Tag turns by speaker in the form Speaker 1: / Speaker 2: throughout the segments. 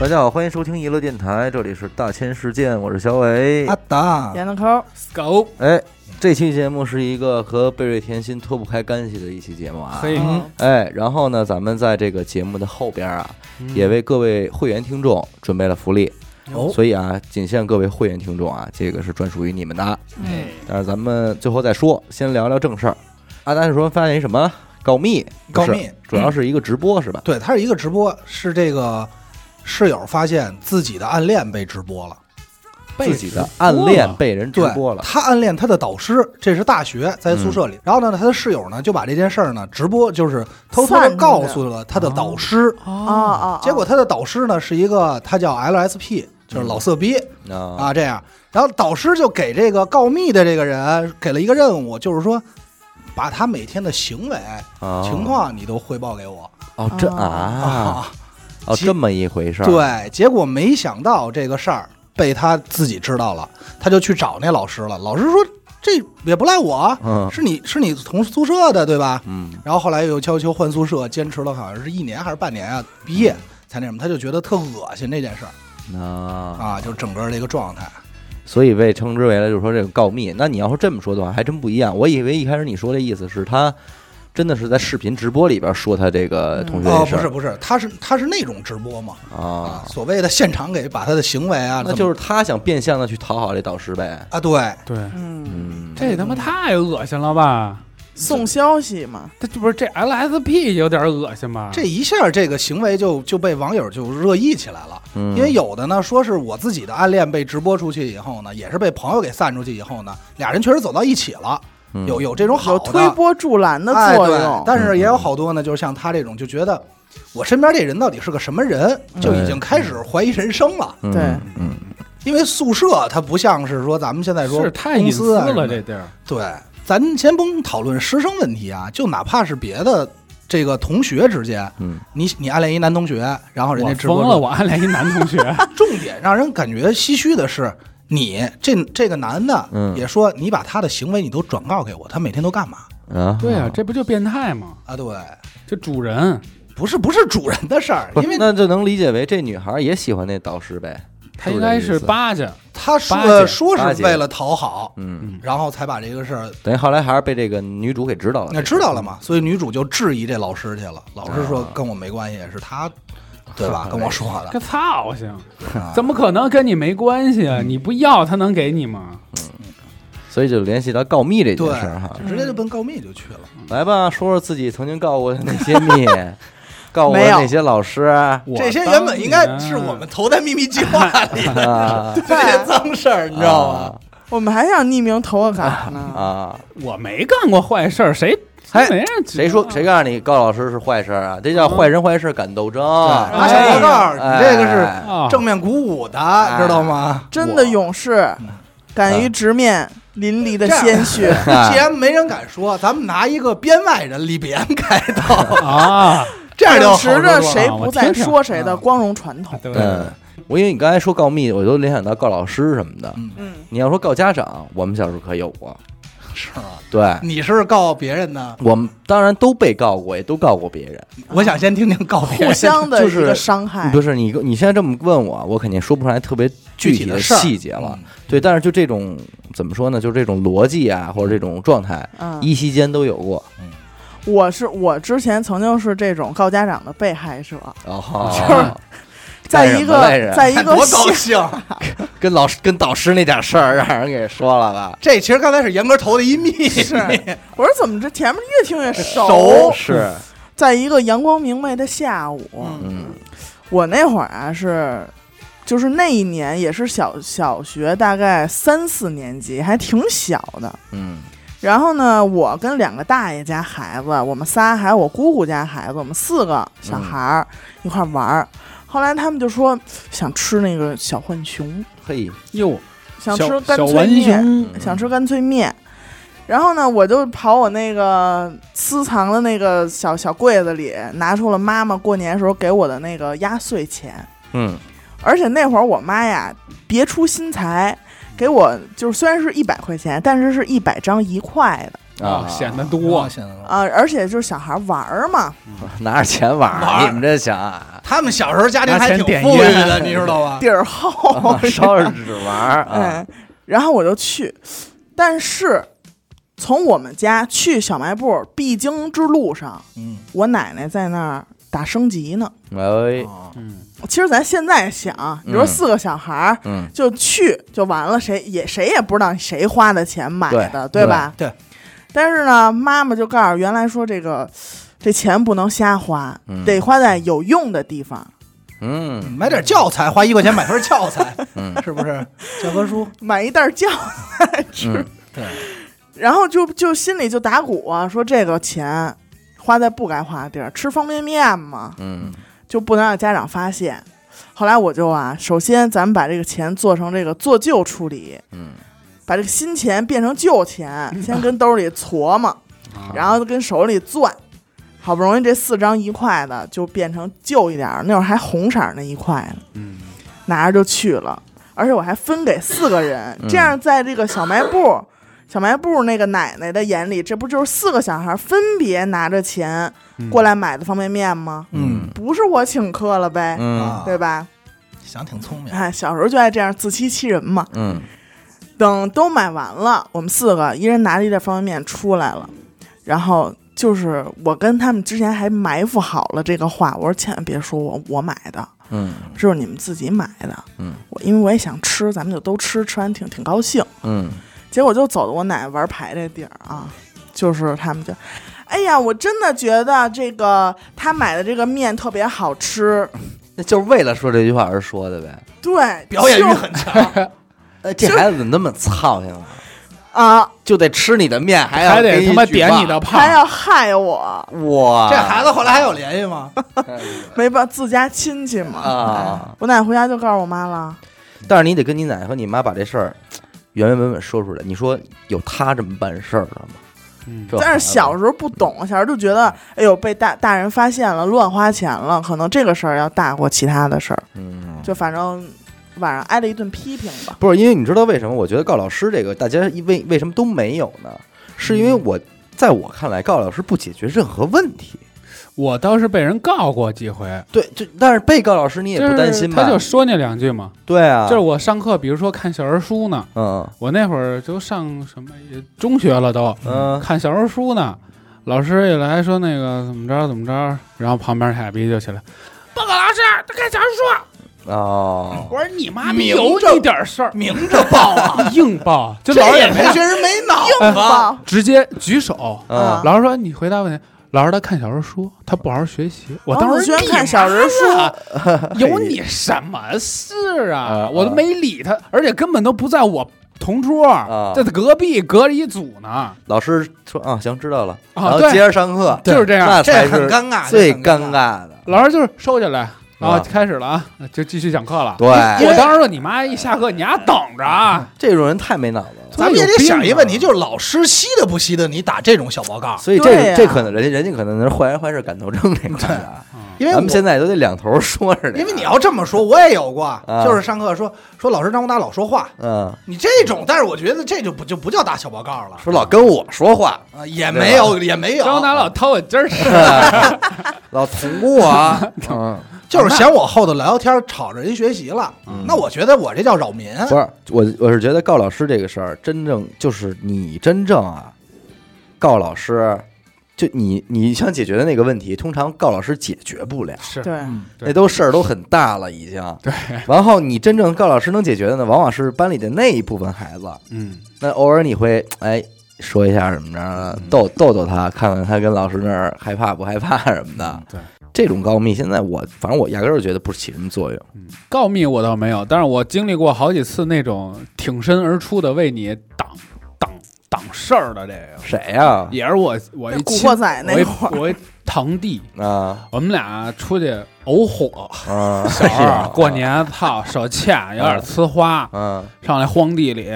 Speaker 1: 大家好，欢迎收听娱乐电台，这里是大千世界，我是小伟
Speaker 2: 阿。
Speaker 1: 啊
Speaker 2: 达，
Speaker 3: 闫德抠，
Speaker 4: 狗，
Speaker 1: 哎，这期节目是一个和贝瑞甜心脱不开干系的一期节目啊。
Speaker 4: 嘿，
Speaker 2: 嗯
Speaker 1: 哎，然后呢，咱们在这个节目的后边啊，也为各位会员听众准备了福利，
Speaker 2: 嗯哦，
Speaker 1: 所以啊，仅限各位会员听众啊，这个是专属于你们的。
Speaker 3: 嗯，
Speaker 1: 但是咱们最后再说，先聊聊正事儿。阿达是说发现一什么告密？
Speaker 2: 告
Speaker 1: 不是
Speaker 2: 密
Speaker 1: 主要是一个直播是吧？
Speaker 2: 对，他是一个直播，是这个室友发现自己的暗恋被直播了，
Speaker 1: 自己的暗恋被人直
Speaker 2: 对
Speaker 1: 播，了，嗯
Speaker 2: 他暗恋他的导师，这是大学在宿舍里，然后呢，他的室友呢就把这件事儿呢直播，就是偷偷
Speaker 3: 散
Speaker 2: 的
Speaker 3: 出去
Speaker 2: 告诉了他的导师，
Speaker 3: 哦哦，
Speaker 2: 结果他的导师呢是一个他
Speaker 1: 哦
Speaker 2: 叫 LSP，就是老色逼
Speaker 1: 啊，
Speaker 2: 啊这样，然后导师就给这个告密的这个人给了一个任务，就是说把他每天的行为
Speaker 1: 啊
Speaker 2: 情况你都汇报给我
Speaker 1: 哦，这啊，哦，
Speaker 2: 其
Speaker 1: 这么一回事儿，
Speaker 2: 对，结果没想到这个事儿被他自己知道了，他就去找那老师了。老师说这也不赖我啊，
Speaker 1: 嗯
Speaker 2: 是你是你同宿舍的对吧？
Speaker 1: 嗯，
Speaker 2: 然后后来又悄悄换宿舍，坚持了好像是一年还是半年啊，毕业
Speaker 1: 嗯
Speaker 2: 才那什么，他就觉得特恶心这件事儿
Speaker 1: 啊，
Speaker 2: 啊，就整个这个状态。
Speaker 1: 所以被称之为了就是说这个告密。那你要说这么说的话，还真不一样。我以为一开始你说的意思是他真的是在视频直播里边说他这个同学
Speaker 2: 哦
Speaker 1: 的，
Speaker 2: 不
Speaker 1: 事
Speaker 2: 是
Speaker 1: 儿
Speaker 2: 不是，他是他是那种直播嘛
Speaker 1: 啊
Speaker 2: 啊，，所谓的现场给把他的行为啊，
Speaker 1: 那
Speaker 2: 怎
Speaker 1: 就
Speaker 2: 么
Speaker 1: 是他想变相的去讨好这导师呗。
Speaker 2: 啊对，
Speaker 4: 对，
Speaker 3: 嗯，
Speaker 1: 嗯，
Speaker 4: 这他妈太恶心了吧？
Speaker 3: 送消息嘛，
Speaker 4: 这这不是这 LSP 有点恶心
Speaker 1: 啊
Speaker 4: 吧？
Speaker 2: 这一下这个行为就就被网友就热议起来了。
Speaker 1: 嗯
Speaker 2: 因为有的呢，说是我自己的暗恋被直播出去以后呢，也是被朋友给散出去以后呢，俩人确实走到一起了，
Speaker 1: 嗯
Speaker 2: 有有这种好
Speaker 3: 有
Speaker 2: 的
Speaker 3: 推波助澜的
Speaker 2: 哎
Speaker 3: 作
Speaker 2: 对
Speaker 3: 用，
Speaker 2: 但是也有好多呢，就是像他这种就觉得我身边这人到底是个什么人，就已经开始怀疑人生了。
Speaker 1: 嗯
Speaker 3: 对
Speaker 1: 嗯，
Speaker 2: 因为宿舍它不像是说咱们现在说
Speaker 4: 是太隐
Speaker 2: 公
Speaker 4: 私
Speaker 2: 司啊什
Speaker 4: 了，
Speaker 2: 么
Speaker 4: 这
Speaker 2: 的
Speaker 4: 地儿。
Speaker 2: 对，咱先甭讨论师生问题啊，就哪怕是别的。这个同学之间，
Speaker 1: 嗯，
Speaker 2: 你你暗恋一男同学，然后人
Speaker 4: 我
Speaker 2: 家直播
Speaker 4: 疯了，
Speaker 2: 说啊
Speaker 4: 我暗恋一男同学，
Speaker 2: 重点让人感觉唏嘘的是，你这这个男的
Speaker 1: 嗯
Speaker 2: 也说你把他的行为你都转告给我，他每天都干嘛
Speaker 1: 嗯啊，
Speaker 4: 对啊，这不就变态吗？
Speaker 2: 啊？对，
Speaker 4: 这主人
Speaker 2: 不是不是主人的事
Speaker 1: 啊
Speaker 2: 儿，
Speaker 1: 不
Speaker 2: 因为
Speaker 1: 那就能理解为这女孩也喜欢那导师呗。
Speaker 4: 他应该
Speaker 1: 是
Speaker 4: 是
Speaker 1: 八，
Speaker 4: 巴结，
Speaker 2: 他说
Speaker 4: 巴结
Speaker 2: 呃说
Speaker 1: 巴
Speaker 2: 是
Speaker 1: 结
Speaker 2: 为了讨好，
Speaker 1: 嗯，
Speaker 2: 然后才把这个事儿
Speaker 1: 等于后来还是被这个女主给知道了。
Speaker 2: 那知道了嘛，所以女主就质疑这老师去了。老师说
Speaker 1: 啊
Speaker 2: 跟我没关系，是 他对吧？跟我说的
Speaker 4: 个操性，
Speaker 2: 啊
Speaker 4: 怎么可能跟你没关系啊？你不要他能给你吗？
Speaker 1: 所以就联系到告密这件
Speaker 2: 对
Speaker 1: 事儿哈，。
Speaker 2: 就直接就奔告密就去了。
Speaker 1: 来吧，说说自己曾经告过的那些 密，告过
Speaker 3: 没
Speaker 1: 的
Speaker 3: 有
Speaker 1: 那些老师
Speaker 4: 我
Speaker 2: 这些
Speaker 4: 当
Speaker 2: 原本应该
Speaker 4: 年
Speaker 2: 是我们投在秘密计划 里
Speaker 1: 啊，
Speaker 2: 这些脏事儿，你
Speaker 1: 你
Speaker 2: 知道吗？？
Speaker 3: 我们还想匿名投个卡呢，
Speaker 1: 啊，
Speaker 4: 我没干过坏事儿，谁
Speaker 1: 哎
Speaker 4: 没人知道
Speaker 1: 谁 说谁告诉你告老师是坏事儿啊？这叫坏人坏事敢斗争。
Speaker 2: 对
Speaker 4: 哎
Speaker 2: 啊拿小报告，你这个是
Speaker 1: 啊哎
Speaker 4: 啊？
Speaker 2: 正面鼓舞的，知道吗？
Speaker 3: 真的勇士，敢于直面淋漓的鲜血，
Speaker 1: 哎
Speaker 2: 既然没人敢说，咱们拿一个编外人李别开头，
Speaker 4: 啊，
Speaker 2: 这样就
Speaker 3: 秉
Speaker 2: 好
Speaker 3: 持
Speaker 2: 说
Speaker 3: 着
Speaker 2: 多
Speaker 3: 谁
Speaker 2: 了。
Speaker 3: 不再说谁
Speaker 1: 啊
Speaker 3: 的光荣传统，
Speaker 4: 对，
Speaker 1: 嗯，我因为你刚才说告密，我就联想到告老师什么的。
Speaker 2: 嗯
Speaker 3: 嗯，
Speaker 1: 你要说告家长，我们小时候可有过。
Speaker 2: 是吗？
Speaker 1: 对，
Speaker 2: 你是告别人呢？
Speaker 1: 我们当然都被告过，也都告过别人。
Speaker 2: 我想先听听告别人
Speaker 3: 互相的
Speaker 1: 就
Speaker 3: 一
Speaker 1: 是
Speaker 3: 个伤
Speaker 2: 哎
Speaker 3: 害
Speaker 1: 不，是你，你现在这么问我，我肯定说不出来特别具
Speaker 2: 具
Speaker 1: 体
Speaker 2: 体的事儿
Speaker 1: 细节 了。。
Speaker 2: 嗯
Speaker 1: 对，但是就这种怎么说呢？就是这种逻辑啊，或者这种状态，
Speaker 3: 嗯，
Speaker 1: 一息间都有过。
Speaker 3: 我是我之前曾经是这种告家长的被害者，
Speaker 1: 哦，
Speaker 3: 在
Speaker 1: 赖
Speaker 3: 一
Speaker 1: 人吧
Speaker 3: 个
Speaker 1: 赖人
Speaker 3: 在一个
Speaker 2: 哎多
Speaker 3: 现
Speaker 2: 高兴！啊
Speaker 1: 跟老师跟导师那点事儿让人给说了吧？
Speaker 2: 这其实刚才是严哥投的一密，
Speaker 3: 是，我说怎么这前面越听越熟？
Speaker 1: 是，
Speaker 3: 在一个阳光明媚的下午，
Speaker 1: 嗯
Speaker 3: 我那会儿啊是，就是那一年也是小小学，大概三四年级，还挺小的。
Speaker 1: 嗯
Speaker 3: 然后呢，我跟两个大爷家孩子，我们仨还有我姑姑家孩子，我们四个小孩儿、一块儿玩儿。后来他们就说想吃那个小浣熊，
Speaker 1: 嘿，
Speaker 4: 哟，
Speaker 3: 想
Speaker 4: 小
Speaker 3: 吃干
Speaker 4: 小
Speaker 3: 脆
Speaker 4: 浣
Speaker 3: 面，
Speaker 4: 熊
Speaker 3: 想吃干脆面。然后呢，我就跑我那个私藏的那个小小柜子里，拿出了妈妈过年时候给我的那个压岁钱。
Speaker 1: 嗯
Speaker 3: 而且那会儿我妈呀，别出心裁，给我就是虽然是一百块钱，但是是一百张一块的
Speaker 4: 啊，显得多
Speaker 2: 现在
Speaker 3: 啊、而且就是小孩玩儿嘛，
Speaker 1: 拿着钱玩
Speaker 2: 玩
Speaker 1: 儿，
Speaker 2: 儿
Speaker 1: 你们这想啊，
Speaker 2: 他们小时候家庭还
Speaker 4: 拿
Speaker 2: 挺
Speaker 4: 钱点
Speaker 2: 富裕
Speaker 4: 烟
Speaker 2: 的，你知道吧？
Speaker 3: 底儿厚
Speaker 1: 啊， 烧着纸玩 儿啊，
Speaker 3: 哎，然后我就去，但是从我们家去小卖部必经之路上，
Speaker 2: 嗯，
Speaker 3: 我奶奶在那儿打升级呢。
Speaker 1: 哎，
Speaker 2: 哦
Speaker 4: 嗯，
Speaker 3: 其实咱现在想，你说
Speaker 1: 嗯
Speaker 3: 四个小孩儿
Speaker 1: 嗯，
Speaker 3: 就去就完了，谁也谁也不知道谁花的钱买的，
Speaker 1: 对
Speaker 3: 吧？
Speaker 2: 对对
Speaker 3: 但是呢，妈妈就告诉原来说这个这钱不能瞎花，
Speaker 1: 嗯
Speaker 3: 得花在有用的地方。
Speaker 1: 嗯
Speaker 2: 买点教材，花一块钱买份教材，
Speaker 1: 嗯
Speaker 2: 是不是？教科书，
Speaker 3: 买一袋酱，
Speaker 1: 嗯，
Speaker 2: 对，
Speaker 3: 然后就就心里就打鼓啊，说这个钱花在不该花的地儿，吃方便面嘛，
Speaker 1: 嗯
Speaker 3: 就不能让家长发现。后来我就啊，首先咱们把这个钱做成这个做旧处理，
Speaker 1: 嗯，
Speaker 3: 把这个新钱变成旧钱，先跟兜里 琢磨，
Speaker 1: 啊
Speaker 3: 然后跟手里攥，好不容易这四张一块的就变成旧一点儿，那会儿还红色儿那一块呢，
Speaker 4: 嗯
Speaker 3: 拿着就去了，而且我还分给四个人，
Speaker 1: 嗯
Speaker 3: 这样在这个小卖部。小卖部那个奶奶的眼里，这不就是四个小孩儿分别拿着钱
Speaker 4: 嗯
Speaker 3: 过来买的方便面吗？
Speaker 1: 嗯
Speaker 3: 不是我请客了呗，
Speaker 1: 嗯
Speaker 2: 啊
Speaker 3: 对吧？
Speaker 2: 想挺聪明，
Speaker 3: 哎，小时候就爱这样自欺欺人嘛。
Speaker 1: 嗯
Speaker 3: 等都买完了，我们四个一人拿了一袋方便面出来了，然后就是我跟他们之前还埋伏好了这个话，我说千万别说我我买的，
Speaker 1: 嗯
Speaker 3: 这是你们自己买的。
Speaker 1: 嗯，
Speaker 3: 我因为我也想吃，咱们就都吃，吃完挺挺高兴。
Speaker 1: 嗯，
Speaker 3: 结果就走到我奶奶玩牌这地儿啊，就是他们就，哎呀，我真的觉得这个他买的这个面特别好吃，
Speaker 1: 那就是为了说这句话而说的呗。
Speaker 3: 对，
Speaker 2: 表演欲
Speaker 3: 就
Speaker 2: 很强。
Speaker 1: 哎，这
Speaker 3: 就是
Speaker 1: 孩子怎么那么操心啊？
Speaker 3: 啊，
Speaker 1: 就得吃你的面，还要
Speaker 4: 还
Speaker 1: 给
Speaker 4: 得
Speaker 1: 你
Speaker 4: 他妈
Speaker 1: 举
Speaker 4: 点
Speaker 1: 报
Speaker 4: 你的
Speaker 3: 还
Speaker 4: 胖，
Speaker 3: 要害我，
Speaker 1: 哇！
Speaker 2: 这孩子后来还有联系吗？
Speaker 3: 没办自家亲戚嘛。
Speaker 1: 啊
Speaker 3: 哎我奶奶回家就告诉我妈了，
Speaker 1: 但是你得跟你奶奶和你妈把这事儿原原本本说出来。你说有他这么办事儿了吗？
Speaker 4: 嗯
Speaker 1: 这
Speaker 3: 但
Speaker 1: 孩
Speaker 3: 是
Speaker 1: 子
Speaker 3: 小时候不懂，小时候就觉得，哎呦，被大大人发现了，乱花钱了，可能这个事儿要大过其他的事儿，
Speaker 1: 嗯，
Speaker 3: 就反正晚上挨了一顿批评吧。
Speaker 1: 不是因为你知道为什么？我觉得告老师这个大家一为为什么都没有呢？是因为我在我看来，告老师不解决任何问题。
Speaker 4: 我倒是被人告过几回，
Speaker 1: 对，就但是被告老师你也
Speaker 4: 就
Speaker 1: 不
Speaker 4: 是
Speaker 1: 担心吧？
Speaker 4: 他就说那两句嘛，
Speaker 1: 对啊，
Speaker 4: 就是我上课，比如说看小人书呢，
Speaker 1: 嗯
Speaker 4: 我那会儿就上什么也中学了都，
Speaker 1: 嗯
Speaker 4: 看小人书呢，老师一来说那个怎么着怎么着，然后旁边傻逼就起来，报告老师，他看小人书，
Speaker 1: 哦，
Speaker 4: 我说你妈
Speaker 2: 明
Speaker 4: 逼有
Speaker 2: 着
Speaker 4: 你点儿事儿，
Speaker 2: 明着报啊，
Speaker 4: 硬报，就
Speaker 2: 这
Speaker 4: 老师
Speaker 2: 也
Speaker 4: 也没
Speaker 2: 没学人没脑
Speaker 3: 硬
Speaker 2: 子。
Speaker 1: 啊
Speaker 3: 吧，
Speaker 4: 直接举手，
Speaker 3: 啊
Speaker 1: 嗯
Speaker 4: 老师说你回答问题。老师他看小人书，他不好好学习。我当时
Speaker 3: 居然看小人书，
Speaker 4: 有你什么事啊？
Speaker 1: 啊
Speaker 4: 我都没理他，而且根本都不在我同桌，
Speaker 1: 啊
Speaker 4: 在隔壁隔着一组呢。
Speaker 1: 老师说啊，行，知道了，
Speaker 4: 啊
Speaker 1: 然后
Speaker 4: 对
Speaker 1: 接着上课，
Speaker 4: 就是这样，
Speaker 1: 那
Speaker 2: 这
Speaker 1: 才
Speaker 2: 很
Speaker 1: 是
Speaker 2: 尴尬，
Speaker 1: 最
Speaker 2: 这很尴
Speaker 1: 尴。尬的。
Speaker 4: 老师就是收起来，然后
Speaker 1: 啊
Speaker 4: 开始了啊，就继续讲课了。
Speaker 1: 对，
Speaker 4: 我当时说你妈一下课，你丫等着啊！
Speaker 1: 这种人太没脑子了。
Speaker 2: 咱们也得想
Speaker 1: 啊
Speaker 2: 一个问题，
Speaker 4: 就
Speaker 2: 就是老师稀得不稀得你打这种小报告？
Speaker 1: 所以
Speaker 3: 对
Speaker 1: 这
Speaker 3: 呀
Speaker 1: 这可能人家人家可能是坏人坏事赶头正这块的啊，
Speaker 2: 因为
Speaker 1: 咱
Speaker 2: 我
Speaker 1: 们现在都得两头说着呢。
Speaker 2: 因为你要这么说，我也有过，
Speaker 1: 啊
Speaker 2: 就是上课说说老师张宏达老说话，
Speaker 1: 嗯，
Speaker 2: 你这种，但是我觉得这就不就不叫打小报告了
Speaker 1: 说老跟我说话，
Speaker 2: 啊，也没有也没有，
Speaker 4: 张达老掏我今儿是
Speaker 1: 老捅 我，嗯，
Speaker 2: 就是嫌我厚的聊天吵着人学习了，
Speaker 1: 嗯
Speaker 2: 那我觉得我这叫扰民。
Speaker 1: 不是我，我是觉得告老师这个事儿，真正就是你真正啊，告老师，就你你想解决的那个问题，通常告老师解决不了。
Speaker 4: 是
Speaker 3: 对，
Speaker 2: 嗯
Speaker 4: 对
Speaker 1: 那都事儿都很大了，已经。对。然后你真正告老师能解决的呢，往往是班里的那一部分孩子。
Speaker 4: 嗯，
Speaker 1: 那偶尔你会哎说一下什么着的，
Speaker 4: 嗯
Speaker 1: 逗逗逗他，看看他跟老师那儿害怕不害怕什么的。
Speaker 4: 对，
Speaker 1: 这种告密，现在我反正我压根儿觉得不起什么作用。
Speaker 4: 告密我倒没有，但是我经历过好几次那种挺身而出的为你挡挡挡事儿的这个，
Speaker 1: 谁呀、
Speaker 4: 也是我我一
Speaker 3: 古
Speaker 4: 亲
Speaker 3: 惑仔那会
Speaker 4: 我一
Speaker 3: 儿，
Speaker 4: 我一堂弟，
Speaker 1: 啊？
Speaker 4: 我们俩出去偶火，
Speaker 1: 啊，
Speaker 4: 小时
Speaker 1: 哎呀
Speaker 4: 候过，年操手欠，有点呲花，
Speaker 1: 嗯
Speaker 4: 上来荒地里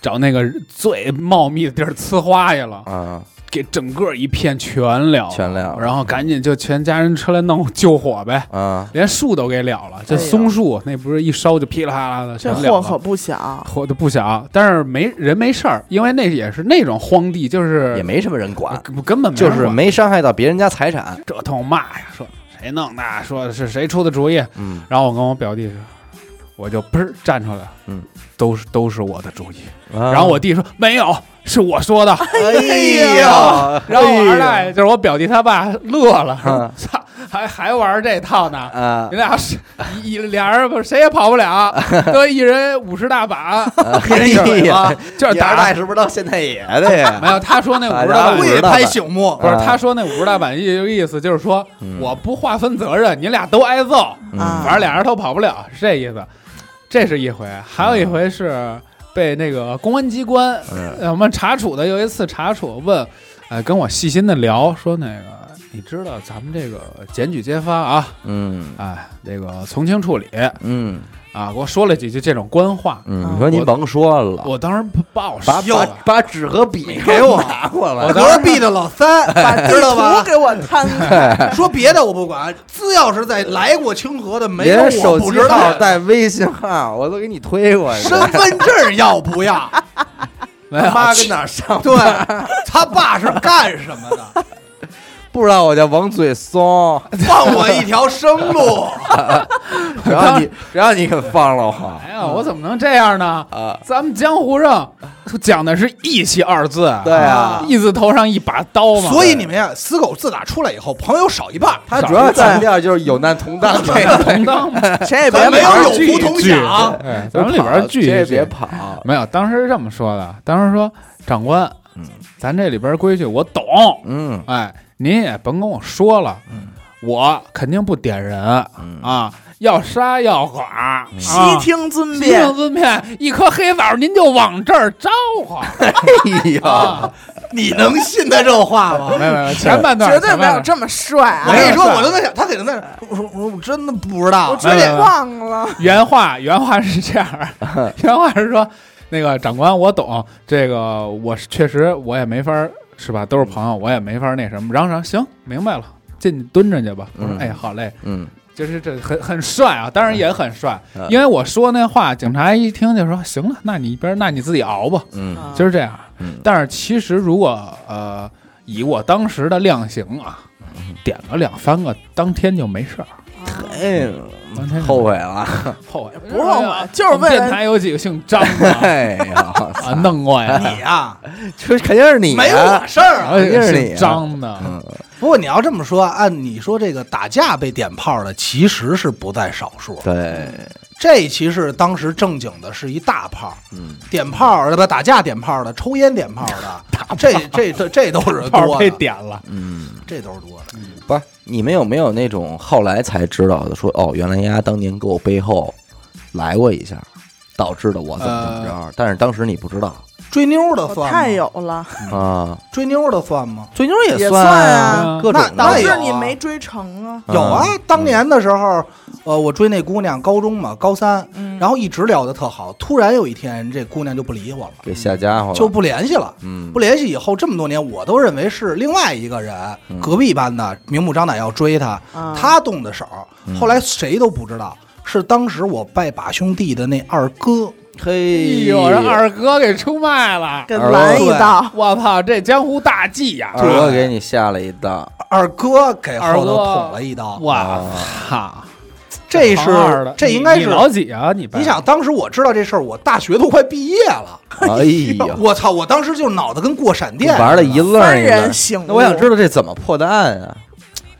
Speaker 4: 找那个最茂密的地儿呲花去了，
Speaker 1: 啊，
Speaker 4: 给整个一片全了，
Speaker 1: 全了
Speaker 4: 然后赶紧就全家人车来弄救火呗。
Speaker 1: 啊，
Speaker 4: 连树都给了了，这
Speaker 3: 哎呦
Speaker 4: 松树那不是一烧就噼里啪啦的
Speaker 3: 这
Speaker 4: 全
Speaker 3: 货
Speaker 4: 了
Speaker 3: 可
Speaker 4: 了，
Speaker 3: 不小，
Speaker 4: 火的不小，但是没人没事儿，因为那也是那种荒地，就是
Speaker 1: 也没什么人管，
Speaker 4: 根根本没人
Speaker 1: 就是
Speaker 4: 管
Speaker 1: 没伤害到别人家财产。
Speaker 4: 这通骂呀，说谁谁弄的，说是谁出的主意。
Speaker 1: 嗯，
Speaker 4: 然后我跟我表弟说，我就嘣儿站出来了，
Speaker 1: 嗯，啊
Speaker 4: 都是都是我的主意。
Speaker 1: 然
Speaker 4: 然后我弟说没有，是我说的。
Speaker 1: 嗯哎
Speaker 4: 呀
Speaker 1: 呀，
Speaker 4: 然后
Speaker 1: 哎
Speaker 4: 我二代就是我表弟他爸乐了，说
Speaker 1: 嗯
Speaker 4: 操， 还还玩这套呢。
Speaker 1: 啊
Speaker 4: 你，俩是一一俩人不是谁也跑不 了，都一人五十大板， 一人一
Speaker 1: 哎
Speaker 4: 尾巴
Speaker 1: 呀，
Speaker 4: 就是
Speaker 1: 你二代
Speaker 4: 打。
Speaker 1: 是不是到现在也的呀？
Speaker 4: 没有，他说那五十大
Speaker 1: 啊
Speaker 4: 板
Speaker 1: 我
Speaker 2: 故
Speaker 1: 也
Speaker 2: 意
Speaker 1: 知道
Speaker 2: 拍
Speaker 1: 了
Speaker 2: 醒目，
Speaker 4: 不是，
Speaker 1: 啊
Speaker 4: 他说那五十大板意意思就是说，
Speaker 1: 嗯
Speaker 4: 我不划分责任，你俩都挨揍，
Speaker 1: 嗯
Speaker 3: 啊
Speaker 4: 反正俩人都跑不了，是这意思。这是一回，还有一回是被那个公安机关，
Speaker 1: 嗯
Speaker 4: 呃我们查处的，有一次查处问，呃，跟我细心的聊，说那个你知道咱们这个检举揭发啊，
Speaker 1: 嗯
Speaker 4: 哎，这个从轻处理
Speaker 1: 嗯
Speaker 4: 啊，给我说了几句这种官话，
Speaker 1: 嗯，你说您
Speaker 4: 啊我
Speaker 1: 甭说了，
Speaker 4: 我当时不啊爆
Speaker 1: 把
Speaker 4: 笑
Speaker 1: 把
Speaker 4: 了。
Speaker 1: 把纸和笔
Speaker 2: 给我
Speaker 1: 拿过来，
Speaker 2: 隔壁的老三，
Speaker 3: 把
Speaker 2: 知
Speaker 3: 地
Speaker 2: 道吧
Speaker 3: 图给我摊 开，
Speaker 1: 哎
Speaker 2: 说别的我不管，只要是在来过清河的，没有
Speaker 1: 连
Speaker 2: 我
Speaker 1: 手
Speaker 2: 不
Speaker 1: 机
Speaker 2: 知道
Speaker 1: 号。带微信号我都给你推过去
Speaker 2: 身，份证要不 要？
Speaker 4: 没有
Speaker 1: 妈跟哪儿上？
Speaker 2: 对他爸是干什么的？
Speaker 1: 不知道我叫王嘴 松，
Speaker 2: 放我一条生路。
Speaker 1: 只要你只要你肯放了我
Speaker 4: 哎呀，我怎么能这样呢？
Speaker 1: 啊，
Speaker 4: 咱们江湖上讲的是义气二字，
Speaker 1: 对啊，
Speaker 4: 义字头上一把刀嘛。
Speaker 2: 所以你们呀，死狗自打出来以后，朋友少一半，
Speaker 1: 他主要强调就是有难同当 这个，
Speaker 4: 同当嘛，
Speaker 3: 谁也别
Speaker 2: 咱没
Speaker 3: 跑
Speaker 2: 有有
Speaker 4: 聚
Speaker 2: 福同享。
Speaker 4: 哎咱们里边聚
Speaker 1: 谁
Speaker 4: 一
Speaker 1: 也
Speaker 4: 聚
Speaker 1: 别。跑，
Speaker 4: 没有，当时是这么说的，当时说长官，
Speaker 1: 嗯
Speaker 4: 咱这里边规矩我懂，
Speaker 1: 嗯
Speaker 4: 哎，您也甭跟我说了，
Speaker 1: 嗯
Speaker 4: 我肯定不点人
Speaker 1: 嗯
Speaker 4: 啊，要杀要剐，
Speaker 2: 嗯
Speaker 4: 啊
Speaker 3: 悉听尊
Speaker 4: 西
Speaker 3: 便
Speaker 4: 听，尊便，一颗黑枣您就往这儿招 呼。
Speaker 1: 哎呀，
Speaker 4: 啊，
Speaker 2: 你能信他这话吗？
Speaker 4: 没有没有，前半段
Speaker 3: 绝对
Speaker 4: 前
Speaker 3: 没
Speaker 4: 半
Speaker 3: 有
Speaker 4: 段
Speaker 3: 这么帅
Speaker 1: 哎
Speaker 2: 我
Speaker 3: 啊！
Speaker 2: 跟你说，我都在想，他肯定在那儿，我说我我真的不知道
Speaker 3: 我。直接
Speaker 4: 没有
Speaker 3: 忘了，
Speaker 4: 原话原话是这样 儿，原话是说，那个长官我懂，这个我是确实我也没法儿，是吧？都是朋友，我也没法儿那什么。嚷嚷，行，明白了，进去蹲着去吧。我说，
Speaker 1: 嗯
Speaker 4: 哎，好嘞，
Speaker 1: 嗯
Speaker 4: 就是这很很帅啊，当然也很帅
Speaker 1: 嗯，
Speaker 4: 因为我说那话，警察一听就说，行了，那你一边儿，那你自己熬吧，
Speaker 1: 嗯
Speaker 4: 就是这样
Speaker 1: 嗯。
Speaker 4: 但是其实如果呃，以我当时的量刑啊，点了两三个，当天就没事儿，
Speaker 1: 哎，
Speaker 4: 当天就
Speaker 1: 后悔了，
Speaker 4: 后悔不
Speaker 3: 不是后悔就是为了
Speaker 4: 哎电台有几个姓张的
Speaker 1: 哎呀，
Speaker 4: 啊，弄过呀，
Speaker 2: 你呀，
Speaker 1: 这肯定是你啊，
Speaker 2: 没我事儿啊。
Speaker 4: 有几个
Speaker 1: 是你
Speaker 4: 姓
Speaker 1: 啊
Speaker 4: 张的，
Speaker 1: 嗯
Speaker 2: 不过你要这么说，按你说这个打架被点炮的，其实是不在少数。
Speaker 1: 对，
Speaker 2: 这其实当时正经的是一大炮，
Speaker 1: 嗯
Speaker 2: 点炮呃的不打架点炮的，抽烟点炮的，这这这这都是
Speaker 4: 炮
Speaker 2: 多
Speaker 4: 被
Speaker 2: 的，
Speaker 4: 点了，
Speaker 1: 嗯。
Speaker 2: 这都是多的。
Speaker 1: 不是你们有没有那种后来才知道的说哦，原来丫当年给我背后来过一下，导致的我怎么怎么着？但是当时你不知道
Speaker 2: 追妞的
Speaker 3: 我
Speaker 2: 算
Speaker 3: 哦太
Speaker 2: 吗？
Speaker 3: 有了，
Speaker 1: 啊，
Speaker 2: 追妞的算吗？
Speaker 1: 追妞
Speaker 3: 也
Speaker 1: 算
Speaker 3: 算
Speaker 4: 啊
Speaker 1: 各种的
Speaker 3: 导
Speaker 2: 那有
Speaker 3: 致
Speaker 2: 啊
Speaker 3: 你没追成啊。
Speaker 1: 嗯
Speaker 2: 有啊，当年的时候，呃，我追那姑娘，高中嘛，高三，
Speaker 3: 嗯，
Speaker 2: 然后一直聊得特好，突然有一天，这姑娘就不理我了，
Speaker 1: 给下家伙了
Speaker 2: 就不联系了。
Speaker 1: 嗯
Speaker 2: 不联系以后这么多年，我都认为是另外一个人，
Speaker 1: 嗯
Speaker 2: 隔壁班的明目张胆要追她，
Speaker 3: 啊
Speaker 2: 她动的手
Speaker 1: 嗯，
Speaker 2: 后来谁都不知道，是当时我拜把兄弟的那二哥，
Speaker 4: 哎
Speaker 1: 嘿
Speaker 4: 呦，让二哥给出卖了，
Speaker 3: 给拦一道，
Speaker 4: 我操，这江湖大忌呀！
Speaker 1: 二哥给你下了一道，
Speaker 2: 二哥给
Speaker 4: 二
Speaker 2: 后头
Speaker 4: 哥
Speaker 2: 捅了一刀，
Speaker 4: 我
Speaker 1: 啊
Speaker 4: 操，
Speaker 2: 这
Speaker 4: 行二
Speaker 2: 是
Speaker 4: 的
Speaker 2: 这
Speaker 4: 你
Speaker 2: 应该
Speaker 4: 你
Speaker 2: 是
Speaker 4: 老几啊？你
Speaker 2: 你想，当时我知道这事儿，我大学都快毕业了，
Speaker 1: 哎呀，
Speaker 2: 我操，我当时就脑袋跟过闪电似的，
Speaker 1: 玩的一愣
Speaker 3: 三
Speaker 1: 一愣
Speaker 3: 人。醒悟。
Speaker 1: 那我想知道这怎么破的案啊？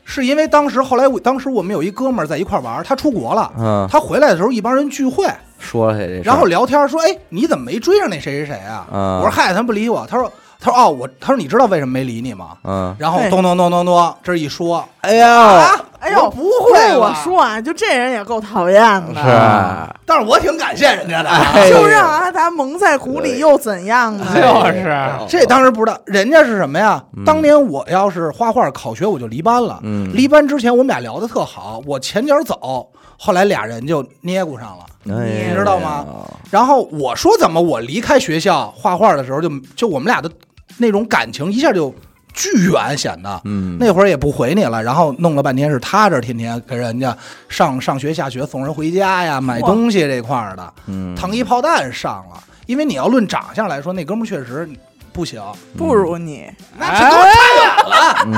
Speaker 2: 是因为当时后来我当时我们有一哥们儿在一块儿玩儿，他出国了，
Speaker 1: 嗯，
Speaker 2: 他回来的时候一帮人聚会，
Speaker 1: 说起这事儿，
Speaker 2: 然后聊天说：“哎，你怎么没追上那谁谁谁啊？”
Speaker 1: 嗯
Speaker 2: 我说：“嗨，他不理我。”他说：“他说哦，我他说你知道为什么没理你吗
Speaker 1: 嗯？”，
Speaker 2: 然后
Speaker 3: 嘿
Speaker 2: 咚咚咚咚咚，这一说，
Speaker 1: 哎呀，
Speaker 3: 哎呦，
Speaker 2: 我不会吧
Speaker 3: 我说啊，就这人也够讨厌
Speaker 4: 啊
Speaker 1: 是啊
Speaker 3: 的，
Speaker 2: 但是我挺感谢人家的啊。
Speaker 1: 哎呦哎
Speaker 3: 就让阿达蒙在鼓里又怎样呢？
Speaker 4: 就是
Speaker 2: 这当时不知道，人家是什么呀？当年我要是画画考学，我就离班了。
Speaker 1: 嗯
Speaker 2: 离班之前我们俩聊得特好，我前脚走，后来俩人就捏咕上了。
Speaker 1: 哎
Speaker 2: 你知道吗？然后我说怎么我离开学校画画的时候就，就我们俩的那种感情一下就巨远，显得。
Speaker 1: 嗯，
Speaker 2: 那会儿也不回你了，然后弄了半天是他这儿天天跟人家上上学、下学、送人回家呀、买东西这块儿的，
Speaker 1: 嗯
Speaker 2: 糖衣炮弹上了。因为你要论长相来说，那哥们儿确实不行，
Speaker 3: 不如你，
Speaker 2: 那这都差远了。
Speaker 1: 嗯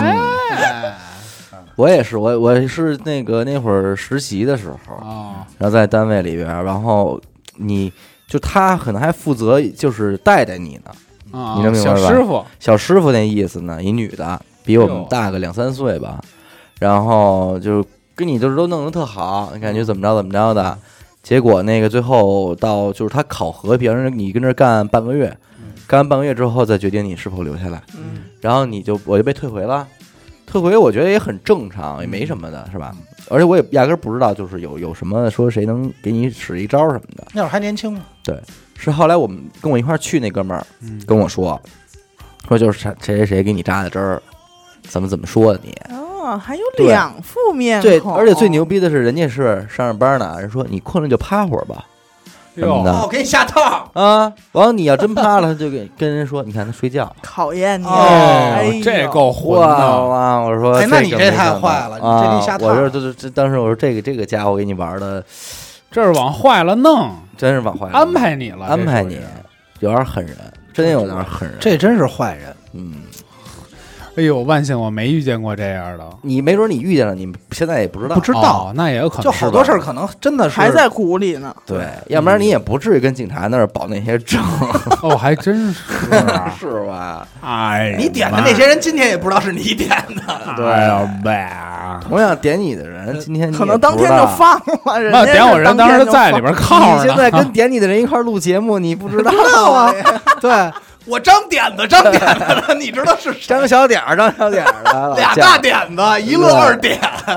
Speaker 4: 哎
Speaker 1: 我也是，我我是那个那会儿实习的时候，
Speaker 4: 啊，
Speaker 1: 然后在单位里边儿，然后你就他可能还负责就是带带你呢，
Speaker 4: 啊
Speaker 1: 你能明白
Speaker 4: 小
Speaker 1: 吧
Speaker 4: 师傅
Speaker 1: 小师傅那意思呢，一女的，比我
Speaker 4: 哎呦
Speaker 1: 们大个两三岁吧，然后就跟你就是都弄得特好，感
Speaker 4: 嗯
Speaker 1: 觉怎么着怎么着的，结果那个最后到就是他考核别人，你跟这儿干半个月，
Speaker 4: 嗯
Speaker 1: 干完半个月之后再决定你是否留下来，
Speaker 3: 嗯
Speaker 1: 然后你就我就被退回了，退回我觉得也很正常，也
Speaker 4: 嗯
Speaker 1: 没什么的，是吧？而且我也压根儿不知道，就是有有什么说谁能给你使一招什么的。
Speaker 2: 那会儿还年轻嘛，
Speaker 1: 是后来我们跟我一块儿去那哥们儿
Speaker 4: 嗯
Speaker 1: 跟我说，说就是谁谁谁给你扎的针儿，怎么怎么说的你。
Speaker 3: 哦，还有
Speaker 1: 对
Speaker 3: 两副面
Speaker 1: 对，
Speaker 3: 孔，
Speaker 1: 而且最牛逼的是，人家是上着班呢，人说你困了就趴会儿吧。什么
Speaker 4: 哟
Speaker 1: 的
Speaker 2: 哦，给你下套，
Speaker 1: 啊，完了你要真趴了，他就给跟人说你看他睡觉。
Speaker 3: 考验你，
Speaker 2: 哦
Speaker 3: 哎呦
Speaker 4: 这够混
Speaker 1: 哇哦
Speaker 4: 的，
Speaker 1: 哇！我说，
Speaker 2: 哎那你
Speaker 1: 这
Speaker 2: 这
Speaker 1: 可没
Speaker 2: 太
Speaker 1: 办法
Speaker 2: 坏了你这
Speaker 1: 啊
Speaker 2: 一下套
Speaker 1: 我说这这这，当时我说这个这个家伙给你玩的
Speaker 4: 这是往坏了弄，
Speaker 1: 真是往坏了
Speaker 4: 安排你了，
Speaker 1: 安排
Speaker 4: 这
Speaker 1: 你
Speaker 4: 属于，
Speaker 1: 有点狠人，真有点狠人。
Speaker 2: 这真是坏人。
Speaker 1: 嗯，
Speaker 4: 哎呦，万幸我没遇见过这样的，
Speaker 1: 你没准你遇见了，你现在也不知道
Speaker 2: 不。知道
Speaker 4: 哦那也有可能
Speaker 2: 就是好
Speaker 4: 吧
Speaker 2: 多事儿可能真的是
Speaker 3: 还在鼓里呢。
Speaker 1: 对，要不然你也不至于跟警察那儿保那些证，
Speaker 4: 哦，还真 是，
Speaker 1: 是吧？
Speaker 4: 哎呀，
Speaker 2: 你点的那些人，今天也不知道是你点的。
Speaker 4: 妈呀，啊
Speaker 1: 对
Speaker 4: 哎呀呗。
Speaker 1: 同样点你的人，今天你也
Speaker 3: 可能当天
Speaker 1: 不知
Speaker 3: 就
Speaker 1: 道。
Speaker 3: 放了，人
Speaker 4: 那
Speaker 3: 家
Speaker 4: 点我人当
Speaker 3: 天
Speaker 4: 时
Speaker 3: 就
Speaker 4: 在
Speaker 3: 放
Speaker 4: 里边 靠
Speaker 1: 你
Speaker 4: 着
Speaker 1: 现
Speaker 4: 呢，
Speaker 1: 在跟点你的人一块儿录节目，你不知道啊？
Speaker 2: 对，我张点子，张点子了，你知道是谁？
Speaker 1: 张小点儿，张小点儿来了，
Speaker 2: 俩
Speaker 1: 叫
Speaker 2: 大点子，一乐二点。
Speaker 4: 哎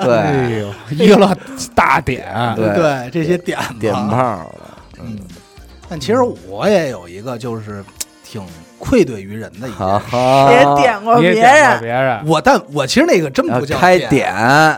Speaker 1: 对
Speaker 4: 呦，一个大点，
Speaker 1: 对
Speaker 2: 对，这些点子
Speaker 1: 点炮了。
Speaker 2: 但其
Speaker 1: 嗯
Speaker 2: 实我也有一个，就是挺愧对于人的一
Speaker 1: 好
Speaker 2: 个。
Speaker 1: 好，
Speaker 3: 别点过
Speaker 4: 啊你
Speaker 3: 哦别
Speaker 4: 也点过
Speaker 3: 人，
Speaker 4: 别人，
Speaker 2: 我但我其实那个真
Speaker 1: 要
Speaker 2: 不叫
Speaker 1: 开点，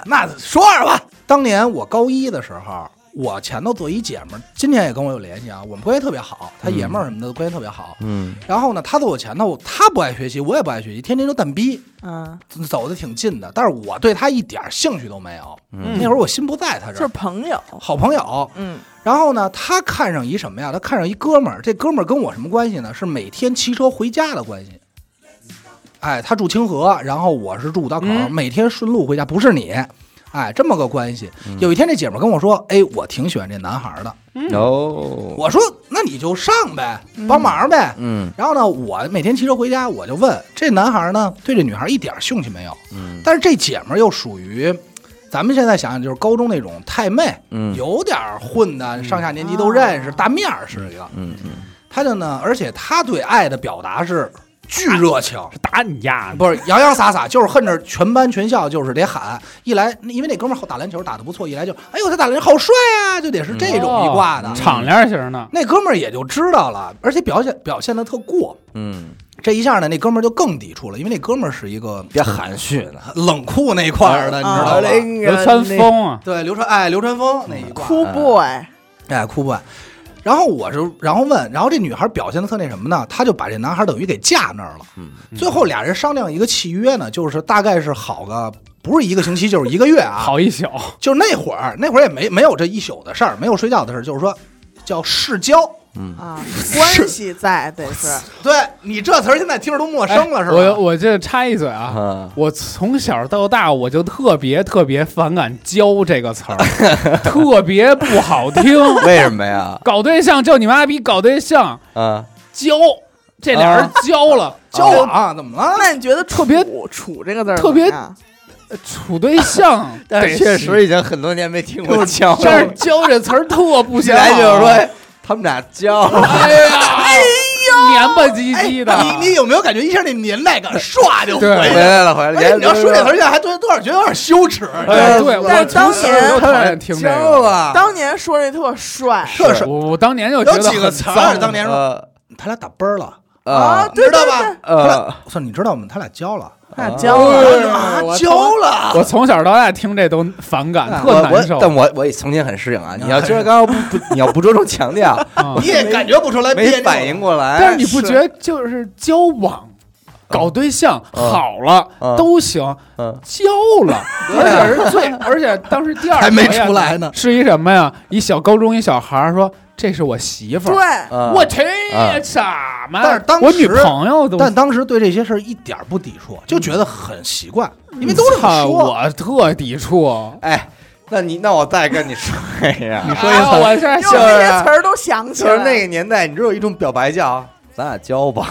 Speaker 2: 那说说吧。当年我高一的时候，我前头做一姐们儿，今天也跟我有联系啊，我们关系特别好，她爷们儿什么的关系特别好。
Speaker 1: 嗯，
Speaker 2: 然后呢，她坐我前头，她不爱学习，我也不爱学习，天天就蛋逼，
Speaker 3: 嗯，
Speaker 2: 走的挺近的。但是我对她一点儿兴趣都没有，
Speaker 1: 嗯
Speaker 2: 那会儿我心不在她
Speaker 3: 就
Speaker 2: 这
Speaker 3: 是
Speaker 2: 儿，
Speaker 3: 朋友，
Speaker 2: 好朋友。
Speaker 3: 嗯，
Speaker 2: 然后呢，她看上一什么呀？她看上一哥们儿，这哥们儿跟我什么关系呢？是每天骑车回家的关系。哎，他住清河，然后我是住五道口，
Speaker 4: 嗯
Speaker 2: 每天顺路回家，不是你，哎，这么个关系。有一天这姐们儿跟我说，哎，我挺喜欢这男孩儿的。
Speaker 1: 有，
Speaker 2: 我说，那你就上呗，帮忙呗。
Speaker 1: 哦嗯
Speaker 2: 然后呢，我每天骑车回家，我就问这男孩儿呢，对这女孩儿一点儿兴趣没有。
Speaker 1: 嗯
Speaker 2: 但是这姐们儿又属于，咱们现在想想就是高中那种太妹，
Speaker 1: 嗯
Speaker 2: 有点儿混的，上下年级都认识，
Speaker 3: 啊
Speaker 2: 大面儿是一个。
Speaker 1: 嗯嗯，
Speaker 2: 她就呢，而且她对爱的表达是巨 热情，
Speaker 4: 打你丫的，
Speaker 2: 不是洋洋洒洒，就是恨着全班全校就是得喊。一来，因为那哥们儿好打篮球打得不错，一来就哎呦他打篮球好帅啊，就得是这种一挂的。
Speaker 4: 哦敞亮型的，
Speaker 2: 那哥们儿也就知道了，而且表现表现的特过。
Speaker 1: 嗯，
Speaker 2: 这一下呢，那哥们儿就更抵触了，因为那哥们儿是一个
Speaker 1: 别含蓄了，
Speaker 2: 冷酷那一块儿的，你知道
Speaker 3: 啊
Speaker 2: 吧？
Speaker 4: 刘川峰啊，
Speaker 2: 对，流川哎，流川枫那一挂，
Speaker 3: 酷 boy，
Speaker 2: 哎，哭不完。然后我就然后问，然后这女孩表现的特那什么呢？她就把这男孩等于给架那儿了。
Speaker 1: 嗯
Speaker 2: 最后俩人商量一个契约呢，就是大概是好个不是一个星期，就是一个月啊。
Speaker 4: 好一宿，
Speaker 2: 就是那会儿那会儿也没没有这一宿的事儿，没有睡觉的事儿，就是说叫世交。嗯
Speaker 3: 啊，关系在得是，
Speaker 2: 对你这词儿现在听着都陌生了、
Speaker 4: 哎
Speaker 2: 是
Speaker 4: 我
Speaker 2: 吧？
Speaker 4: 我这插一嘴啊，
Speaker 1: 啊，
Speaker 4: 我从小到大，我就特别特别反感“教”这个词儿，特别不好听。
Speaker 1: 为什么呀？
Speaker 4: 搞对象就你妈逼搞对象，
Speaker 1: 啊，，
Speaker 4: 交这俩人交了，
Speaker 2: 交往啊怎么了？
Speaker 3: 那你觉得
Speaker 4: 特别
Speaker 3: 处“处”这个字儿
Speaker 4: 特别
Speaker 3: 怎么样
Speaker 4: 呃处对象
Speaker 1: 但
Speaker 4: 得
Speaker 1: 是确实已经很多年没听过叫
Speaker 4: 但是
Speaker 1: 了，
Speaker 4: “交”这词儿特不
Speaker 1: 起
Speaker 4: 行。
Speaker 1: 来就是说他们俩叫 了，
Speaker 4: 哎呀，哎呦，黏吧唧唧的，
Speaker 2: 哎你你有没有感觉一下那年代感唰就回
Speaker 4: 对
Speaker 1: 回来
Speaker 2: 来了？
Speaker 1: 了，回来了，
Speaker 2: 而哎且你要说这词儿，现在还多多少觉得有点羞耻。
Speaker 4: 哎，对，我
Speaker 3: 但是
Speaker 4: 从
Speaker 3: 当
Speaker 4: 小
Speaker 3: 年
Speaker 4: 就讨厌听这
Speaker 1: 叫
Speaker 4: 个。
Speaker 1: 了，
Speaker 3: 当年说这特帅
Speaker 2: 这是
Speaker 4: 我我当年就觉
Speaker 2: 有
Speaker 4: 得
Speaker 2: 几个
Speaker 4: 很
Speaker 2: 词儿，
Speaker 4: 脏，
Speaker 2: 当年说
Speaker 1: 呃
Speaker 2: 他俩打啵儿了。
Speaker 3: 啊，
Speaker 1: 啊
Speaker 3: 对
Speaker 2: 知道
Speaker 3: 对
Speaker 2: 吧
Speaker 3: 对，
Speaker 2: 他俩
Speaker 1: 呃，
Speaker 2: 我操，你知道吗？他俩交了，
Speaker 3: 那
Speaker 1: 啊
Speaker 3: 交
Speaker 4: 哎
Speaker 3: 了，
Speaker 4: 呦
Speaker 2: 啊
Speaker 4: 我
Speaker 2: 交了，
Speaker 4: 我从小到大听这都反感，特
Speaker 1: 啊呃我
Speaker 4: 难受
Speaker 1: 我，。但我我也曾经很适应啊， 你要就是刚刚不不，你要不着重强调，
Speaker 4: 啊
Speaker 2: 你也感觉不出来，
Speaker 1: 没反应。过
Speaker 2: 哎
Speaker 1: 来，
Speaker 4: 但是你不觉得就是交往、搞对象
Speaker 1: 嗯
Speaker 4: 好了
Speaker 1: 嗯
Speaker 4: 都行，
Speaker 1: 嗯
Speaker 4: 交 了，
Speaker 2: 啊
Speaker 4: 而且是最，而且当时第二
Speaker 2: 还没
Speaker 4: 条 呀
Speaker 2: 出来呢
Speaker 4: 是一什么呀？一小高中一小孩儿说：“这是我媳妇
Speaker 3: 对
Speaker 4: 儿，，
Speaker 1: 啊
Speaker 4: 我去
Speaker 1: 啊，
Speaker 4: 什么？
Speaker 2: 但是当时
Speaker 4: 我女朋友都，
Speaker 2: 但当时对这些事儿一点儿不抵触，就觉得很习惯，因为都是
Speaker 4: 操
Speaker 2: 说。
Speaker 4: 我特抵触。
Speaker 1: 哎，那你那我再跟你说一 下，啊
Speaker 4: 说一次，哎我这
Speaker 3: 因
Speaker 4: 就
Speaker 3: 为这
Speaker 4: 是
Speaker 3: 些词儿都想起
Speaker 1: 就
Speaker 3: 来
Speaker 1: 是
Speaker 3: 了。
Speaker 1: 那个年代，你知道有一种表白叫“咱俩交吧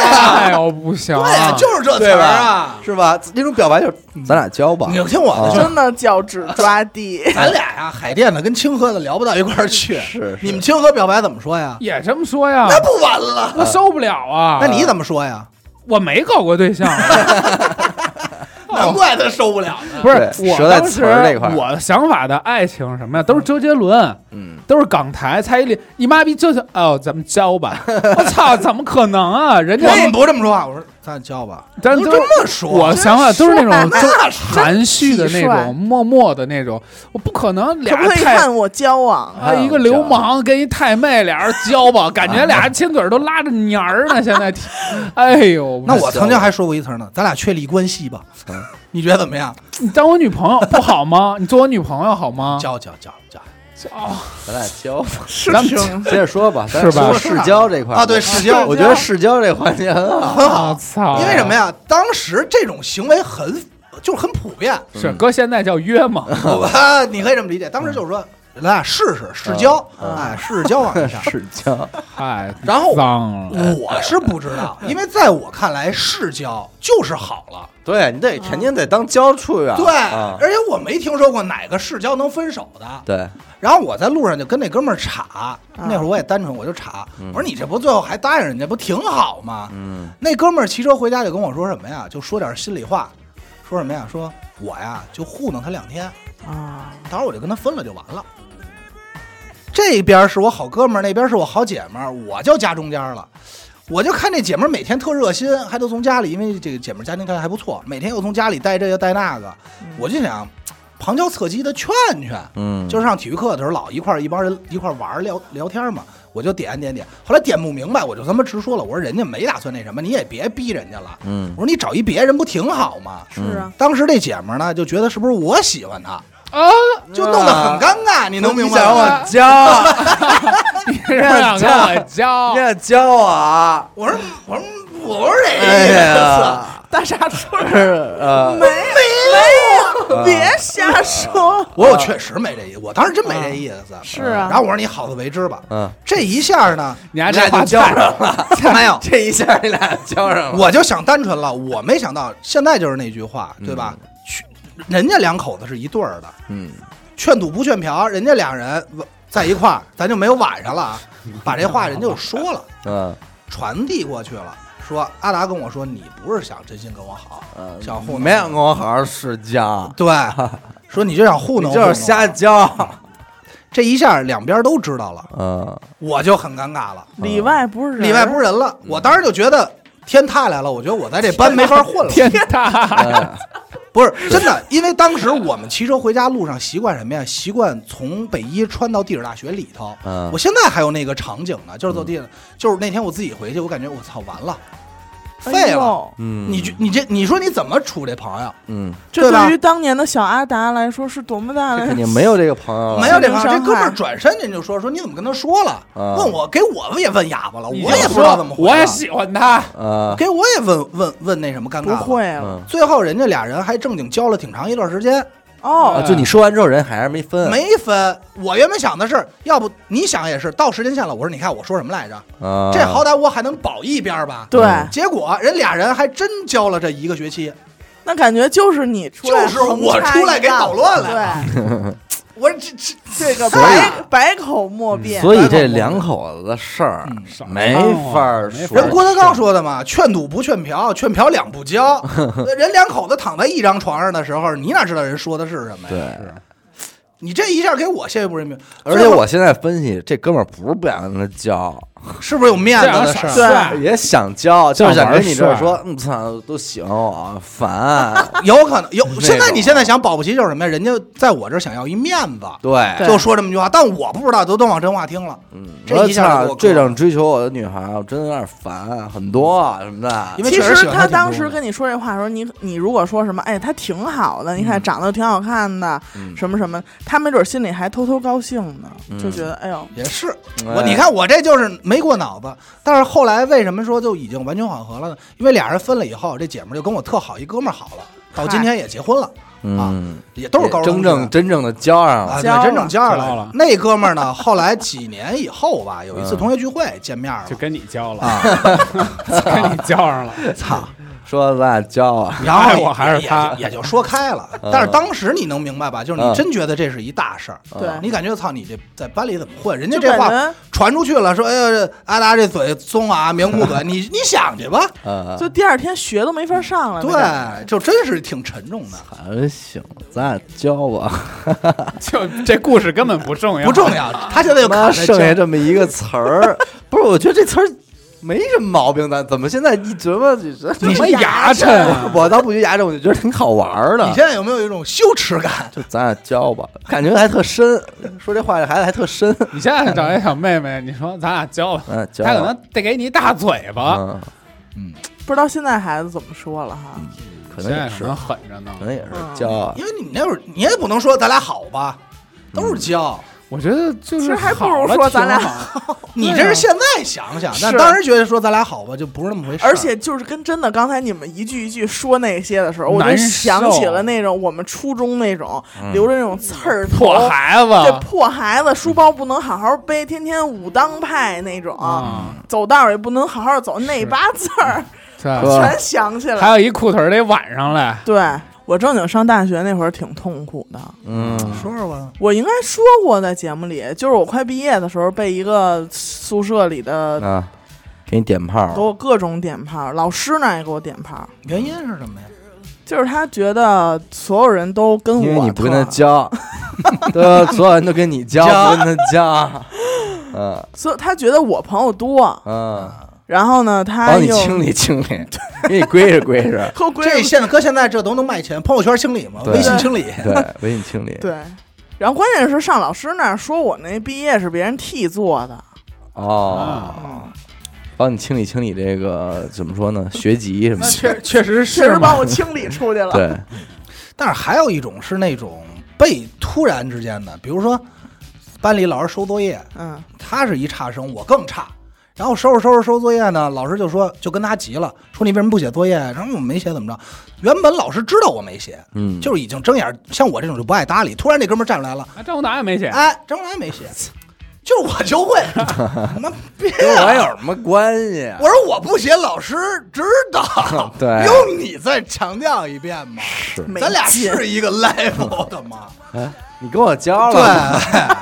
Speaker 4: 哎呦不行
Speaker 2: 对
Speaker 4: 啊，
Speaker 2: 呀，就是这词儿啊”，！
Speaker 1: 是吧？那种表白就是“
Speaker 4: 嗯
Speaker 1: 咱俩交吧
Speaker 2: 你就听我的，
Speaker 1: 啊
Speaker 2: 就是
Speaker 3: 真的脚趾抓地，
Speaker 2: 咱俩呀，海淀的跟清河的聊不到一块儿去。
Speaker 1: 是是
Speaker 2: 你们清河表白怎么说呀？
Speaker 4: 也这么说呀，
Speaker 2: 那不完了？
Speaker 4: 啊我受不了啊！
Speaker 2: 那你怎么说呀？
Speaker 4: 我没搞过对 象， 啊
Speaker 2: 难怪他受不了呢。
Speaker 4: 不是
Speaker 1: 对
Speaker 4: 我
Speaker 1: 折在
Speaker 4: 当时
Speaker 1: 词儿这块儿
Speaker 4: 我想法的爱情什么呀，都是周杰伦”，，啊
Speaker 1: 嗯，
Speaker 4: 都是港台蔡依林，你妈逼就是哦，咱们交吧！我操，怎么可能啊？人家
Speaker 2: 我们不这么说话，我说咱俩交吧，
Speaker 4: 咱
Speaker 2: 都
Speaker 4: 都
Speaker 2: 这么说。
Speaker 4: 我想法都是那种
Speaker 2: 那
Speaker 4: 就是含蓄的那
Speaker 3: 真帅
Speaker 4: 种，默默的那种，我不可能
Speaker 3: 可
Speaker 4: 俩
Speaker 3: 不可以
Speaker 4: 太
Speaker 3: 看我交往？
Speaker 4: 啊，一个流氓跟一太妹俩人交吧，感觉俩人亲嘴儿都拉着黏儿呢。现在，哎呦，
Speaker 2: 那我曾经还说过一词儿呢，咱俩确立关系吧，
Speaker 1: 嗯
Speaker 2: 你觉得怎么样？
Speaker 4: 你当我女朋友不好吗？你做我女朋友好吗？
Speaker 2: 交交交交
Speaker 4: 哦
Speaker 1: 咱俩交吧。
Speaker 3: 是
Speaker 4: 咱们
Speaker 3: 是
Speaker 1: 接着说吧，咱
Speaker 4: 是吧
Speaker 1: 说市交这块儿
Speaker 2: 啊，对，世交
Speaker 1: 我觉得啊市交这环节很
Speaker 4: 啊
Speaker 1: 好。。
Speaker 2: 很好，
Speaker 4: 操！
Speaker 2: 因为什么？呀？当时这种行为很就是很普遍，
Speaker 4: 是哥现在叫约嘛？
Speaker 2: 好吧？你可以这么理解，当时就是说咱俩试试试交，哎，试试交往一下
Speaker 1: 市交，
Speaker 4: 哎，
Speaker 2: 然后
Speaker 4: 脏了，
Speaker 2: 我是不知 道，因为在我看来，试交就是好了。
Speaker 1: 对你得肯定得当交处啊。
Speaker 2: 对，
Speaker 1: 啊
Speaker 2: 而且我没听说过哪个试交能分手的。
Speaker 1: 对，
Speaker 2: 然后我在路上就跟那哥们儿吵，那会儿我也单纯，我就吵，我说你这不最后还答应人家，不挺好吗？
Speaker 1: 嗯，
Speaker 2: 那哥们儿骑车回家就跟我说什么呀？就说点心里话，说什么呀？说我呀就糊弄他两天，
Speaker 3: 啊，
Speaker 2: 到时候我就跟他分了就完了。这边是我好哥们儿，那边是我好姐们儿，我就夹中间了。我就看这姐们儿每天特热心，还都从家里，因为这个姐们儿家庭条件还不错，每天又从家里带这个带那个，我就想旁敲侧击的劝劝。
Speaker 1: 嗯，
Speaker 2: 就是上体育课的时候，老一块儿一帮人一块儿玩儿聊聊天嘛，我就点点点，后来点不明白，我就他妈直说了，我说人家没打算那什么，你也别逼人家了，
Speaker 1: 嗯
Speaker 2: 我说你找一别人不挺好吗？
Speaker 3: 是啊，
Speaker 2: 当时这姐们儿呢就觉得是不是我喜欢他，
Speaker 4: 啊，
Speaker 2: 就弄得很尴尬，你能明白
Speaker 1: 想
Speaker 2: 吗？
Speaker 1: 我交，
Speaker 4: 你让跟我 交
Speaker 1: 你，也交啊？
Speaker 2: 我说我说我说
Speaker 1: 哎
Speaker 2: 这
Speaker 1: 呀，
Speaker 3: 大傻猪
Speaker 1: 是
Speaker 2: 嗯
Speaker 1: 呃，
Speaker 3: 没有，别瞎说。
Speaker 2: 我我确实没这意思，我当时真没这意思。
Speaker 3: 是啊
Speaker 2: 然后我说你好自为之吧。
Speaker 1: 嗯，
Speaker 2: 这一下呢，
Speaker 4: 你还
Speaker 1: 你
Speaker 4: 这
Speaker 1: 俩
Speaker 4: 话
Speaker 1: 就交上了，
Speaker 2: 没有，
Speaker 1: 这一下你俩交上了。
Speaker 2: 我就想单纯了，我没想到现在就是那句话，对吧？去，人家两口子是一对儿的，
Speaker 1: 嗯，
Speaker 2: 劝赌不劝嫖，人家俩人在一块儿，咱就没有晚上 了啊。把这话人家就说了，
Speaker 1: 嗯
Speaker 2: 传递过去了。说阿达跟我说，你不是想真心跟我好，
Speaker 1: 嗯，
Speaker 2: 想糊弄，
Speaker 1: 没想跟我好好试交，
Speaker 2: 对，说你就想糊弄
Speaker 1: 你
Speaker 2: 我，
Speaker 1: 就是瞎交。
Speaker 2: 这一下两边都知道了，
Speaker 1: 嗯，
Speaker 2: 我就很尴尬了，
Speaker 3: 里外不是人，
Speaker 2: 里外不是人了。
Speaker 1: 嗯
Speaker 2: 我当时就觉得天塌来了，我觉得我在这班没法混了。
Speaker 4: 天 大
Speaker 1: 哎
Speaker 2: 不是真的，因为当时我们骑车回家路上习惯什么呀？习惯从北一穿到地质大学里头。
Speaker 1: 嗯
Speaker 2: 我现在还有那个场景呢，就是走地，
Speaker 4: 嗯
Speaker 2: 就是那天我自己回去，我感觉我操完了，
Speaker 3: 哎
Speaker 2: 废
Speaker 3: 呦
Speaker 2: 了。。
Speaker 1: 嗯，
Speaker 2: 你就你这你说你怎么处这啊朋友？
Speaker 1: 嗯，
Speaker 3: 这
Speaker 2: 对吧
Speaker 3: 对于当年的小阿达来说是多么大
Speaker 1: 这
Speaker 3: 的
Speaker 1: 肯定没有这个朋友
Speaker 4: 嗯
Speaker 1: 了，
Speaker 2: 没有这朋友，
Speaker 3: 心灵伤害
Speaker 2: 这哥们儿转身人就说说你怎么跟他说了？
Speaker 1: 啊
Speaker 2: 问我给我也问哑巴了，我
Speaker 4: 嗯你
Speaker 2: 也
Speaker 4: 就
Speaker 2: 不知道怎么
Speaker 4: 说
Speaker 2: 回了。
Speaker 4: 我也喜欢他，
Speaker 1: 啊，
Speaker 2: 给我也问问问那什么尴
Speaker 3: 不
Speaker 2: 尬。。
Speaker 3: 会了
Speaker 1: 嗯，
Speaker 2: 最后人家俩人还正经交了挺长一段时间，
Speaker 3: 哦
Speaker 1: 啊，就你说完之后人还是没分，
Speaker 2: 没分。我原本想的是，要不你想也是，到时间线了，我说你看我说什么来着？
Speaker 1: 啊，
Speaker 2: 这好歹我还能保一边吧。
Speaker 3: 对，
Speaker 1: 嗯
Speaker 2: 结果人俩人还真交了这一个学期，
Speaker 3: 那感觉就是你出来
Speaker 2: 就是我出来给捣乱来
Speaker 3: 了，
Speaker 2: 我这这
Speaker 3: 对，这个
Speaker 1: 所以嗯
Speaker 3: 百百口莫辩。
Speaker 1: 所以这两口子的事儿
Speaker 2: 嗯
Speaker 1: 没法儿说，
Speaker 2: 人郭德纲说的嘛，劝赌不劝嫖，劝嫖两 不交。人两口子躺在一张床上的时候，你哪知道人说的是什么呀？
Speaker 1: 对。
Speaker 2: 你这一下给我泄一步人名，
Speaker 1: 而且我现在分析，这哥们儿不是不想跟他交，
Speaker 2: 是不是有面子的事
Speaker 4: 这
Speaker 2: 儿
Speaker 4: 样？
Speaker 3: 对
Speaker 4: 帅
Speaker 1: 也想交，就是想跟你这
Speaker 4: 想玩
Speaker 1: 儿
Speaker 4: 帅
Speaker 1: 说，嗯，操，都喜欢我， 烦。
Speaker 2: 有可能有。
Speaker 1: 那
Speaker 2: 现在
Speaker 1: 种
Speaker 2: 你现在想保不齐就是什么呀？人家在我这儿想要一面子，
Speaker 1: 对，
Speaker 3: 对
Speaker 2: 就说这么句话，但我不知道，都当往真话听了，
Speaker 1: 嗯，
Speaker 2: 这
Speaker 1: 我
Speaker 2: 一下就给
Speaker 1: 操，
Speaker 2: 我
Speaker 1: 这
Speaker 2: 磕
Speaker 1: 种追求我的女孩，我真的有点烦，很多啊什么的
Speaker 2: 因。为
Speaker 3: 其
Speaker 2: 确实
Speaker 3: 实
Speaker 2: 喜欢
Speaker 3: 他
Speaker 2: 挺多
Speaker 3: 当时
Speaker 2: 的
Speaker 3: 跟你说这话的时候，你你如果说什么，哎，他挺好的，你看长得挺好看的，
Speaker 1: 嗯
Speaker 3: 什么什么，他没准心里还偷偷高兴呢，就觉得哎呦，
Speaker 2: 也是。我
Speaker 1: 哎
Speaker 2: 你看我这就是没过脑子，但是后来为什么说就已经完全缓和了呢？因为俩人分了以后，这姐们儿就跟我特好一哥们儿好了，到今天也结婚了，
Speaker 1: 嗯，
Speaker 2: 也啊都是高中
Speaker 1: 真正
Speaker 2: 生
Speaker 1: 真正的交上了。
Speaker 2: 啊，
Speaker 3: 交
Speaker 2: 对，真正交上
Speaker 4: 交
Speaker 2: 来
Speaker 4: 了
Speaker 2: 那哥们儿呢，后来几年以后
Speaker 1: 嗯
Speaker 2: 吧，有一次同学聚会见面了
Speaker 4: 就，跟你交 了，
Speaker 2: 啊，
Speaker 4: 跟你交上了，
Speaker 2: 操！
Speaker 1: 说咱俩交啊，
Speaker 2: 然后
Speaker 4: 爱我
Speaker 2: 也
Speaker 4: 还是
Speaker 2: 也
Speaker 4: 他
Speaker 2: 就也就说开了。但是当时你能明白吧？就是
Speaker 1: 嗯
Speaker 2: 你真觉得这是一大事儿，
Speaker 1: 哦
Speaker 3: 对
Speaker 2: 你感觉操，你这在班里怎么混？人家
Speaker 3: 啊就
Speaker 2: 这
Speaker 3: 感
Speaker 2: 话
Speaker 1: 嗯
Speaker 3: 觉
Speaker 2: 传出去了，说哎呀，这阿达这嘴松啊，棉裤嘴，你你想去吧。
Speaker 1: 嗯，
Speaker 3: 就第二天学都没法上了。那种，
Speaker 2: 对，就真是挺沉重的，
Speaker 1: 还行，咱俩交吧。
Speaker 4: 就这故事根本不重要，
Speaker 2: 不重要。他现在就
Speaker 1: 妈
Speaker 2: 卡在
Speaker 1: 剩下
Speaker 2: 这，
Speaker 1: 这么一个词儿，不是？我觉得这词儿没什么毛病，但怎么现在一琢磨，你这
Speaker 4: 你
Speaker 1: 这
Speaker 4: 牙碜啊
Speaker 1: 我倒不觉得牙碜，我就觉得挺好玩儿的
Speaker 2: 你。现在有没有一种羞耻感？
Speaker 1: 就咱俩交吧，感觉还特深。说这话这孩子还特深，
Speaker 4: 你现在找一小妹妹，你说咱俩交吧，
Speaker 1: 嗯，交
Speaker 4: 她可
Speaker 1: 吧。
Speaker 4: 能得给你一大嘴巴，
Speaker 1: 嗯，
Speaker 3: 不知道现在孩子怎么说了哈。
Speaker 1: 可
Speaker 4: 现
Speaker 1: 能
Speaker 4: 在
Speaker 1: 也
Speaker 4: 可
Speaker 1: 是，
Speaker 4: 能狠着呢
Speaker 1: 可。能也是
Speaker 3: 嗯
Speaker 1: 交啊。
Speaker 2: 因为你那会儿你也不能说咱俩好吧，都是交。
Speaker 4: 我觉得就
Speaker 3: 其
Speaker 4: 是
Speaker 3: 实还不
Speaker 4: 好
Speaker 3: 如
Speaker 4: 了
Speaker 3: 说
Speaker 4: 挺
Speaker 3: 咱俩
Speaker 4: 好，
Speaker 2: 你这是现在想想，但
Speaker 3: 是
Speaker 2: 当时觉得说咱俩好吧，就不是那么回事儿。
Speaker 3: 而且就是跟真的刚才你们一句一句说那些的时候，我就
Speaker 4: 难
Speaker 3: 想起
Speaker 4: 受嗯
Speaker 3: 了那种我们初中那种留着那种刺儿头
Speaker 4: 破孩
Speaker 3: 这
Speaker 4: 子
Speaker 3: 破孩子书包不能好好背，天天武当派那种，
Speaker 4: 啊，
Speaker 3: 走道儿也不能好好走，那八字儿
Speaker 4: 对，
Speaker 1: 哥
Speaker 3: 全想起
Speaker 4: 还
Speaker 3: 来。
Speaker 4: 有一裤腿儿得挽上来，
Speaker 3: 对我正经上大学那会儿挺痛苦的，
Speaker 1: 嗯，
Speaker 2: 说说吧，
Speaker 3: 我应该说过在节目里，就是我快毕业的时候被一个宿舍里的
Speaker 4: 嗯
Speaker 1: 啊，给你点炮
Speaker 3: 给
Speaker 1: 儿，
Speaker 3: 我各种点炮，老师呢也给我点炮，
Speaker 2: 原因是什么呀？
Speaker 3: 就是他觉得所有人都跟
Speaker 1: 因为
Speaker 3: 我
Speaker 1: 你不跟他
Speaker 3: 特
Speaker 1: 交，对，所有人都跟你交，
Speaker 2: 交
Speaker 1: 不跟他交。嗯
Speaker 3: 所以他觉得我朋友多，
Speaker 1: 嗯，
Speaker 3: 然后呢他
Speaker 1: 帮你
Speaker 3: 又
Speaker 1: 清理清理， 给你归置归置，
Speaker 3: 和闺
Speaker 2: 这
Speaker 3: 蜜
Speaker 2: 现在搁现在这都能卖钱，朋友圈清理嘛，
Speaker 1: 对
Speaker 2: 微信清理，
Speaker 1: 对，微信清理。
Speaker 3: 对，然后关键是上老师那儿说我那毕业是别人替做的，
Speaker 1: 哦，
Speaker 3: 嗯，
Speaker 1: 帮你清理清理这个怎么说呢？学籍什么
Speaker 4: 那
Speaker 1: 的。
Speaker 4: 确
Speaker 3: 确
Speaker 4: 确实是
Speaker 3: 实
Speaker 4: 嘛
Speaker 3: 把，我清理出去了。
Speaker 1: 对，
Speaker 2: 但是还有一种是那种被突然之间的，比如说班里老师收作业，
Speaker 3: 嗯，
Speaker 2: 他是一差生，我更差。然后收拾收拾收拾作业呢，老师就说就跟他急了，说你为什么不写作业？然后我没写怎么着？原本老师知道我没写，
Speaker 1: 嗯，
Speaker 2: 就是已经睁眼，像我这种就不爱搭理。突然这哥们儿站出 来了，
Speaker 4: 啊，张宏达也没写，
Speaker 2: 哎，张来没写，就是我 就会，妈别
Speaker 1: 跟
Speaker 2: 啊
Speaker 1: 我有什么关系啊？
Speaker 2: 我说我不写，老师知道
Speaker 1: ，对
Speaker 2: 用你再强调一遍吗？
Speaker 3: 没
Speaker 2: 咱俩
Speaker 3: 劲，
Speaker 2: 是一个 level 的 吗？
Speaker 1: 你跟我交
Speaker 2: 对
Speaker 1: 了，，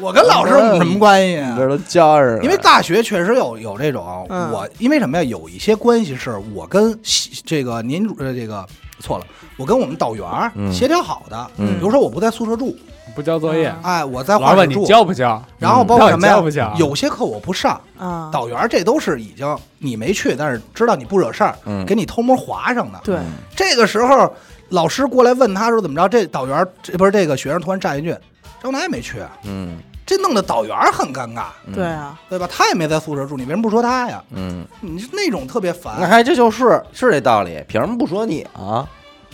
Speaker 2: 我跟老师有什么关系
Speaker 1: 你
Speaker 2: 啊？
Speaker 1: 这都交上了，
Speaker 2: 因为大学确实有有这种，
Speaker 3: 嗯
Speaker 2: 我因为什么呀？有一些关系是我跟系这个您主呃这个错了，我跟我们导员儿
Speaker 1: 嗯
Speaker 2: 协调好的，
Speaker 1: 嗯
Speaker 2: 比如说我不在宿舍住，
Speaker 4: 不交作业，
Speaker 2: 哎，我在
Speaker 4: 老
Speaker 2: 画
Speaker 4: 师
Speaker 2: 室
Speaker 4: 问你
Speaker 2: 住，
Speaker 4: 交不交？
Speaker 2: 然后包括什么
Speaker 4: 到底交不交
Speaker 2: 呀
Speaker 4: 啊？
Speaker 2: 有些课我不上，
Speaker 3: 啊，
Speaker 2: 导员儿这都是已经你没去，但是知道你不惹事儿
Speaker 1: 嗯，
Speaker 2: 给你偷摸划上的。
Speaker 3: 对，
Speaker 2: 这个时候，老师过来问他说怎么着？这导员儿这不是这个学生突然站一句，张楠也没去啊，
Speaker 1: 嗯
Speaker 2: 这弄得导员儿很尴尬，
Speaker 1: 嗯
Speaker 3: 对啊，
Speaker 2: 对吧？他也没在宿舍住，你为什么不说他呀？
Speaker 1: 嗯，
Speaker 2: 你是那种特别
Speaker 1: 那
Speaker 2: 烦，
Speaker 1: 还这就是是这道理，凭什么不说你啊？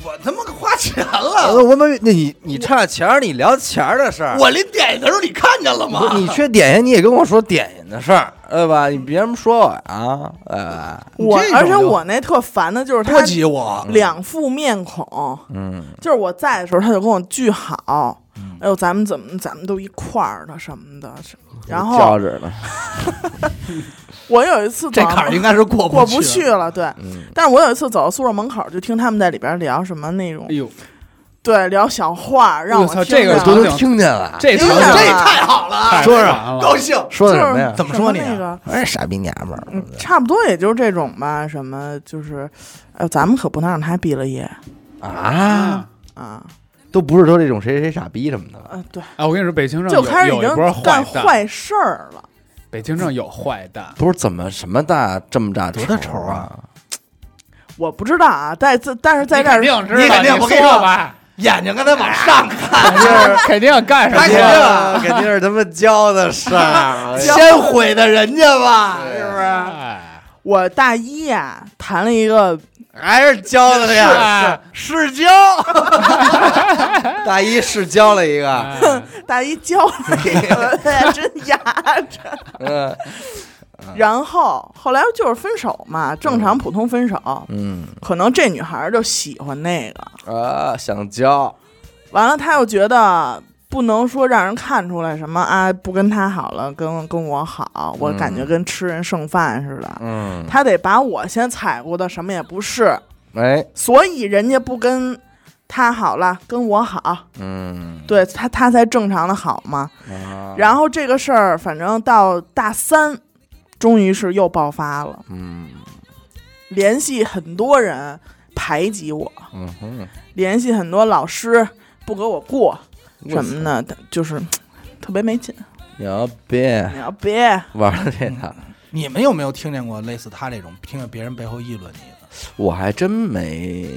Speaker 2: 我他妈花钱
Speaker 1: 呃
Speaker 2: 了，
Speaker 1: 我没，那你你差钱儿，你聊钱儿的事儿，
Speaker 2: 啊我临点的时候你看见了
Speaker 1: 不
Speaker 2: 吗？
Speaker 1: 是你缺点心，你也跟我说点心的事儿，对吧？你别这么说我啊，呃，
Speaker 3: 我
Speaker 2: 这种
Speaker 3: 而且
Speaker 2: 就
Speaker 3: 我那特烦的就是
Speaker 2: 波
Speaker 3: 他
Speaker 2: 及我，
Speaker 3: 两副面孔，
Speaker 1: 啊嗯
Speaker 3: 就是我在的时候他就跟我巨好，哎呦，咱们怎么咱们都一块儿的什么的，然
Speaker 1: 交
Speaker 3: 后
Speaker 1: 着呢，
Speaker 3: 我有一次
Speaker 2: 这
Speaker 3: 早上
Speaker 2: 坎儿应该是
Speaker 4: 哦
Speaker 2: 过
Speaker 3: 过
Speaker 2: 不
Speaker 3: 不去
Speaker 2: 了。
Speaker 3: 了，对。
Speaker 1: 嗯
Speaker 3: 但是我有一次走到宿舍门口，就听他们在里边聊什么那种
Speaker 4: 哎，呦，
Speaker 3: 对，聊小话儿，让
Speaker 4: 我
Speaker 3: 我
Speaker 4: 操
Speaker 3: 听
Speaker 4: 这个
Speaker 3: 着
Speaker 4: 多
Speaker 1: 都能听见了，
Speaker 4: 这
Speaker 2: 哎这
Speaker 4: 场
Speaker 3: 啊真的
Speaker 4: 景
Speaker 2: 太好了，
Speaker 1: 说说啊
Speaker 2: 高兴。
Speaker 1: 说
Speaker 3: 就
Speaker 1: 的
Speaker 3: 是
Speaker 1: 什么呀？
Speaker 2: 怎么说你啊
Speaker 3: 那个，
Speaker 1: 哎，傻逼娘们儿，
Speaker 3: 嗯，差不多也就是这种吧。什么就是，呃，咱们可不能让他毕了业
Speaker 1: 啊，
Speaker 3: 啊。
Speaker 1: 都不是说这种谁谁谁傻逼什么的，
Speaker 4: 哎
Speaker 3: 呃，对，
Speaker 4: 啊，我跟你说，北京上
Speaker 3: 就
Speaker 4: 有
Speaker 3: 开始已
Speaker 4: 有一
Speaker 3: 经
Speaker 4: 波
Speaker 3: 干
Speaker 4: 蛋，
Speaker 3: 坏事儿了。
Speaker 4: 北京城有坏蛋，
Speaker 1: 不是怎么什么大这么大
Speaker 2: 多大仇
Speaker 1: 啊
Speaker 2: 啊？
Speaker 3: 我不知道啊，但在但是在
Speaker 4: 你
Speaker 3: 这儿
Speaker 4: 肯定知道，
Speaker 2: 你肯定
Speaker 4: 你
Speaker 2: 我
Speaker 4: 说
Speaker 2: 跟你说
Speaker 4: 吧，
Speaker 2: 眼睛跟他往上看，
Speaker 4: 就是肯定干什
Speaker 2: 他
Speaker 3: 哎
Speaker 2: 肯定
Speaker 4: 么？
Speaker 1: 啊， 肯定是他妈教的事儿啊
Speaker 2: 先毁的人家吧，是不是？啊
Speaker 4: 哎
Speaker 3: 我大一啊谈了一个，
Speaker 1: 还是教的呀？
Speaker 4: 哎
Speaker 1: 试教，大一试教了一个，
Speaker 4: 哎，
Speaker 3: 大一交了一个，真压着。
Speaker 1: 嗯
Speaker 3: 然后后来就是分手嘛，正常普通分手，
Speaker 1: 嗯
Speaker 3: 可能这女孩儿就喜欢那个，
Speaker 1: 啊，想教，
Speaker 3: 完了她又觉得。不能说让人看出来什么啊，不跟他好了，跟跟我好，我感觉跟吃人剩饭似的。
Speaker 1: 嗯，
Speaker 3: 她得把我先踩过的什么也不是，
Speaker 1: 哎，
Speaker 3: 所以人家不跟他好了，跟我好，
Speaker 1: 嗯，
Speaker 3: 对他他才正常的好嘛。
Speaker 1: 啊，
Speaker 3: 然后这个事儿，反正到大三，终于是又爆发了，
Speaker 1: 嗯
Speaker 3: 联系很多人排挤我，
Speaker 1: 嗯哼，
Speaker 3: 联系很多老师不给我过什么
Speaker 1: 我操？
Speaker 3: 的，就是嘖特别没劲。
Speaker 1: 牛逼，
Speaker 3: 你要别
Speaker 1: 玩儿这个，
Speaker 2: 你们有没有听见过类似他这种听着别人背后议论你的？
Speaker 1: 我还真没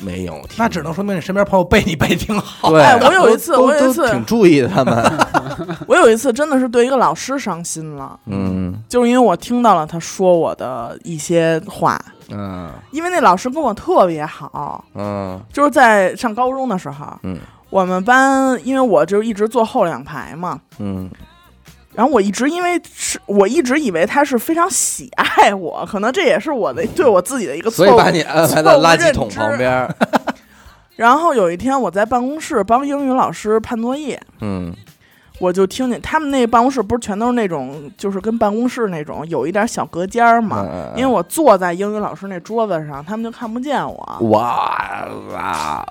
Speaker 1: 没有听，
Speaker 2: 那只能说明你身边朋友背你背挺好。
Speaker 1: 对，
Speaker 3: 哎我有一
Speaker 1: 都
Speaker 3: 次
Speaker 1: 都
Speaker 3: 我有一
Speaker 1: 都
Speaker 3: 次
Speaker 1: 挺注意他们，
Speaker 3: 我有一次真的是对一个老师伤心了，
Speaker 1: 嗯
Speaker 3: 就是因为我听到了他说我的一些话，
Speaker 1: 嗯
Speaker 3: 因为那老师跟我特别好，
Speaker 1: 嗯
Speaker 3: 就是在上高中的时候，
Speaker 1: 嗯
Speaker 3: 我们班因为我就一直坐后两排嘛，
Speaker 1: 嗯
Speaker 3: 然后我一直因为是我一直以为他是非常喜爱我，可能这也是我的对我自己的一个
Speaker 1: 所
Speaker 3: 错
Speaker 1: 以
Speaker 3: 误。
Speaker 1: 把你安排到垃圾桶旁边儿，
Speaker 3: 然后有一天我在办公室帮英语老师判作业，
Speaker 1: 嗯
Speaker 3: 我就听见他们那办公室不是全都是那种就是跟办公室那种有一点小隔间儿嘛，
Speaker 1: 嗯嗯嗯
Speaker 3: 因为我坐在英语老师那桌子上，他们就看不见我。
Speaker 1: 哇哇，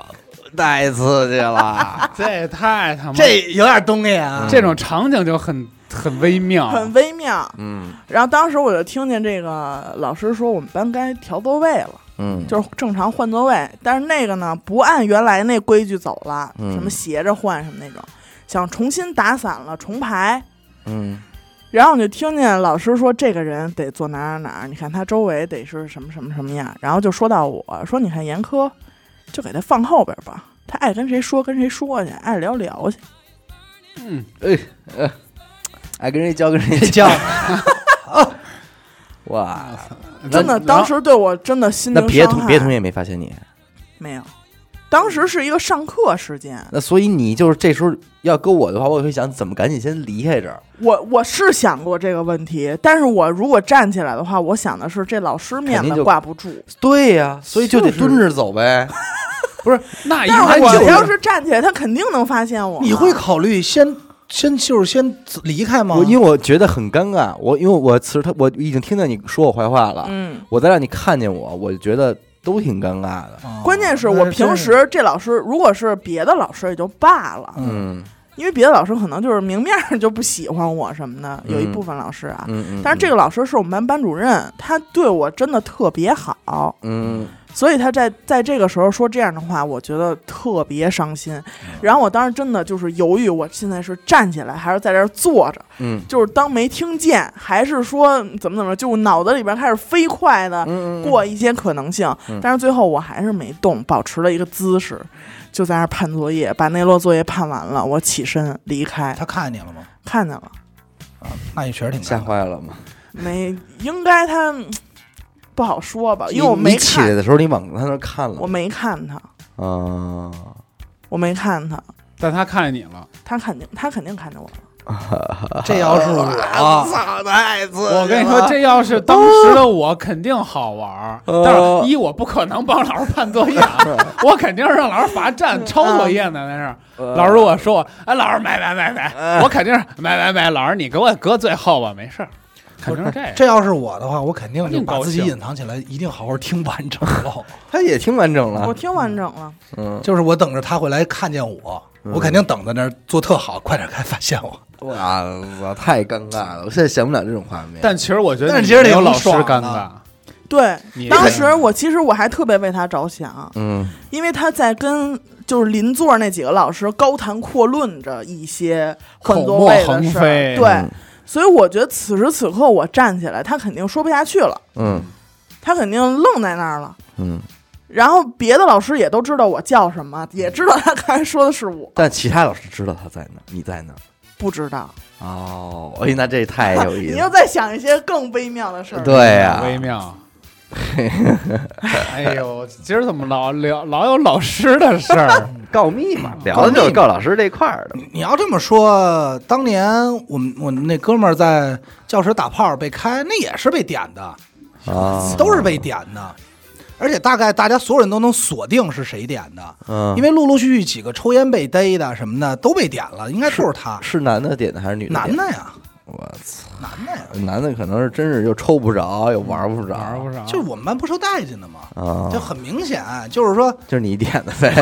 Speaker 1: 太刺激了
Speaker 4: 这也太他妈
Speaker 2: 这有点东西啊，
Speaker 1: 嗯
Speaker 4: 这种场景就很很微妙，
Speaker 3: 很微妙，
Speaker 1: 嗯
Speaker 3: 然后当时我就听见这个老师说我们班该调座位了，
Speaker 1: 嗯，
Speaker 3: 就是正常换座位，但是那个呢不按原来那规矩走了，
Speaker 1: 嗯
Speaker 3: 什么斜着换什么那种，想重新打散了重排。
Speaker 1: 嗯
Speaker 3: 然后我就听见老师说这个人得坐哪儿哪儿哪儿，你看他周围得是什么什么什么样，然后就说到我说你看严科，就给他放后边吧，他爱跟谁说跟谁说去，爱聊聊去。
Speaker 4: 嗯，
Speaker 1: 爱哎跟谁教跟谁
Speaker 2: 这
Speaker 1: 教，
Speaker 2: 叫
Speaker 1: 哇，
Speaker 3: 真的，当时对我真的心灵
Speaker 1: 那别
Speaker 3: 伤
Speaker 1: 同
Speaker 3: 害
Speaker 1: 别同学也没发现你，
Speaker 3: 没有，当时是一个上课时间，
Speaker 1: 那所以你就是这时候要搁我的话，我会想怎么赶紧先离开这儿，
Speaker 3: 我我是想过这个问题，但是我如果站起来的话，我想的是这老师面
Speaker 1: 肯定
Speaker 3: 子
Speaker 1: 就
Speaker 3: 挂不住。
Speaker 1: 对呀，所以就得
Speaker 4: 就是
Speaker 1: 蹲着走呗，
Speaker 4: 不是
Speaker 1: 哎
Speaker 4: 那一
Speaker 3: 但是
Speaker 4: 会
Speaker 3: 我
Speaker 4: 儿
Speaker 3: 要是站起来，他肯定能发现我。
Speaker 2: 你会考虑先先就是先离开吗？
Speaker 1: 我因为
Speaker 2: 为
Speaker 1: 我觉得很尴尬，我因为我此时他我已经听到你说我坏话了，
Speaker 3: 嗯，
Speaker 1: 我再让你看见我，我就觉得都挺尴尬的。
Speaker 2: 哦
Speaker 3: 关键是我平时这老师，如果是别的老师也就罢了，
Speaker 1: 嗯
Speaker 3: 因为别的老师可能就是明面儿就不喜欢我什么的，
Speaker 1: 嗯
Speaker 3: 有一部分老师啊。
Speaker 1: 嗯嗯，
Speaker 3: 但是这个老师是我们班班主任，他对我真的特别好，
Speaker 1: 嗯
Speaker 3: 所以他在在这个时候说这样的话，我觉得特别伤心。
Speaker 1: 嗯
Speaker 3: 然后我当时真的就是犹豫，我现在是站起来还是在这儿坐着，
Speaker 1: 嗯
Speaker 3: 就是当没听见，还是说嗯怎么怎么，就脑子里边开始飞快的
Speaker 1: 嗯
Speaker 3: 过一些可能性。但是最后我还是没动，保持了一个姿势，就在那儿判作业，把那摞作业判完了，我起身离开，
Speaker 2: 他看见了吗？
Speaker 3: 看见了，
Speaker 2: 那也确实挺
Speaker 1: 吓
Speaker 2: 尴尬。
Speaker 1: 坏了嘛。
Speaker 3: 没应该他嗯不好说吧，啊因为我
Speaker 1: 你
Speaker 3: 没
Speaker 1: 你起来
Speaker 3: 看，
Speaker 1: 的时候，你往他那儿看了
Speaker 3: 我
Speaker 1: 吗，
Speaker 3: 没看他，
Speaker 1: 啊，
Speaker 3: 我没看他。
Speaker 4: 但他看见你了，
Speaker 3: 他肯定，他肯定看见我了。
Speaker 2: 这要是我，
Speaker 1: 操，太 刺激了
Speaker 4: 我跟你说，这要是当时的我肯定好玩儿，
Speaker 1: 呃
Speaker 4: 但是一我不可能帮老师判作业啊，我肯定是让老师罚站抄作业呢，那是。老师如果说我，哎，老师买买买买，我肯定是买买买，老师你给我搁最后吧，没事儿，肯定是这样。
Speaker 2: 这要是我的话，我肯定就把自己隐藏起来，一定好好听完 整喽。
Speaker 1: 他也听完整了
Speaker 3: 我，听完整了，
Speaker 1: 啊嗯，
Speaker 2: 就是我等着他会来看见我，我肯定等在那儿做特好，快点该发现我。
Speaker 1: 我操，太尴尬了，我现在想不了这种画面。
Speaker 4: 但其实我觉得，
Speaker 2: 但是其实得
Speaker 4: 没有
Speaker 2: 有
Speaker 4: 老师
Speaker 2: 爽
Speaker 4: 尴尬
Speaker 2: 的，
Speaker 3: 对
Speaker 4: 你，
Speaker 3: 当时我其实我还特别为他着想，
Speaker 1: 嗯
Speaker 3: 因为他在跟就是邻座那几个老师高谈阔论着一些换
Speaker 4: 口
Speaker 3: 座
Speaker 4: 沫
Speaker 3: 位的
Speaker 4: 横
Speaker 3: 事儿，
Speaker 4: 飞，
Speaker 3: 对，
Speaker 1: 嗯
Speaker 3: 所以我觉得此时此刻我站起来，他肯定说不下去了，
Speaker 1: 嗯
Speaker 3: 他肯定愣在那儿了。
Speaker 1: 嗯，
Speaker 3: 然后别的老师也都知道我叫什么，也知道他刚才说的是我，
Speaker 1: 但其他老师知道他在哪，你在哪。
Speaker 3: 不知道。
Speaker 1: 哦，哎，那这太有意
Speaker 3: 你
Speaker 1: 思
Speaker 3: 又
Speaker 1: 了。
Speaker 3: 在想一些更微妙的事儿。
Speaker 1: 对呀、
Speaker 4: 微妙。哎呦，今儿怎么老聊老有老师的事儿？嗯
Speaker 1: 告密嘛，聊的就是告老师这块儿的。
Speaker 2: 你要这么说，当年我们我们那哥们儿在教室打炮被开，那也是被点的，
Speaker 1: 啊，
Speaker 2: 都是被点的。而且大概大家所有人都能锁定是谁点的，
Speaker 1: 嗯，
Speaker 2: 因
Speaker 1: 为
Speaker 2: 为陆陆续续几个抽烟被逮的什么的都被点了，应该都是他。
Speaker 1: 嗯是男的点的还是女的？
Speaker 2: 男，的呀，
Speaker 1: 我操，
Speaker 2: 男的呀，
Speaker 1: 男的可能是真是又抽不着，又玩不着，
Speaker 4: 玩儿不着，
Speaker 2: 就是我们班不受待见的嘛，
Speaker 1: 啊，
Speaker 2: 就很明显，就 是说，
Speaker 1: 就是你点的呗，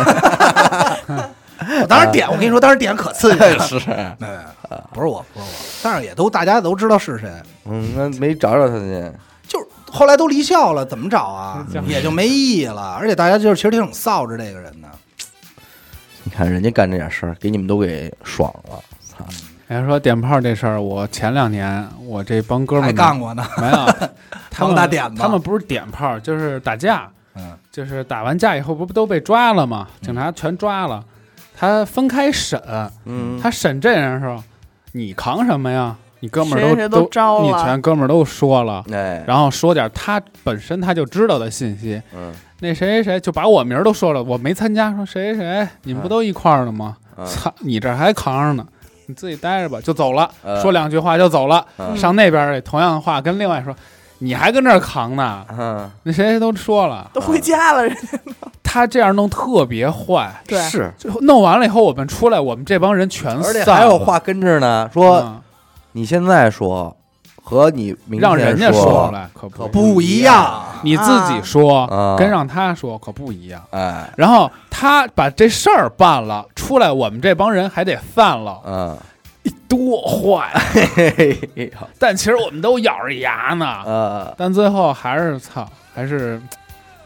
Speaker 2: 我当时点，我跟你说，当时点可刺激 了，
Speaker 1: 是，
Speaker 2: 没有没有，不是我，不是我，但是也都大家都知道是谁，
Speaker 1: 嗯，那没找找他去，
Speaker 2: 就是后来都离校了，怎么找啊
Speaker 4: 嗯？
Speaker 2: 也就没意义了。而且大家就是其实挺臊着这个人的，
Speaker 1: 你看人家干这点事儿，给你们都给爽了，操，
Speaker 4: 人家说点炮这事儿，我前两年我这帮哥们儿
Speaker 2: 还
Speaker 4: 们
Speaker 2: 干过呢，
Speaker 4: 没有，
Speaker 2: 还
Speaker 4: 他
Speaker 2: 有
Speaker 4: 们
Speaker 2: 大点子。
Speaker 4: 他们不是点炮，就是打架，
Speaker 2: 嗯，
Speaker 4: 就是打完架以后不都被抓了吗？
Speaker 2: 嗯
Speaker 4: 警察全抓了，他分开审，
Speaker 1: 嗯，
Speaker 4: 他审这人的时候，你扛什么呀？你哥们儿
Speaker 3: 谁谁
Speaker 4: 都
Speaker 3: 都招
Speaker 4: 你
Speaker 3: 了嗯
Speaker 4: 全哥们儿都说了，
Speaker 1: 哎，
Speaker 4: 然后说点他本身他就知道的信息。
Speaker 1: 嗯，
Speaker 4: 那谁谁谁就把我名儿都说了，我没参加，说谁谁谁，你
Speaker 1: 啊
Speaker 4: 们不都一块儿的吗？
Speaker 1: 嗯
Speaker 4: 操、你这还扛着呢，你自己待着吧，就走了，
Speaker 1: 嗯
Speaker 4: 说两句话就走了。
Speaker 1: 嗯
Speaker 4: 上那边儿也同样的话跟另外说，你还跟这儿扛呢？
Speaker 1: 嗯，
Speaker 4: 那谁谁都说了，
Speaker 3: 都回家了，人家
Speaker 4: 他这样弄特别坏。
Speaker 3: 对
Speaker 1: 是，
Speaker 4: 最后弄完了以后，我们出来，我们这帮人全
Speaker 1: 而且
Speaker 4: 散
Speaker 1: 还有
Speaker 4: 了
Speaker 1: 话跟着呢，说
Speaker 4: 嗯
Speaker 1: 你现在说和你明天
Speaker 4: 让人家
Speaker 1: 说
Speaker 4: 出，来，可
Speaker 1: 可
Speaker 4: 不
Speaker 2: 不一样，
Speaker 4: 你自己说
Speaker 1: 啊
Speaker 4: 跟让他说可不一样。
Speaker 1: 哎，
Speaker 4: 然后他把这事儿办了出来，我们这帮人还得散了，
Speaker 1: 嗯，
Speaker 4: 多坏！
Speaker 1: 嘿嘿嘿，
Speaker 4: 但其实我们都咬着牙
Speaker 2: 啊
Speaker 4: 呢，
Speaker 1: 呃，
Speaker 4: 但最后还是操，还是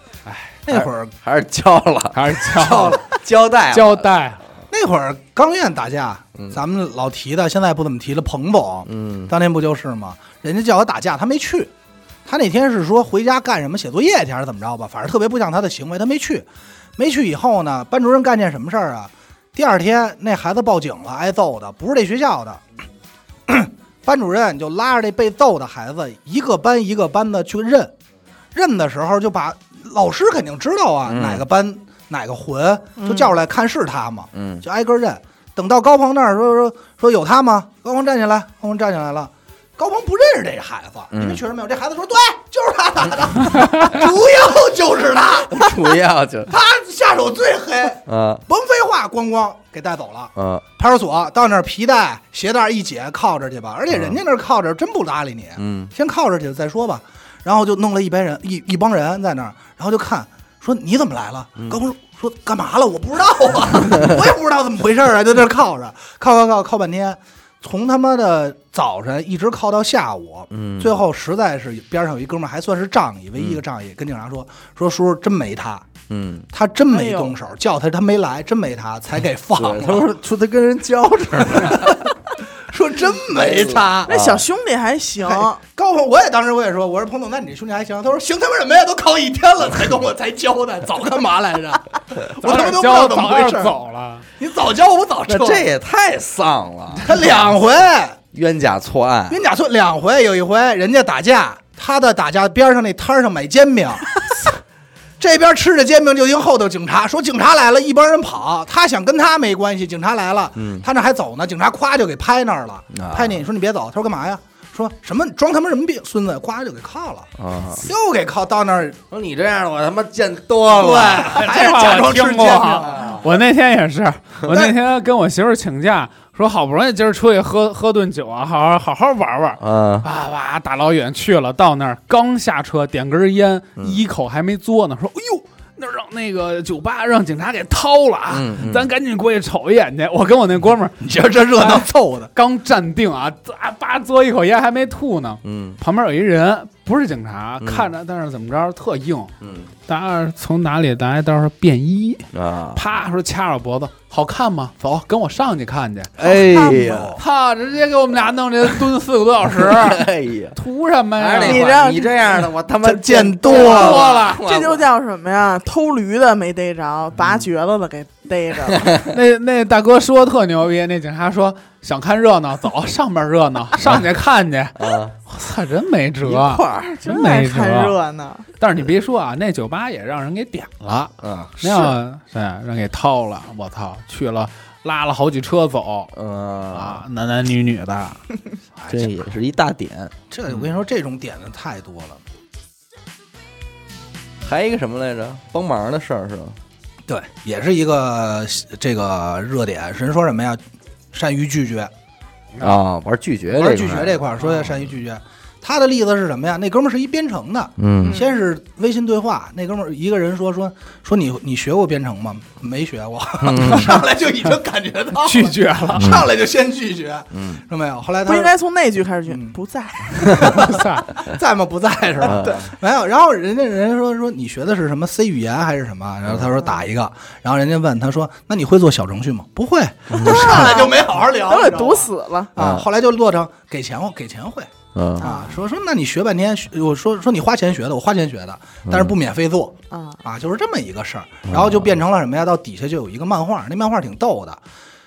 Speaker 2: 那会儿
Speaker 1: 还是交了，
Speaker 4: 还是交了
Speaker 1: 交代了，
Speaker 4: 交代。
Speaker 2: 那会儿刚院打架
Speaker 1: 嗯，
Speaker 2: 咱们老提的，现在不怎么提了。彭总
Speaker 1: 嗯，
Speaker 2: 当年不就是吗？人家叫我打架，他没去。他那天是说回家干什么，写作业去还是怎么着吧？反正特别不像他的行为，他没去。没去以后呢，班主任干件什么事儿啊？第二天那孩子报警了，挨揍的不是这学校的。 班主任就拉着这被揍的孩子一个班一个班的去认，认的时候就把老师肯定知道啊，
Speaker 1: 嗯
Speaker 2: 哪个班哪个混，就叫出来看是他吗？
Speaker 1: 嗯，
Speaker 2: 就挨个认。等到高鹏那儿说说说有他吗？高鹏站起来，高鹏站起来了。高鹏不认识这孩子，
Speaker 1: 嗯
Speaker 2: 你们确实没有。这孩子说：“对，就是他打的， 主要就是他，
Speaker 1: 主要就，
Speaker 2: 他下手最黑。
Speaker 1: 嗯
Speaker 2: 甭废话，咣咣给带走了。
Speaker 1: 嗯
Speaker 2: 派出所到那儿皮带、鞋带一解，铐着去吧。而且人家那儿铐着，真不搭理你。
Speaker 1: 嗯
Speaker 2: 先铐着去再说吧。然后就弄了一帮人，一一帮人在那儿，然后就看说你怎么来了？
Speaker 1: 嗯
Speaker 2: 高鹏说说干嘛了？我不知 道啊，我也不知道怎么回事儿啊，就在那儿铐着，铐铐铐铐半天，从他妈的早晨一直铐到下午。
Speaker 1: 嗯，
Speaker 2: 最后实在是边上有一哥们儿还算是仗义，唯一一个仗义，跟警察说说叔叔真没他，
Speaker 1: 嗯，
Speaker 2: 他真
Speaker 3: 哎
Speaker 2: 没
Speaker 3: 呦
Speaker 2: 动手，叫他他没来，真没他才给放
Speaker 1: 对，他
Speaker 2: 了，
Speaker 1: 说说他跟人 交着呢，
Speaker 2: 说真没他。
Speaker 3: 那小兄弟还行，
Speaker 2: 哎高鹏，我也当时我也说，我说彭总，那你这兄弟还行。他说行他妈什么呀，都考一天了才跟我才教的，早干嘛来 着？我
Speaker 4: 早
Speaker 2: 他妈
Speaker 4: 点
Speaker 2: 都不知道
Speaker 4: 交，
Speaker 2: 怎么
Speaker 4: 早
Speaker 2: 回
Speaker 4: 点
Speaker 2: 事儿。
Speaker 4: 走了。
Speaker 2: 你早教我，我早撤
Speaker 1: 那。这也太丧了，
Speaker 2: 他两回，
Speaker 1: 冤假错案，
Speaker 2: 跟你俩说两回，有一回人家打架，他的打架边上那摊儿上买煎饼。 这边吃着煎饼，就听后头警察说警察来了，一帮人跑。他想跟他没关系，警察来了，
Speaker 1: 嗯
Speaker 2: 他那还走呢，警察咵就给拍那儿了，
Speaker 1: 啊
Speaker 2: 拍你，你说你别走，他说干嘛呀？说什么你装他妈什么病，孙子，咵就给铐了。
Speaker 1: 啊，
Speaker 2: 又给铐到那儿，
Speaker 1: 说你这样的我他妈见多
Speaker 2: 对，
Speaker 1: 了，
Speaker 2: 还是
Speaker 4: 这话
Speaker 2: 假装
Speaker 4: 我
Speaker 2: 吃
Speaker 4: 听
Speaker 2: 煎
Speaker 4: 过
Speaker 2: 饼。
Speaker 4: 啊。我那天 也是，我那天跟我媳妇儿请假，说好不容易今儿出去喝喝顿酒啊，好好好好玩玩。
Speaker 1: 嗯
Speaker 4: 哇哇，打老远去了，到那儿刚下车，点根烟，
Speaker 1: 嗯
Speaker 4: 一口还没嘬呢，说：“哎呦，那儿让那个酒吧让警察给掏了啊，
Speaker 1: 嗯嗯
Speaker 4: 咱赶紧过去瞅一眼去。”我跟我那哥们儿
Speaker 2: 你瞧这热闹凑的，
Speaker 4: 刚站定啊，咂叭嘬一口烟还没吐呢，
Speaker 1: 嗯
Speaker 4: 旁边有一人不是警察，
Speaker 1: 嗯
Speaker 4: 看着但是怎么着特硬，
Speaker 1: 嗯
Speaker 4: 打从哪里拿一刀说便衣，
Speaker 1: 啊，
Speaker 4: 啪说掐着我脖子，好看吗？走，跟我上去看去。
Speaker 1: 哎
Speaker 2: 呀
Speaker 1: 呀，
Speaker 4: 操，直接给我们俩弄这蹲四个多小 时，
Speaker 1: 哎呀，
Speaker 4: 图什么呀
Speaker 1: 还？是
Speaker 3: 你
Speaker 1: 那
Speaker 3: 这
Speaker 1: 话
Speaker 3: 样
Speaker 1: 你这样的，我他妈
Speaker 2: 这见多
Speaker 1: 见
Speaker 4: 了
Speaker 1: 我
Speaker 3: 这就叫什么呀？偷驴的没逮着，拔橛子的给逮着了。
Speaker 4: 那那大哥说特牛逼，那警察说想看热闹，走上边热闹，上去看去。
Speaker 1: 啊，
Speaker 4: 我操，真没
Speaker 3: 一
Speaker 4: 辙。
Speaker 3: 块儿
Speaker 4: 真
Speaker 3: 真爱
Speaker 4: 没
Speaker 3: 看
Speaker 4: 辙
Speaker 3: 热闹，
Speaker 4: 但是你别说啊，那酒吧也让人给点了，
Speaker 1: 嗯
Speaker 4: 那要对让给掏了。我操，去了拉了好几车走
Speaker 1: 嗯，
Speaker 4: 啊，男男女女的。
Speaker 1: 哦这也是一大点。
Speaker 2: 这我跟你说，这种点子太多了。
Speaker 1: 还有一个什么来着？帮忙的事儿是吧？
Speaker 2: 对，也是一个这个热点。人说什么呀？善于拒绝，
Speaker 1: 啊，玩拒绝
Speaker 2: 玩
Speaker 1: 这
Speaker 2: 拒绝这块儿，说要善于拒绝。他的例子是什么呀？那哥们儿是一编程的，
Speaker 1: 嗯
Speaker 2: 先是微信对话，那哥们儿一个人说说说你你学过编程吗？没学过， 上来就已经感觉到了
Speaker 4: 拒，绝 了，
Speaker 2: 上来就先拒绝，
Speaker 1: 嗯，
Speaker 2: 是没有？后来他
Speaker 3: 不应该从那句开始去
Speaker 2: 嗯，
Speaker 3: 不在。
Speaker 4: 操
Speaker 2: 在吗？不在是吧？
Speaker 1: 对，
Speaker 2: 没有。然后人家人家说说你学的是什么 C 语言还是什么？然后他说打一个，然后人家问他说那你会做小程序吗？不会，就上来就没好好聊，
Speaker 3: 都
Speaker 2: 你
Speaker 3: 给
Speaker 2: 知道吗
Speaker 3: 堵啊死了。
Speaker 2: 啊。
Speaker 1: 嗯
Speaker 2: 后来就落成给钱给钱会
Speaker 1: 嗯
Speaker 2: 啊，说说那你学半天，我说说你花钱学的，我花钱学的，但是不免费做。
Speaker 3: 啊，
Speaker 2: 啊，就是这么一个事儿，然后就变成了什么呀？到底下就有一个漫画，那漫画挺逗的，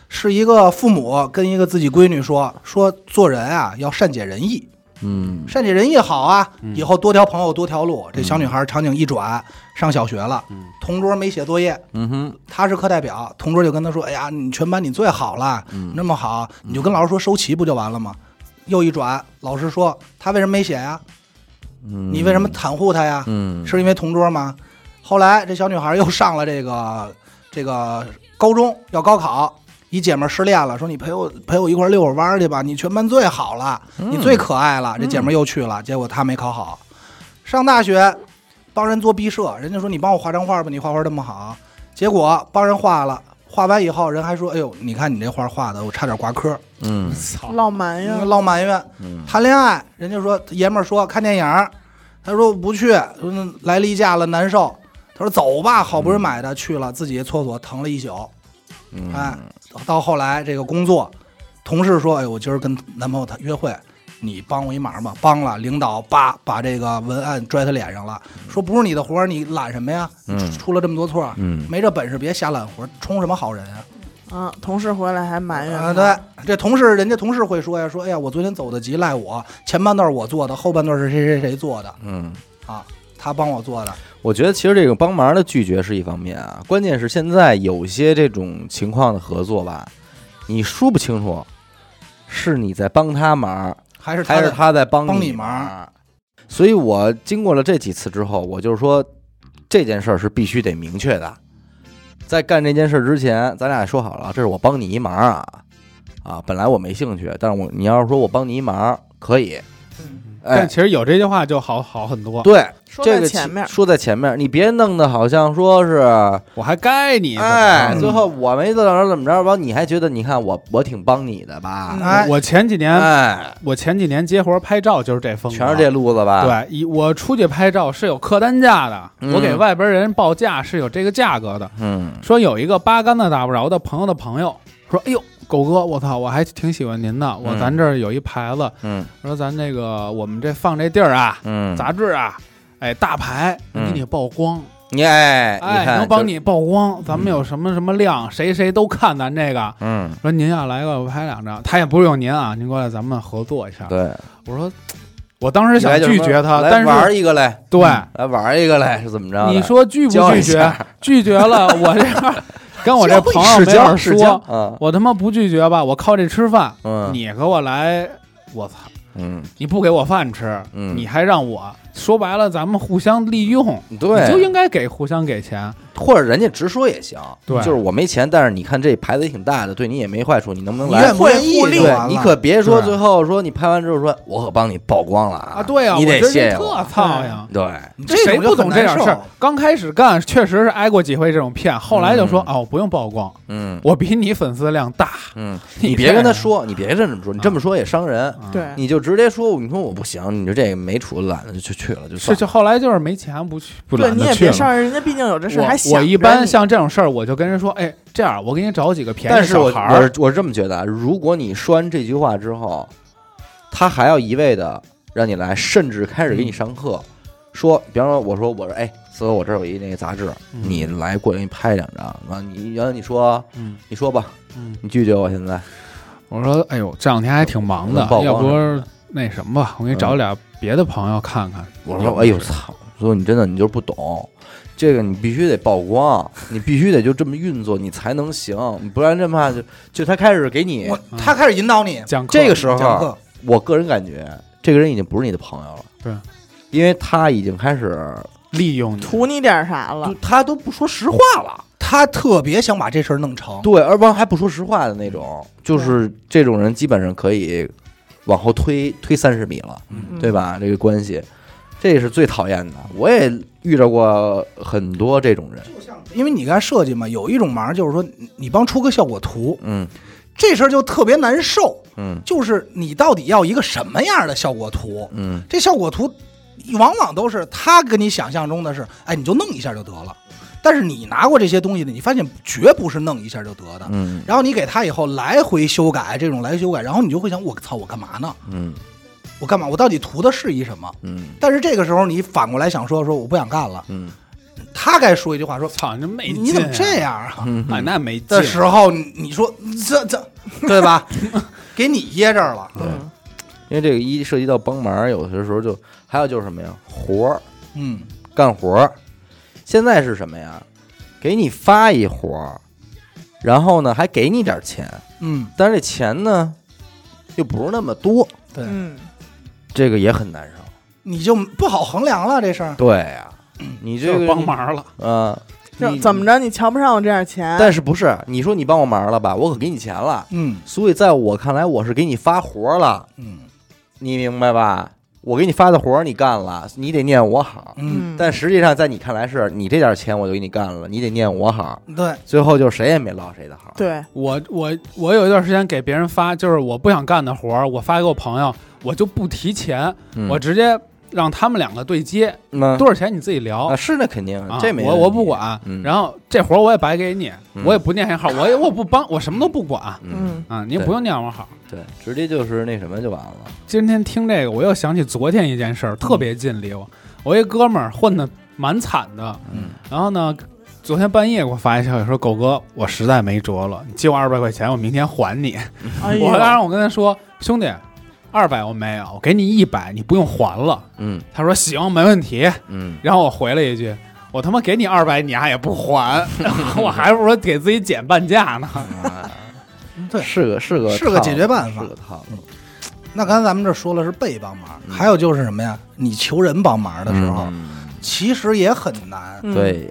Speaker 2: 是一个父母跟一个自己闺女说说做人啊要善解人意，
Speaker 1: 嗯
Speaker 2: 善解人意好啊，以后多条朋友多条路。这小女孩场景一转，上小学了，同桌没写作业，
Speaker 1: 嗯哼，
Speaker 2: 她是课代表，同桌就跟她说：“哎呀，你全班你最好了，
Speaker 1: 嗯
Speaker 2: 那么好，你就跟老师说收齐不就完了吗？”又一转，老师说：“她为什么没写呀？你为什么袒护她呀？”
Speaker 1: 嗯
Speaker 2: 是因为同桌吗？后来这小女孩又上了这个这个高中，要高考，一姐们儿失恋了，说你陪我陪我一块儿遛会儿弯儿去吧，你全班最好了，
Speaker 1: 嗯
Speaker 2: 你最可爱了。这姐们儿又去了，结果她没考好。上大学帮人做毕设，人家说你帮我画张画吧，你画画这么好，结果帮人画了。画完以后，人还说：“哎呦，你看你这画画的，我差点挂科，
Speaker 1: 嗯
Speaker 4: 操，
Speaker 3: 浪漫呀，
Speaker 2: 老埋怨。”
Speaker 1: 嗯
Speaker 2: 谈恋爱，人家说爷们儿说看电影儿，他说不去，说那来例假了难受，他说走吧，好不容易买的去了，自己厕所疼了一宿，
Speaker 1: 嗯
Speaker 2: 哎，到后来这个工作，同事说，哎，我今儿跟男朋友他约会，你帮我一忙吧，帮了，领导叭把这个文案拽他脸上了，说不是你的活儿，你揽什么呀？
Speaker 1: 嗯
Speaker 2: 出出了这么多错儿，
Speaker 1: 嗯
Speaker 2: 没这本事别瞎揽活儿，充什么好人啊？
Speaker 3: 啊，同事回来还
Speaker 1: 哎
Speaker 3: 埋怨
Speaker 2: 啊，
Speaker 3: 他
Speaker 2: 对，这同事人家同事会说呀，说哎呀，我昨天走的急，赖我，前半段我做的，后半段是谁谁谁做的
Speaker 1: 嗯，
Speaker 2: 啊，他帮我做的，
Speaker 1: 我觉得其实这个帮忙的拒绝是一方面啊，关键是现在有些这种情况的合作吧，你说不清楚，是你在帮他忙，
Speaker 2: 还是他
Speaker 1: 还是
Speaker 2: 的
Speaker 1: 他在帮
Speaker 2: 帮
Speaker 1: 你
Speaker 2: 你忙？
Speaker 1: 所以我经过了这几次之后，我就是说这件事儿是必须得明确的。在干这件事儿之前，咱俩说好了，这是我帮你一忙啊啊！本来我没兴趣，但是我你要是说我帮你一忙，可以。哎
Speaker 2: 嗯
Speaker 4: 但，其实有这句话就好好很多。
Speaker 1: 对，
Speaker 3: 说
Speaker 1: 这
Speaker 3: 在
Speaker 1: 个
Speaker 3: 前
Speaker 1: 其
Speaker 3: 面，
Speaker 1: 说在前面，你别弄得好像说是
Speaker 4: 我还该你，
Speaker 1: 哎，
Speaker 4: 怎
Speaker 1: 最
Speaker 4: 么着
Speaker 1: 后我没怎么着怎么着吧，你还觉得你看我我挺帮你的吧？
Speaker 2: 哎，
Speaker 4: 我前几
Speaker 3: 嗯
Speaker 4: 年
Speaker 1: 哎，
Speaker 4: 我前几年接活拍照就是这风格，
Speaker 1: 全是这路子吧？，
Speaker 4: 嗯对，一我出去拍照是有客单价的，
Speaker 1: 啊嗯
Speaker 4: 我给外边人报价是有这个价格的。
Speaker 1: 嗯
Speaker 4: 说有一个八竿子打不着的朋友的朋友说：“哎呦，狗哥，我操，我还挺喜欢您的。我
Speaker 1: 嗯
Speaker 4: 咱这儿有一牌子，
Speaker 1: 嗯
Speaker 4: 说咱这个我们这放这地儿啊，
Speaker 1: 嗯，
Speaker 4: 杂志啊，哎，大牌能给你曝光，
Speaker 1: 你哎，
Speaker 4: 哎，
Speaker 1: 你看
Speaker 4: 能帮
Speaker 1: 就，
Speaker 4: 你曝光。咱们有什么什么量，谁谁都看咱这个。
Speaker 1: 嗯，
Speaker 4: 说您要来个我拍两张，他也不用您啊，您过来咱们合作一下。
Speaker 1: 对，
Speaker 4: 我说，我当时想
Speaker 1: 来就
Speaker 4: 拒
Speaker 1: 什么
Speaker 4: 绝他，
Speaker 1: 来
Speaker 4: 但
Speaker 1: 玩
Speaker 4: 是
Speaker 1: 一个嘞，嗯
Speaker 4: 对。
Speaker 1: 来玩一个嘞，是怎么着的？
Speaker 4: 你说拒不
Speaker 1: 教一
Speaker 4: 拒绝
Speaker 1: 下？
Speaker 4: 拒绝 了，我这样跟我这朋友
Speaker 1: 是
Speaker 4: 没法
Speaker 1: 教是教
Speaker 4: 说，，
Speaker 1: 嗯
Speaker 4: 我他妈不拒绝吧，我靠这吃饭。
Speaker 1: 嗯
Speaker 4: 你给我来，我操！
Speaker 1: 嗯，
Speaker 4: 你不给我饭吃，
Speaker 1: 嗯
Speaker 4: 你还让我说白了，咱们互相利用，你就
Speaker 1: 对
Speaker 4: 应，该给互相给钱。
Speaker 1: 或者人家直说也行，
Speaker 4: 对
Speaker 1: 就是我没钱，但是你看这牌子也挺大的，对你也没坏处，你能不能
Speaker 2: 你
Speaker 1: 来
Speaker 2: 愿？不愿意
Speaker 3: 会互利
Speaker 2: 就完了
Speaker 1: 对你可别说
Speaker 4: 对
Speaker 1: 最后说你拍完之后说，我可帮你曝光了
Speaker 4: 啊，对啊，
Speaker 1: 你
Speaker 4: 我
Speaker 1: 得
Speaker 4: 觉得
Speaker 1: 谢
Speaker 4: 这
Speaker 1: 谢
Speaker 4: 特
Speaker 1: 我。
Speaker 4: 操呀！
Speaker 1: 对，
Speaker 2: 这
Speaker 4: 谁
Speaker 2: 种就
Speaker 4: 不懂
Speaker 2: 很
Speaker 4: 这
Speaker 2: 难
Speaker 4: 点事儿
Speaker 2: 受？啊
Speaker 4: 刚开始干确实是挨过几回这种骗，后来就说
Speaker 1: 嗯
Speaker 4: 哦，不用曝光，
Speaker 1: 嗯
Speaker 4: 我比你粉丝量大。
Speaker 1: 嗯，
Speaker 4: 你
Speaker 1: 你别跟他说，你别这么说，你这么说也伤人。
Speaker 4: 啊
Speaker 3: 对
Speaker 1: 你就直接说，你说我不行，你就这个没出子懒得，就去去去了，就算
Speaker 4: 是
Speaker 1: 了
Speaker 4: 就后来就是没钱不去不
Speaker 3: 对
Speaker 4: 懒
Speaker 3: 你
Speaker 4: 得
Speaker 3: 也
Speaker 4: 去
Speaker 3: 别
Speaker 4: 了。
Speaker 3: 上人家，毕竟有这事儿还想
Speaker 4: 我我一
Speaker 3: 着
Speaker 4: 般
Speaker 3: 你
Speaker 4: 像这种事儿，我就跟人说，哎，这样我给你找几个便宜
Speaker 1: 但
Speaker 4: 的
Speaker 1: 是
Speaker 4: 小
Speaker 1: 我
Speaker 4: 孩
Speaker 1: 我
Speaker 4: 儿
Speaker 1: 是，我是这么觉得啊，如果你说完这句话之后，他还要一味的让你来，甚至开
Speaker 4: 嗯
Speaker 1: 始给你上课，说，比方说我说我说哎，所以我这儿有一那个杂志，
Speaker 4: 嗯
Speaker 1: 你来过来给你拍两张，然后你然后你说
Speaker 4: 嗯
Speaker 1: 你说吧，
Speaker 4: 嗯，
Speaker 1: 你拒绝我现在，
Speaker 4: 我说，哎呦，这两天还挺忙的
Speaker 1: 能嗯曝，光
Speaker 4: 要不
Speaker 1: 什么的嗯
Speaker 4: 那什么吧，我给你找俩别的朋友看看。
Speaker 1: 我说哎呦操，所以你真的你就是不懂。这个你必须得曝光，你必须得就这么运作，你才能行，你不然这么就就他开始给你
Speaker 2: 我他开始引导你
Speaker 4: 讲课
Speaker 1: 这个时候啊
Speaker 2: 讲课，
Speaker 1: 我个人感觉，这个人已经不是你的朋友了。
Speaker 4: 对，
Speaker 1: 因为他已经开始，
Speaker 4: 利用你，
Speaker 3: 图你点啥了
Speaker 1: 就？他都不说实话了。
Speaker 2: 他特别想把这事儿弄成。
Speaker 1: 对，而不还不说实话的那种，就是这种人基本上可以往后推推三十米了，
Speaker 3: 嗯
Speaker 1: 对吧？这个关系，这是最讨厌的。我也遇到过很多这种人，
Speaker 2: 因为你刚才设计嘛，有一种忙就是说，你你帮出个效果图，
Speaker 1: 嗯
Speaker 2: 这事儿就特别难受。
Speaker 1: 嗯
Speaker 2: 就是你到底要一个什么样的效果图？
Speaker 1: 嗯，
Speaker 2: 这效果图往往都是他跟你想象中的是，哎，你就弄一下就得了。但是你拿过这些东西的，你发现绝不是弄一下就得的。
Speaker 1: 嗯
Speaker 2: 然后你给他以后来回修改，这种来修改，然后你就会想，我操，我干嘛呢？
Speaker 1: 嗯
Speaker 2: 我干嘛？我到底图的是一什么？
Speaker 1: 嗯
Speaker 2: 但是这个时候你反过来想说，说我不想干了，
Speaker 1: 嗯
Speaker 2: 他该说一句话说，
Speaker 4: 操，你这
Speaker 2: 你
Speaker 4: 没劲啊
Speaker 2: 你怎么哎这？样啊？
Speaker 1: 嗯
Speaker 4: 哎，那没劲
Speaker 2: 的。时候，你你说这这对 吧？给你噎这儿了，
Speaker 3: 嗯
Speaker 1: 因为这个一涉及到帮忙，有的时候就还有就是什么呀，活儿，
Speaker 2: 嗯，
Speaker 1: 干活儿。现在是什么呀？给你发一活儿，然后呢还给你点儿钱，
Speaker 2: 嗯，
Speaker 1: 但是这钱呢又不是那么多，
Speaker 2: 对，
Speaker 3: 嗯，
Speaker 1: 这个也很难受。
Speaker 2: 你就不好衡量了这事儿。
Speaker 1: 对呀、你
Speaker 4: 就
Speaker 1: 这
Speaker 4: 是
Speaker 1: 个
Speaker 4: 帮忙了，
Speaker 1: 啊、
Speaker 3: 这
Speaker 1: 你
Speaker 3: 怎么？着？你瞧不上我这点钱？
Speaker 1: 但是不是你说你帮我忙了吧？我可给你钱了，
Speaker 2: 嗯
Speaker 1: 所以在我看来我是给你发活儿了，
Speaker 2: 嗯
Speaker 1: 你明白吧？我给你发的活儿你干了，你得念我好。
Speaker 2: 嗯，
Speaker 1: 但实际上，在你看来是你这点钱我就给你干了，你得念我好。
Speaker 2: 对，
Speaker 1: 最后就是谁也没落谁的好。
Speaker 3: 对，
Speaker 4: 我我我有一段时间给别人发，就是我不想干的活儿，我发给我朋友，我就不提钱，
Speaker 1: 嗯，
Speaker 4: 我直接让他们两个对接，
Speaker 1: 那
Speaker 4: 多少钱你自己聊
Speaker 1: 啊，。是那肯定，
Speaker 4: 啊
Speaker 1: 这没
Speaker 4: 我
Speaker 1: 问
Speaker 4: 我
Speaker 1: 题
Speaker 4: 不管，
Speaker 1: 嗯
Speaker 4: 然后这活儿我也白给你，
Speaker 1: 嗯
Speaker 4: 我也不念一号，我也我不帮，我什么都不管啊，
Speaker 1: 嗯，
Speaker 3: 嗯
Speaker 4: 你也
Speaker 1: 对
Speaker 4: 不用念我好。
Speaker 1: 对，直接就是那什么就完了。
Speaker 4: 今天听这个，我又想起昨天一件事儿，特别近离我。我一哥们儿混的蛮惨的，
Speaker 1: 嗯，
Speaker 4: 然后呢，昨天半夜给我发一消息说：“狗哥，我实在没辙了，你借我二百块钱，我明天还你。
Speaker 3: 哎呦
Speaker 4: 嗯我当时我跟他说：“兄弟，二百我没有，我给你一百，你不用还了。
Speaker 1: 嗯”
Speaker 4: 他说：“行，没问题。
Speaker 1: 嗯”，
Speaker 4: 然后我回了一句。我他妈给你二百，你还也不还， 我还不如给自己减半价呢。
Speaker 1: 嗯
Speaker 2: 嗯对
Speaker 1: 是个是个
Speaker 2: 是个
Speaker 1: 套
Speaker 2: 解
Speaker 1: 路
Speaker 2: 决办法
Speaker 1: 是个套路。
Speaker 2: 那刚才咱们这说了是被帮忙，
Speaker 1: 嗯
Speaker 2: 还有就是什么呀？你求人帮忙的时候，
Speaker 1: 嗯，
Speaker 2: 其实也很难。
Speaker 3: 嗯
Speaker 1: 对，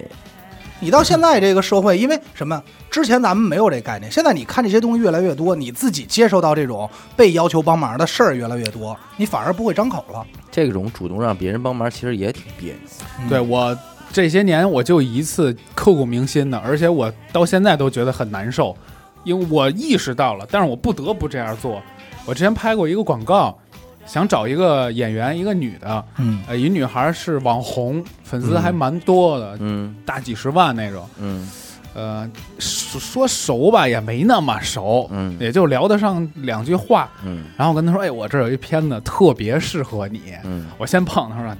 Speaker 2: 你到现在这个社会，因为什么？之前咱们没有这概念，现在你看这些东西越来越多，你自己接受到这种被要求帮忙的事儿越来越多，你反而不会张口了。
Speaker 1: 这种主动让别人帮忙，其实也挺别扭。
Speaker 2: 嗯
Speaker 4: 对，我这些年我就一次刻骨铭心的，而且我到现在都觉得很难受，因为我意识到了，但是我不得不这样做。我之前拍过一个广告，想找一个演员，一个女的，
Speaker 2: 嗯
Speaker 4: 呃，一女孩是网红，粉丝还蛮多的，
Speaker 1: 嗯
Speaker 4: 大几十万那种。
Speaker 1: 嗯
Speaker 4: 呃，说说熟吧，也没那么熟，
Speaker 1: 嗯
Speaker 4: 也就聊得上两句话。
Speaker 1: 嗯
Speaker 4: 然后我跟她说：“哎，我这儿有一片子特别适合你。”
Speaker 1: 嗯，
Speaker 4: 我先碰他说，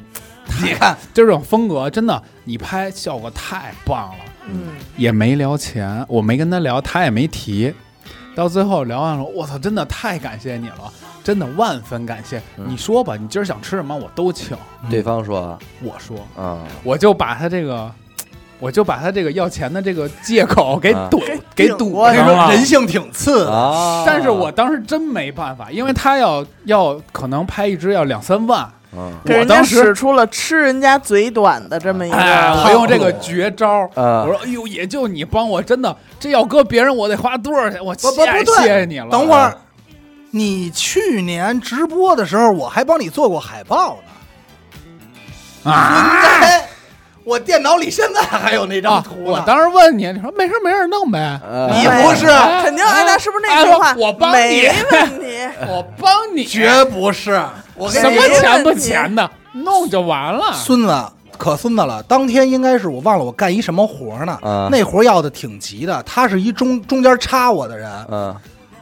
Speaker 2: 你看，
Speaker 4: 就这种风格，真的，你拍效果太棒了，
Speaker 3: 嗯，
Speaker 4: 也没聊钱，我没跟他聊，他也没提。到最后聊完了，我操，真的太感谢你了，真的万分感谢。
Speaker 1: 嗯
Speaker 4: 你说吧，你今儿想吃什么，我都请。
Speaker 2: 嗯
Speaker 1: 对方说
Speaker 4: 我说，
Speaker 1: 啊，
Speaker 4: 我就把他这个，我就把他这个要钱的这个借口给
Speaker 1: 啊
Speaker 4: 堵、嗯给
Speaker 3: 顶
Speaker 4: 堵
Speaker 3: 过
Speaker 2: 我跟你
Speaker 3: 去
Speaker 4: 上
Speaker 2: 说
Speaker 4: 了。
Speaker 2: 人性挺次的。
Speaker 1: 啊
Speaker 4: 但是我当时真没办法，因为他要要可能拍一支要两三万，
Speaker 1: 嗯
Speaker 3: 给
Speaker 4: 我
Speaker 3: 人家
Speaker 4: 当时
Speaker 3: 使出了吃人家嘴短的这么一个，
Speaker 4: 哎，我用这个
Speaker 2: 嗯
Speaker 4: 绝招，
Speaker 1: 啊
Speaker 4: 我说哎呦，也就你帮我，真的，这要搁别人我得花多少钱？我
Speaker 2: 不不
Speaker 4: 太
Speaker 2: 不对
Speaker 4: 谢谢你了。
Speaker 2: 等会儿，你去年直播的时候，我还帮你做过海报呢。
Speaker 4: 啊
Speaker 2: 哎，我电脑里现在还有那张
Speaker 4: 啊！
Speaker 2: 图
Speaker 4: 我
Speaker 2: 呢。
Speaker 4: 当时问你，你说没事儿没事儿弄呗，啊
Speaker 1: 呃
Speaker 2: 你
Speaker 3: 哎
Speaker 2: 不是
Speaker 3: 呀肯定哎，那是不是那句话？
Speaker 4: 哎我我帮你
Speaker 3: 没问题，
Speaker 4: 我帮你，
Speaker 2: 绝不是，我跟
Speaker 4: 什
Speaker 2: 你
Speaker 4: 么
Speaker 2: 说，啊
Speaker 4: 钱不钱的？弄就完了。
Speaker 2: 孙子可孙子了，当天应该是我忘了我干一什么活呢，
Speaker 1: 啊
Speaker 2: 那活要的挺急的，他是一中中间插我的人，
Speaker 1: 嗯，，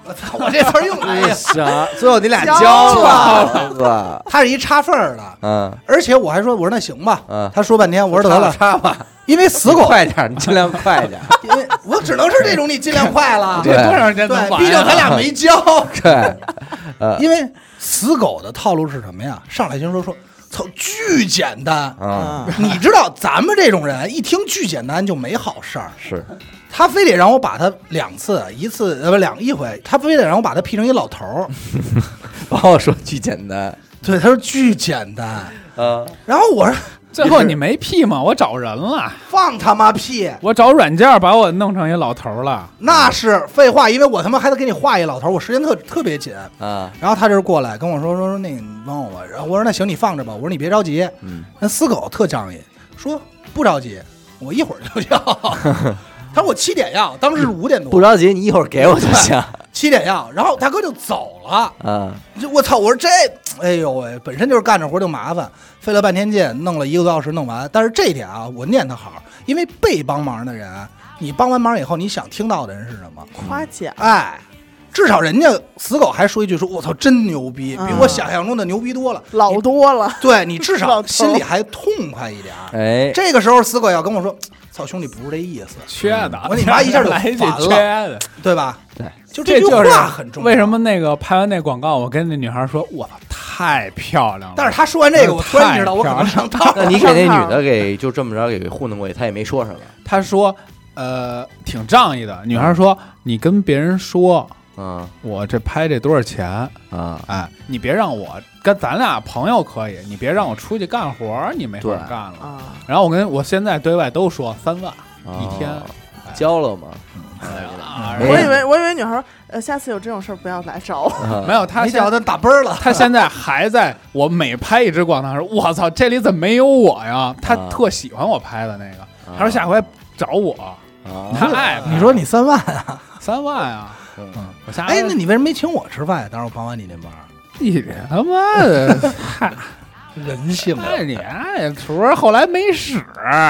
Speaker 2: 我操， 我这词儿用来呀
Speaker 1: 行，最后你俩
Speaker 3: 哎交
Speaker 1: 交
Speaker 3: 了
Speaker 1: 了，吧？
Speaker 2: 他是一插缝儿的，
Speaker 1: 嗯
Speaker 2: 而且我还说我说那行吧，
Speaker 1: 嗯，
Speaker 2: 他说半天，我说得了，
Speaker 1: 插吧，
Speaker 2: 因为死狗，
Speaker 1: 快点儿，你尽量快 点儿。
Speaker 2: 因为我只能是这种你尽量快了，
Speaker 4: 这
Speaker 1: 对
Speaker 4: 多长时间能
Speaker 2: 对，
Speaker 4: 完？啊
Speaker 2: 毕竟咱俩没交，
Speaker 1: 对，
Speaker 2: 因为死狗的套路是什么呀？上来先说说，操，巨简单。
Speaker 1: 嗯，
Speaker 3: 嗯
Speaker 2: 你知道咱们这种人一听巨简单就没好事儿，
Speaker 1: 是，
Speaker 2: 他非得让我把他两次，一次呃不两一回，他非得让我把他 P 成一老头儿。
Speaker 1: 把我说巨简单，
Speaker 2: 对，他说巨简单，
Speaker 1: 嗯，
Speaker 2: 然后我说
Speaker 4: 最后你没屁吗？我找人了，
Speaker 2: 放他妈屁，
Speaker 4: 我找软件把我弄成一老头儿了。
Speaker 2: 那是废话，因为我他妈还得给你画一老头儿，我时间特特别紧。
Speaker 1: 啊，
Speaker 2: 然后他就是过来跟我说说说那个你帮我吧，然后我说那行你放着吧，我说你别着急，
Speaker 1: 嗯，
Speaker 2: 那死狗特仗义，说不着急，我一会儿 就要。他说我七点要，当时是五点
Speaker 1: 不
Speaker 2: 多，
Speaker 1: 着急，你一会儿给我就 行。
Speaker 2: 七点要，然后大哥就走了。
Speaker 1: 嗯
Speaker 2: 就我操！我说这，哎呦喂，本身就是干这活就麻烦，费了半天劲，弄了一个多小时弄完。但是这一点啊，我念他好，因为被帮忙的人，啊你帮完忙以后，你想听到的人是什么？
Speaker 3: 夸奖，
Speaker 2: 哎，至少人家死狗还说一句说，我操，真牛逼，比
Speaker 3: 嗯
Speaker 2: 我想象中的牛逼多了。
Speaker 3: 老多了，
Speaker 2: 对你至
Speaker 3: 老
Speaker 2: 少
Speaker 3: 头
Speaker 2: 心里还痛快一点儿。
Speaker 1: 哎，
Speaker 2: 这个时候死狗要跟我说，操兄弟不是这意思，
Speaker 4: 缺的，
Speaker 2: 嗯我你妈一下就
Speaker 4: 来一句
Speaker 2: 烦了
Speaker 4: 缺的，
Speaker 2: 对吧？
Speaker 1: 对，
Speaker 2: 就
Speaker 4: 这
Speaker 2: 句
Speaker 4: 就是
Speaker 2: 话很重要。
Speaker 4: 为什么？那个拍完那广告，我跟那女孩说：“我操，太漂亮了。”
Speaker 2: 但是他说完这个，我突然意识到我可能 上当
Speaker 1: 那
Speaker 2: 了。
Speaker 1: 你给那女的给就这么着给糊弄过去，她也没说什么。
Speaker 4: 他说：“呃，挺仗义的。”女孩说：“你跟别人说
Speaker 1: 嗯
Speaker 4: 我这拍这多少钱？
Speaker 1: 啊，
Speaker 4: 哎，你别让我跟咱俩朋友可以，你别让我出去干活儿，你没法
Speaker 1: 对
Speaker 4: 干了。
Speaker 3: 啊，
Speaker 4: 然后我跟我现在对外都说三万
Speaker 1: 哦
Speaker 4: 一天，
Speaker 1: 交了吗？
Speaker 2: 哎
Speaker 4: 啊
Speaker 1: 没
Speaker 3: 我以为我以为女孩儿，呃，下次有这种事儿不要来找我，
Speaker 4: 没
Speaker 1: 啊
Speaker 4: 有他
Speaker 2: 你
Speaker 4: 现
Speaker 2: 脚他打啵儿了，
Speaker 4: 他现在还在我每拍一支广告时，我操，这里怎么没有我呀？他
Speaker 1: 啊
Speaker 4: 特喜欢我拍的那个，
Speaker 1: 啊
Speaker 4: 他说下回找我，他爱拍
Speaker 2: 你说你三万啊？
Speaker 4: 三万啊，
Speaker 1: 嗯
Speaker 4: 嗯，我下回
Speaker 2: 哎，那你为什么没请我吃饭呀？当时我帮完你那忙，
Speaker 4: 你他妈的，嗨
Speaker 2: 人性啊！
Speaker 4: 那你爱厨后来没使，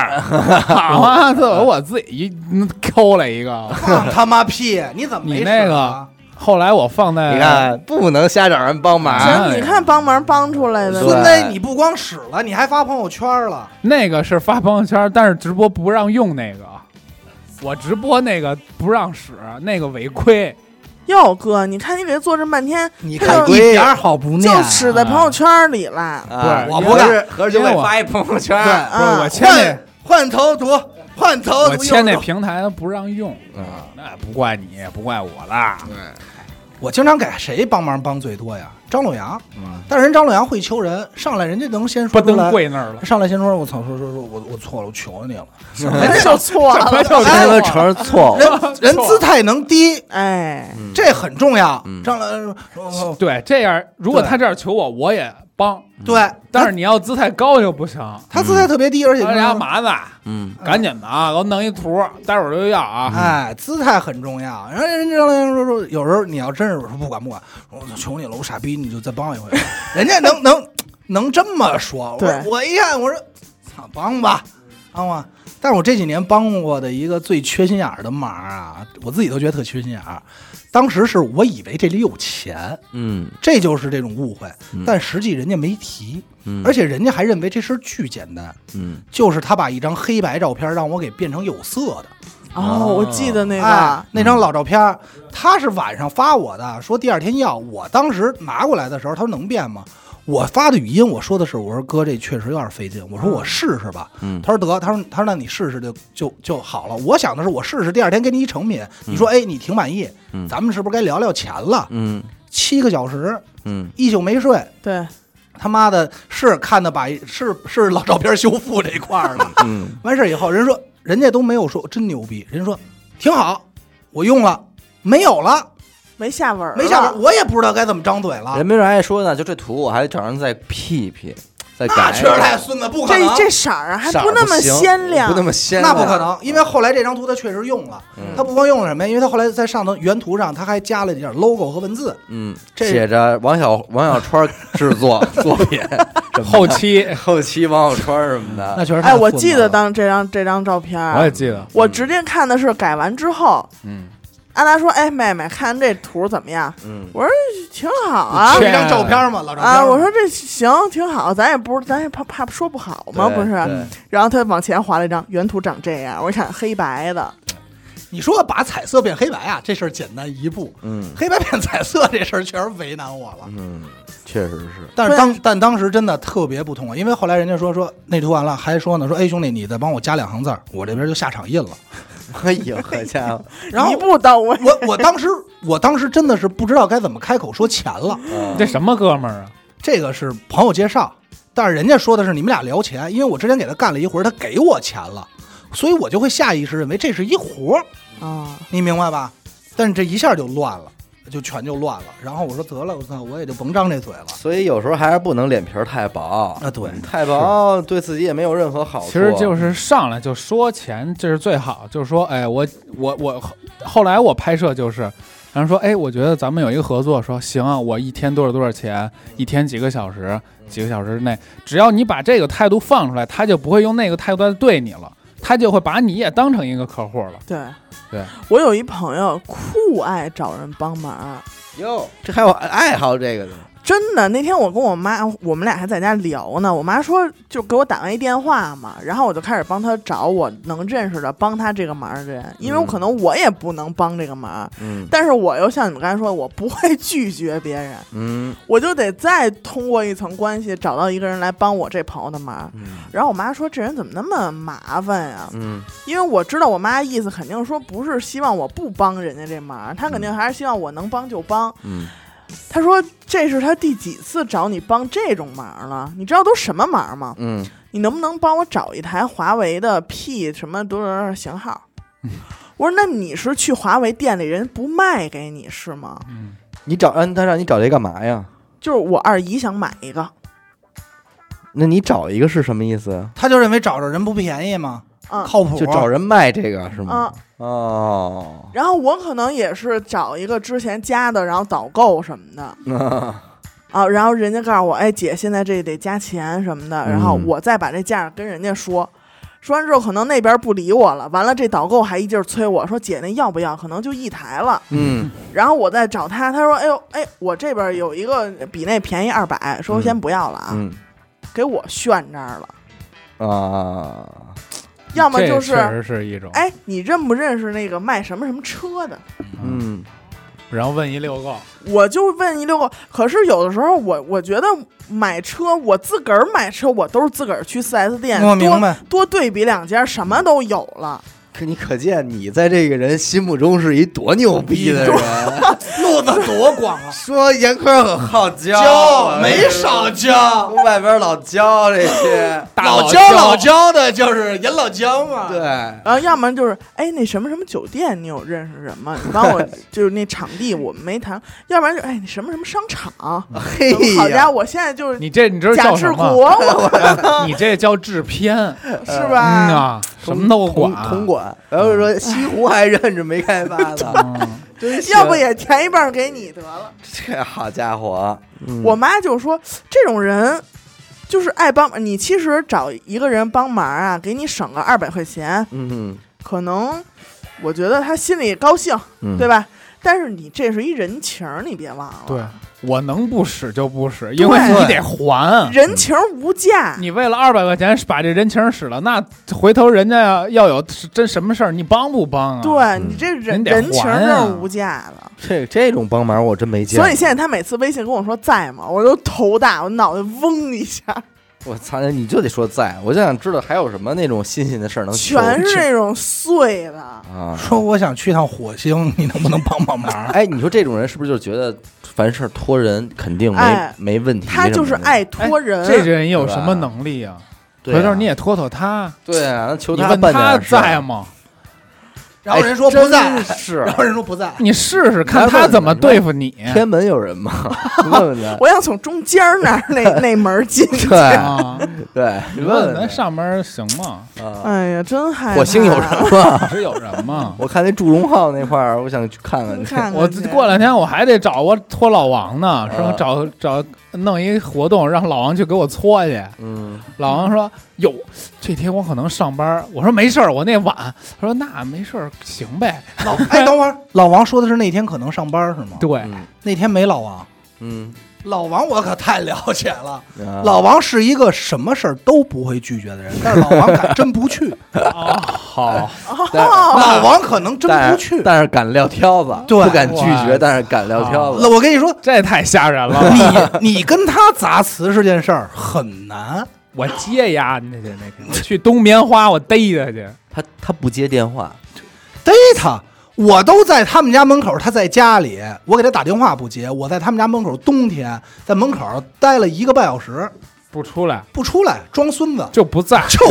Speaker 4: 好啊，这我我自己一嗯抠了一个，
Speaker 2: 放他妈屁！你怎么没
Speaker 4: 你那
Speaker 2: 事啊
Speaker 4: 后来我放在
Speaker 1: 你看，不能瞎找人帮忙
Speaker 4: 啊
Speaker 3: 行，你看帮忙帮出来的
Speaker 1: 对
Speaker 2: 孙子，你不光使了，你还发朋友圈了。
Speaker 4: 那个是发朋友圈，但是直播不让用那个。我直播那个不让使，那个违规。
Speaker 3: 哟哥，你看你给他做这半天，
Speaker 2: 你
Speaker 3: 他就
Speaker 2: 看一点儿好不念
Speaker 4: 哎
Speaker 3: 就
Speaker 2: 啊，
Speaker 3: 使在朋友圈里 了。
Speaker 1: 啊！
Speaker 4: 对
Speaker 2: 我不干
Speaker 1: 合着合着就
Speaker 4: 因
Speaker 1: 给
Speaker 4: 为我
Speaker 1: 发一朋友圈。
Speaker 2: 对
Speaker 4: 不是我签那
Speaker 2: 啊换换头毒，换头毒。
Speaker 4: 我签那平台不让用，
Speaker 1: 啊
Speaker 4: 那不怪你，也不怪我啦。
Speaker 2: 我经常给谁帮忙帮最多呀？张洛阳，但是人张洛阳会求人，上来人家能先
Speaker 4: 嗯不
Speaker 2: 说出
Speaker 4: 登
Speaker 2: 来，
Speaker 4: 跪那儿了，
Speaker 2: 上来先说我操，说说说我我错了，我求 你了，
Speaker 4: 哎
Speaker 3: 就错了，
Speaker 1: 我
Speaker 2: 哎
Speaker 1: 跟他承认 错误。
Speaker 2: 人人姿态能低，
Speaker 3: 哎，
Speaker 2: 这很重要
Speaker 1: 嗯。
Speaker 2: 张洛阳说哦我我
Speaker 4: 对，这样如果
Speaker 2: 对
Speaker 4: 他这样求我，我也帮，
Speaker 2: 对，
Speaker 4: 但是你要姿态高就不行。
Speaker 2: 他姿态特别低，而且
Speaker 4: 他
Speaker 2: 就是
Speaker 4: 俩麻子，
Speaker 1: 嗯，
Speaker 4: 赶紧的啊，给我弄一图，待会儿就要啊。
Speaker 2: 哎，姿态很重要。然后人家张良说说，有时候你要真是我说不管不管，我求你了，我傻逼，你就再帮我一回。人家能能能这么说，我
Speaker 3: 对
Speaker 2: 我一看我说，操，帮吧，帮吧。但是我这几年帮过的一个最缺心眼儿的忙啊，我自己都觉得特缺心眼儿。当时是我以为这里有钱，
Speaker 1: 嗯
Speaker 2: 这就是这种误会
Speaker 1: 嗯，
Speaker 2: 但实际人家没提，
Speaker 1: 嗯，
Speaker 2: 而且人家还认为这事儿巨简单，
Speaker 1: 嗯
Speaker 2: 就是他把一张黑白照片让我给变成有色的。
Speaker 4: 嗯
Speaker 3: 哦，我记得
Speaker 2: 哎
Speaker 3: 那个，，
Speaker 2: 那张老照片儿，他是晚上发我的，说第二天要。我当时拿过来的时候，他说能变吗？我发的语音，我说的是，我说哥，这确实有点费劲，我说我试试吧。
Speaker 1: 嗯
Speaker 2: 他说得，他说他说那你试试就就就好了。我想的是，我试试，第二天给你一成品，你说哎，你挺满意，
Speaker 1: 嗯
Speaker 2: 咱们是不是该聊聊钱了？
Speaker 1: 嗯
Speaker 2: 七个小时
Speaker 1: 嗯
Speaker 2: 一宿没睡，
Speaker 3: 对，
Speaker 2: 他妈的是看的把是是老照片修复这块儿了。
Speaker 1: 嗯
Speaker 2: 完事儿以后，人说人家都没有说真牛逼，人说挺好，我用了没有了，
Speaker 3: 没下文儿了，
Speaker 1: 嗯
Speaker 2: 没下文，我也不知道该怎么张嘴了
Speaker 1: 啊人。没准还说呢，就这图我还得找人再 P P，再
Speaker 2: 那
Speaker 1: 改一
Speaker 2: 确实太
Speaker 1: 个。
Speaker 2: 孙子，不可能
Speaker 3: 这，这色儿啊还
Speaker 1: 色儿
Speaker 3: 那么
Speaker 1: 行
Speaker 3: 鲜亮，
Speaker 1: 不那么鲜
Speaker 2: 那
Speaker 1: 亮，
Speaker 2: 不可能，因为后来这张图他确实用了，
Speaker 1: 嗯
Speaker 2: 他不光用了什么呀，因为他后来在上头原图上他还加了点 logo 和文字，
Speaker 1: 嗯，
Speaker 2: 这
Speaker 1: 写着王小王小川制 作作品，什么的
Speaker 4: 后期
Speaker 1: 后期王小川什么 的，
Speaker 2: 确实
Speaker 3: 哎，我记得当时这张这张照片儿，
Speaker 4: 我也记得，
Speaker 3: 我直接看的是改完之后，
Speaker 4: 嗯，
Speaker 3: 安达说：“哎，妹妹，看这图怎么样
Speaker 1: 嗯？”
Speaker 3: 我说：“挺好啊。
Speaker 2: 有一张照片嘛，老”照片
Speaker 3: 啊，我说这行挺好，咱也不是，咱也怕怕说不好嘛，
Speaker 1: 对
Speaker 3: 不是
Speaker 1: 对？
Speaker 3: 然后他往前划了一张，原图长这样，我一看黑白的，
Speaker 2: 你说把彩色变黑白啊，这事儿简单一步，
Speaker 1: 嗯
Speaker 2: 黑白变彩色这事儿确实为难我了。
Speaker 1: 嗯，确实是，
Speaker 2: 但是当但当时真的特别不痛快，因为后来人家说说那图完了，还说呢说哎兄弟你再帮我加两行字儿，我这边就下场印了。
Speaker 1: 哎呦，好家伙，
Speaker 2: 然后嗯
Speaker 3: 一步到位，
Speaker 2: 我我当时我当时真的是不知道该怎么开口说钱了，
Speaker 1: 嗯
Speaker 4: 这什么哥们儿啊？
Speaker 2: 这个是朋友介绍，但是人家说的是你们俩聊钱，因为我之前给他干了一活儿，他给我钱了，所以我就会下意识认为这是一活儿，
Speaker 3: 啊，
Speaker 2: 你明白吧？但是这一下就乱了，就全就乱了。然后我说得了，我操，我也就甭张这嘴了。
Speaker 1: 所以有时候还是不能脸皮儿太薄
Speaker 2: 啊对
Speaker 1: 太薄对自己也没有任何好处。
Speaker 4: 其实就是上来就说钱，这是最好。就是说，哎，我我我，后来我拍摄就是，然后说，哎，我觉得咱们有一个合作，说行啊，我一天多少多少钱，一天几个小时，几个小时之内，只要你把这个态度放出来，他就不会用那个态度来对你了，他就会把你也当成一个客户了。
Speaker 3: 对
Speaker 4: 对，
Speaker 3: 我有一朋友酷爱找人帮忙，
Speaker 1: 哟，这还有爱好这个的，
Speaker 3: 真的，那天我跟我妈，我们俩还在家聊呢。我妈说，就给我打完一电话嘛，然后我就开始帮她找我能认识的帮她这个忙的人，因为我可能我也不能帮这个忙，
Speaker 1: 嗯
Speaker 3: 但是我又像你们刚才说，我不会拒绝别人，
Speaker 1: 嗯
Speaker 3: 我就得再通过一层关系找到一个人来帮我这朋友的忙。
Speaker 1: 嗯
Speaker 3: 然后我妈说，这人怎么那么麻烦呀、
Speaker 1: 嗯
Speaker 3: 因为我知道我妈意思肯定说不是希望我不帮人家这忙，她肯定还是希望我能帮就帮。
Speaker 1: 嗯，
Speaker 3: 他说这是他第几次找你帮这种忙了？你知道都什么忙吗？
Speaker 1: 嗯，
Speaker 3: 你能不能帮我找一台华为的 P 什么多少多少型号？我说那你是去华为店里人不卖给你是吗？
Speaker 4: 嗯，
Speaker 1: 你找让他让你找这干嘛呀？
Speaker 3: 就是我二姨想买一个
Speaker 1: 那你找一个是什么意思？
Speaker 2: 他就认为找着人不便宜嘛，
Speaker 3: 啊
Speaker 2: 靠谱。
Speaker 1: 就找人卖这个是吗
Speaker 3: 啊，？
Speaker 1: 哦，
Speaker 3: 然后我可能也是找一个之前加的，然后导购什么的。 啊，然后人家告诉我，哎，姐，现在这得加钱什么的，然后
Speaker 1: 嗯
Speaker 3: 我再把这价跟人家说，说完之后可能那边不理我了，完了这导购还一劲儿催我说，姐那要不要？可能就一台了，
Speaker 1: 嗯
Speaker 3: 然后我再找他，他说，哎呦，哎，我这边有一个比那便宜二百，说
Speaker 1: 嗯
Speaker 3: 先不要了啊，
Speaker 1: 嗯
Speaker 3: 给我炫这儿了，
Speaker 1: 啊，
Speaker 3: 要么就
Speaker 4: 这确
Speaker 3: 是，
Speaker 4: 实是一种，
Speaker 3: 哎，你认不认识那个卖什么什么车的？
Speaker 4: 嗯，
Speaker 1: 嗯
Speaker 4: 然后问一遛够，
Speaker 3: 我就问一溜个，可是有的时候我我觉得买车，我自个儿买车，我都是自个儿去四 S 店，
Speaker 2: 我明白，
Speaker 3: 多多对比两家，什么都有了。
Speaker 1: 可你可见你在这个人心目中是一多牛逼的人，！
Speaker 2: 路子多广 啊
Speaker 1: 说严科很好教 哎
Speaker 2: 教啊没少教，
Speaker 1: 外边老教这 些，
Speaker 4: 大老
Speaker 2: 教
Speaker 4: 姜
Speaker 2: 老教的就是人老姜嘛。，
Speaker 1: 对，
Speaker 3: 然后要不然就是，哎，那什么什么酒店，你有认识什么？你帮我就是那场地我们没谈。要不然就哎，你什么什么商场？
Speaker 1: 嘿
Speaker 3: 好家
Speaker 1: 呀，
Speaker 3: 伙，我现在就是
Speaker 4: 哎你这你这
Speaker 3: 贾
Speaker 4: 叫
Speaker 3: 志
Speaker 4: 什
Speaker 3: 国，哎
Speaker 4: 么？
Speaker 3: 我
Speaker 4: 你这叫制片，嗯
Speaker 3: 是吧？
Speaker 4: 啊，什么都管，
Speaker 1: 统统管，嗯然后说西湖还认着没开发呢，
Speaker 4: 嗯
Speaker 1: 真行
Speaker 3: 要不也填一半给你得了。
Speaker 1: 这好家伙，嗯
Speaker 3: 我妈就说这种人就是爱帮忙你，其实找一个人帮忙啊，给你省个二百块钱，
Speaker 1: 嗯
Speaker 3: 可能我觉得他心里高兴，
Speaker 1: 嗯
Speaker 3: 对吧？但是你这是一人情儿，你别忘
Speaker 1: 啊
Speaker 3: 了，
Speaker 4: 对，我能不使就不使，因为
Speaker 3: 对
Speaker 4: 你得还。
Speaker 3: 人情儿无价。
Speaker 4: 嗯你为了二百块钱把这人情使了，那回头人家要要有真什么事儿，你帮不帮啊？，
Speaker 3: 对你这人
Speaker 4: 你得
Speaker 3: 人情儿
Speaker 4: 还
Speaker 3: 真
Speaker 4: 啊
Speaker 3: 是无价的，
Speaker 1: 这这种帮忙我真没见过，
Speaker 3: 所以现在他每次微信跟我说在吗，我都头大，我脑袋嗡一下，
Speaker 1: 我操，你就得说在，我就想知道还有什么那种新鲜的事儿能
Speaker 3: 全是
Speaker 1: 求
Speaker 3: 那种碎的。
Speaker 1: 啊。
Speaker 2: 说我想去趟火星，你能不能帮帮 忙？
Speaker 1: 哎，你说这种人是不是就觉得凡事托人肯定没、
Speaker 3: 哎
Speaker 1: 没问题什么的？
Speaker 3: 他就是爱
Speaker 4: 哎
Speaker 3: 托人，
Speaker 4: 这人有什么能力啊？
Speaker 1: 对啊
Speaker 4: 回头你也拖拖他，
Speaker 1: 对啊，那求
Speaker 4: 你
Speaker 1: 他
Speaker 4: 问
Speaker 1: 办点
Speaker 4: 他
Speaker 1: 事儿
Speaker 4: 在吗？
Speaker 2: 然后人说不在，
Speaker 1: 哎 真是
Speaker 2: 然后人说不在，
Speaker 4: 你试试看他怎么对付你。
Speaker 1: 天安门有人吗？ 问问他，
Speaker 3: 我想从中间儿那儿那那门儿进去。
Speaker 1: 对
Speaker 4: 啊，
Speaker 1: 对，你
Speaker 4: 你问
Speaker 1: 问
Speaker 4: 咱
Speaker 1: 问
Speaker 4: 上班行 吗？
Speaker 1: 他啊，
Speaker 3: 哎呀，真害怕！
Speaker 1: 火星有人吗？
Speaker 4: 是有人吗？
Speaker 1: 我看那祝融号那块儿，我想去看看去。
Speaker 3: 看看
Speaker 4: 我
Speaker 3: 去
Speaker 4: 过两天我还得找我搓老王呢，说
Speaker 1: 啊
Speaker 4: 找找弄一活动，让老王去给我搓去。
Speaker 1: 嗯，
Speaker 4: 老王说：“哟，这天我可能上班。”我说：“没事儿，我那晚。”他说：“那没事儿，行呗。
Speaker 2: 老哎，等会儿老王说的是那天可能上班是吗”？
Speaker 4: 对，
Speaker 2: 那天没老王，
Speaker 1: 嗯，
Speaker 2: 老王我可太了解了。
Speaker 1: 嗯，啊
Speaker 2: 老王是一个什么事儿都不会拒绝的人， 但是老王敢真不去，
Speaker 4: 哦，好，
Speaker 1: 啊但
Speaker 3: 哦
Speaker 2: 老王可能真
Speaker 1: 但
Speaker 2: 不
Speaker 1: 是
Speaker 2: 去。
Speaker 1: 但是敢撂挑子，
Speaker 2: 对
Speaker 1: 不敢拒
Speaker 4: 哇
Speaker 1: 绝，但是敢撂挑子。
Speaker 2: 那我跟你说，
Speaker 4: 这也太吓人了。
Speaker 2: 你你跟他砸词这件事儿很难，
Speaker 4: 我接丫那去那天，我去冬棉花，我逮他去。
Speaker 1: 他他不接电话，
Speaker 2: 逮他。我都在他们家门口，他在家里，我给他打电话不接，我在他们家门口，冬天在门口待了一个半小时
Speaker 4: 不出来
Speaker 2: 不出来，装孙子，
Speaker 4: 就不在，
Speaker 2: 就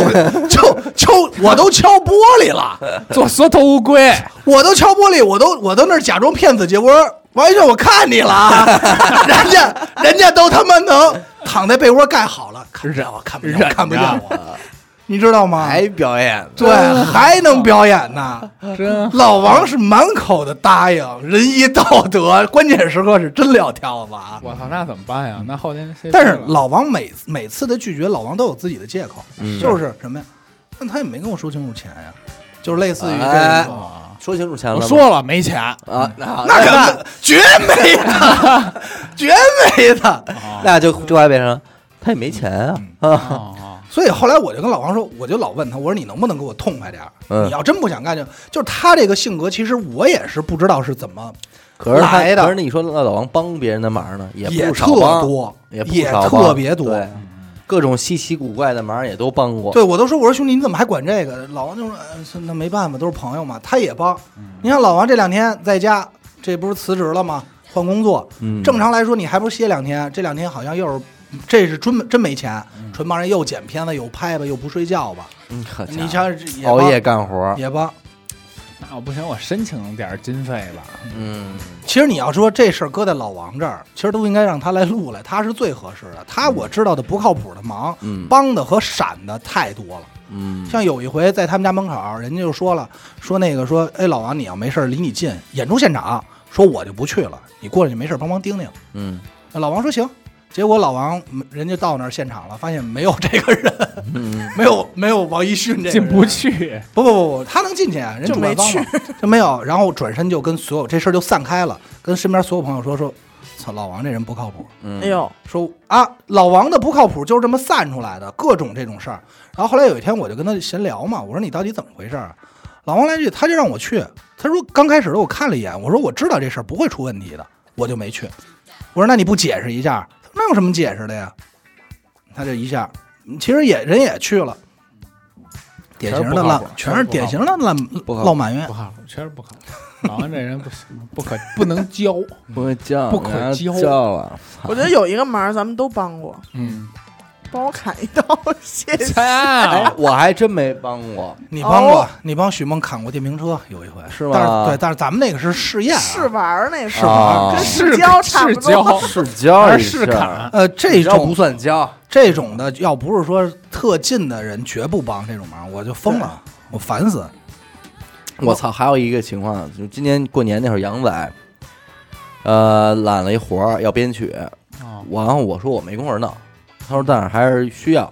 Speaker 2: 就就我都敲玻璃了，
Speaker 4: 做缩头乌 龟。
Speaker 2: 我都敲玻璃，我都我都那儿假装骗子，结果王一俊，我看你了 啊，人家人家都他妈能躺在被窝盖好了，看不见我，看不见啊我，
Speaker 4: 忍着
Speaker 2: 看不见我，你知道吗？
Speaker 1: 还表演呢，
Speaker 2: 对，还能表演呢。
Speaker 4: 真
Speaker 2: 老王是满口的答应，仁义道德，关键时刻是真撂挑 子啊！
Speaker 4: 我操，那怎么办呀？那后天谁
Speaker 2: 但是
Speaker 4: 去了
Speaker 2: 老王每每次的拒绝，老王都有自己的借口，就是什么呀？那他也没跟我说清楚钱呀，就是类似于这
Speaker 1: 哎
Speaker 2: 种。啊
Speaker 1: 说清楚钱了
Speaker 4: 我
Speaker 1: 吗，
Speaker 4: 说了没钱，
Speaker 1: 啊，那
Speaker 2: 嗯那 可不绝没他， 绝没他。
Speaker 1: 那就就还变成他也没钱啊
Speaker 2: 嗯
Speaker 1: 啊，
Speaker 4: 哦
Speaker 2: 所以后来我就跟老王说，我就老问他，我说你能不能给我痛快点儿？
Speaker 1: 嗯
Speaker 2: 你要真不想干就，就是他这个性格，其实我也是不知道是怎么
Speaker 1: 可是他
Speaker 2: 来的
Speaker 1: 可是你说那老王帮别人的忙呢，也
Speaker 2: 也
Speaker 1: 不
Speaker 2: 特
Speaker 1: 少帮，
Speaker 2: 多，也
Speaker 1: 也不少帮
Speaker 2: 特别多。嗯
Speaker 1: 对各种稀奇古怪的忙也都帮过。
Speaker 2: 对，我都说我说兄弟，你怎么还管这个？老王就说，呃是那没办法，都是朋友嘛。他也帮。
Speaker 1: 嗯
Speaker 2: 你看老王这两天在家，这不是辞职了吗？换工作，
Speaker 1: 嗯
Speaker 2: 正常来说你还不是歇两天？这两天好像又是，这是真真没钱，纯帮人又剪片子又拍吧，又不睡觉吧。
Speaker 1: 嗯，可
Speaker 2: 你
Speaker 1: 家
Speaker 2: 像是也
Speaker 1: 熬
Speaker 2: 帮
Speaker 1: 夜干活，
Speaker 2: 也帮。
Speaker 4: 那我不行，我申请点儿经费吧。
Speaker 1: 嗯，
Speaker 2: 其实你要说这事儿搁在老王这儿，其实都应该让他来录来，他是最合适的。他我知道的不靠谱的忙，
Speaker 1: 嗯
Speaker 2: 帮的和闪的太多了。
Speaker 1: 嗯，
Speaker 2: 像有一回在他们家门口，人家就说了，说那个说，哎，老王你要没事儿离你近，演出现场，说我就不去了，你过去没事儿帮忙盯盯。
Speaker 1: 嗯
Speaker 2: 那老王说行，结果老王嗯人家到那儿现场了，发现没有这个人，
Speaker 1: 嗯
Speaker 2: 没有没有王一迅这个人
Speaker 4: 进不，去，
Speaker 2: 不不不不，他能进去，啊人
Speaker 3: 就
Speaker 2: 主办
Speaker 3: 没
Speaker 2: 方嘛，就没有，然后转身就跟所有这事儿就散开了，跟身边所有朋友说说，操，老王这人不靠谱，
Speaker 1: 嗯，
Speaker 3: 哎呦，
Speaker 2: 说啊，老王的不靠谱就是这么散出来的，各种这种事儿。然后后来有一天我就跟他闲聊嘛，我说你到底怎么回事儿啊？老王来句，他就让我去。他说刚开始的时候我看了一眼，我说我知道这事儿不会出问题的，我就没去。我说那你不解释一下？他说那有什么解释的呀？他这一下，嗯其实也人也去了，典型的烂，
Speaker 4: 全
Speaker 2: 全
Speaker 4: 是
Speaker 2: 是
Speaker 4: 不靠谱
Speaker 2: 典型的烂
Speaker 1: 不靠谱
Speaker 2: 烂满月
Speaker 4: 不。靠谱，确实不靠谱。老王这人不行，不可不能教。
Speaker 1: 不会叫，
Speaker 4: 不可
Speaker 1: 然后
Speaker 4: 教
Speaker 1: 叫
Speaker 2: 啊
Speaker 1: 了，
Speaker 3: 我觉得有一个忙儿咱们都帮过，
Speaker 4: 嗯，
Speaker 3: 帮我砍一刀，谢谢。
Speaker 1: 哎
Speaker 4: 操，，
Speaker 1: 我还真没帮过，
Speaker 2: 你帮过，
Speaker 3: 哦
Speaker 2: 你帮许梦砍过电瓶车有一回，
Speaker 1: 是吗
Speaker 2: 但是对，但是咱们那个是试验、啊，
Speaker 3: 试玩儿那
Speaker 1: 是玩儿
Speaker 3: 跟
Speaker 4: 是
Speaker 3: 世交差不
Speaker 4: 是
Speaker 3: 多。
Speaker 2: 哦
Speaker 4: 教，
Speaker 1: 啊是教
Speaker 4: 还
Speaker 1: 一
Speaker 4: 是试
Speaker 1: 下
Speaker 4: 砍，
Speaker 2: 呃，这
Speaker 1: 这
Speaker 2: 种
Speaker 1: 不算教，
Speaker 2: 这种的，要不是说特近的人，绝不帮这种忙，我就疯了，我烦死。
Speaker 1: 我操，还有一个情况，就今年过年那会儿，杨仔，呃，揽了一活儿要编曲，
Speaker 4: 哦
Speaker 1: 我然后我说我没工夫弄，他说但是还是需要，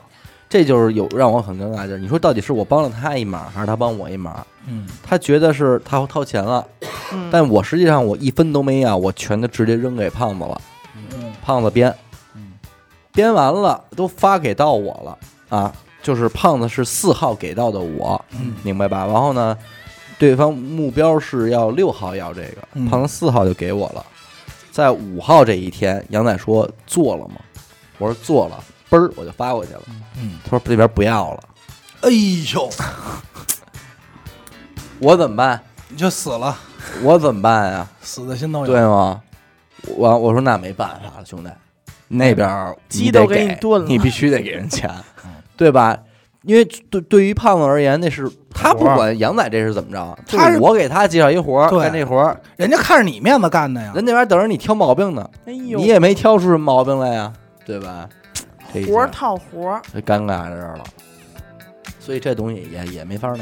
Speaker 1: 这就是有让我很尴尬的地儿。你说到底是我帮了他一忙，还是他帮我一忙？
Speaker 2: 嗯，
Speaker 1: 他觉得是他掏钱了，
Speaker 3: 嗯
Speaker 1: 但我实际上我一分都没要，啊我全都直接扔给胖子了，胖子编
Speaker 4: 嗯，
Speaker 1: 编完了都发给到我了啊，就是胖子是四号给到的我，
Speaker 2: 嗯
Speaker 1: 明白吧？然后呢，对方目标是要六号要这个，
Speaker 2: 嗯
Speaker 1: 胖子四号就给我了。在五号这一天，杨仔说做了吗？我说做了，嘣儿我就发过去了。
Speaker 2: 嗯，
Speaker 1: 他说这边不要了，
Speaker 2: 哎呦，
Speaker 1: 我怎么办？
Speaker 2: 你 就死了，
Speaker 1: 我怎么办啊呀？
Speaker 2: 死的心都有。
Speaker 1: 对，吗？我我说那没办法了，兄弟，那边儿
Speaker 3: 鸡
Speaker 1: 得
Speaker 3: 都给你炖了
Speaker 1: 你必须得给人钱，对吧？因为对对于胖子而言，那是他不
Speaker 4: 活儿
Speaker 1: 管杨仔这是怎么着，就
Speaker 2: 他是
Speaker 1: 我给他介绍一活儿
Speaker 2: 对
Speaker 1: 干这活儿，
Speaker 2: 人家看着你面子干的呀。
Speaker 1: 人那边等着你挑毛病呢，
Speaker 3: 哎
Speaker 1: 你
Speaker 3: 呦，
Speaker 1: 也没挑出什么毛病来呀，对吧？这一
Speaker 3: 活儿
Speaker 1: 下
Speaker 3: 套活儿，
Speaker 1: 就尴尬在这儿了，所以这东西也也没法弄。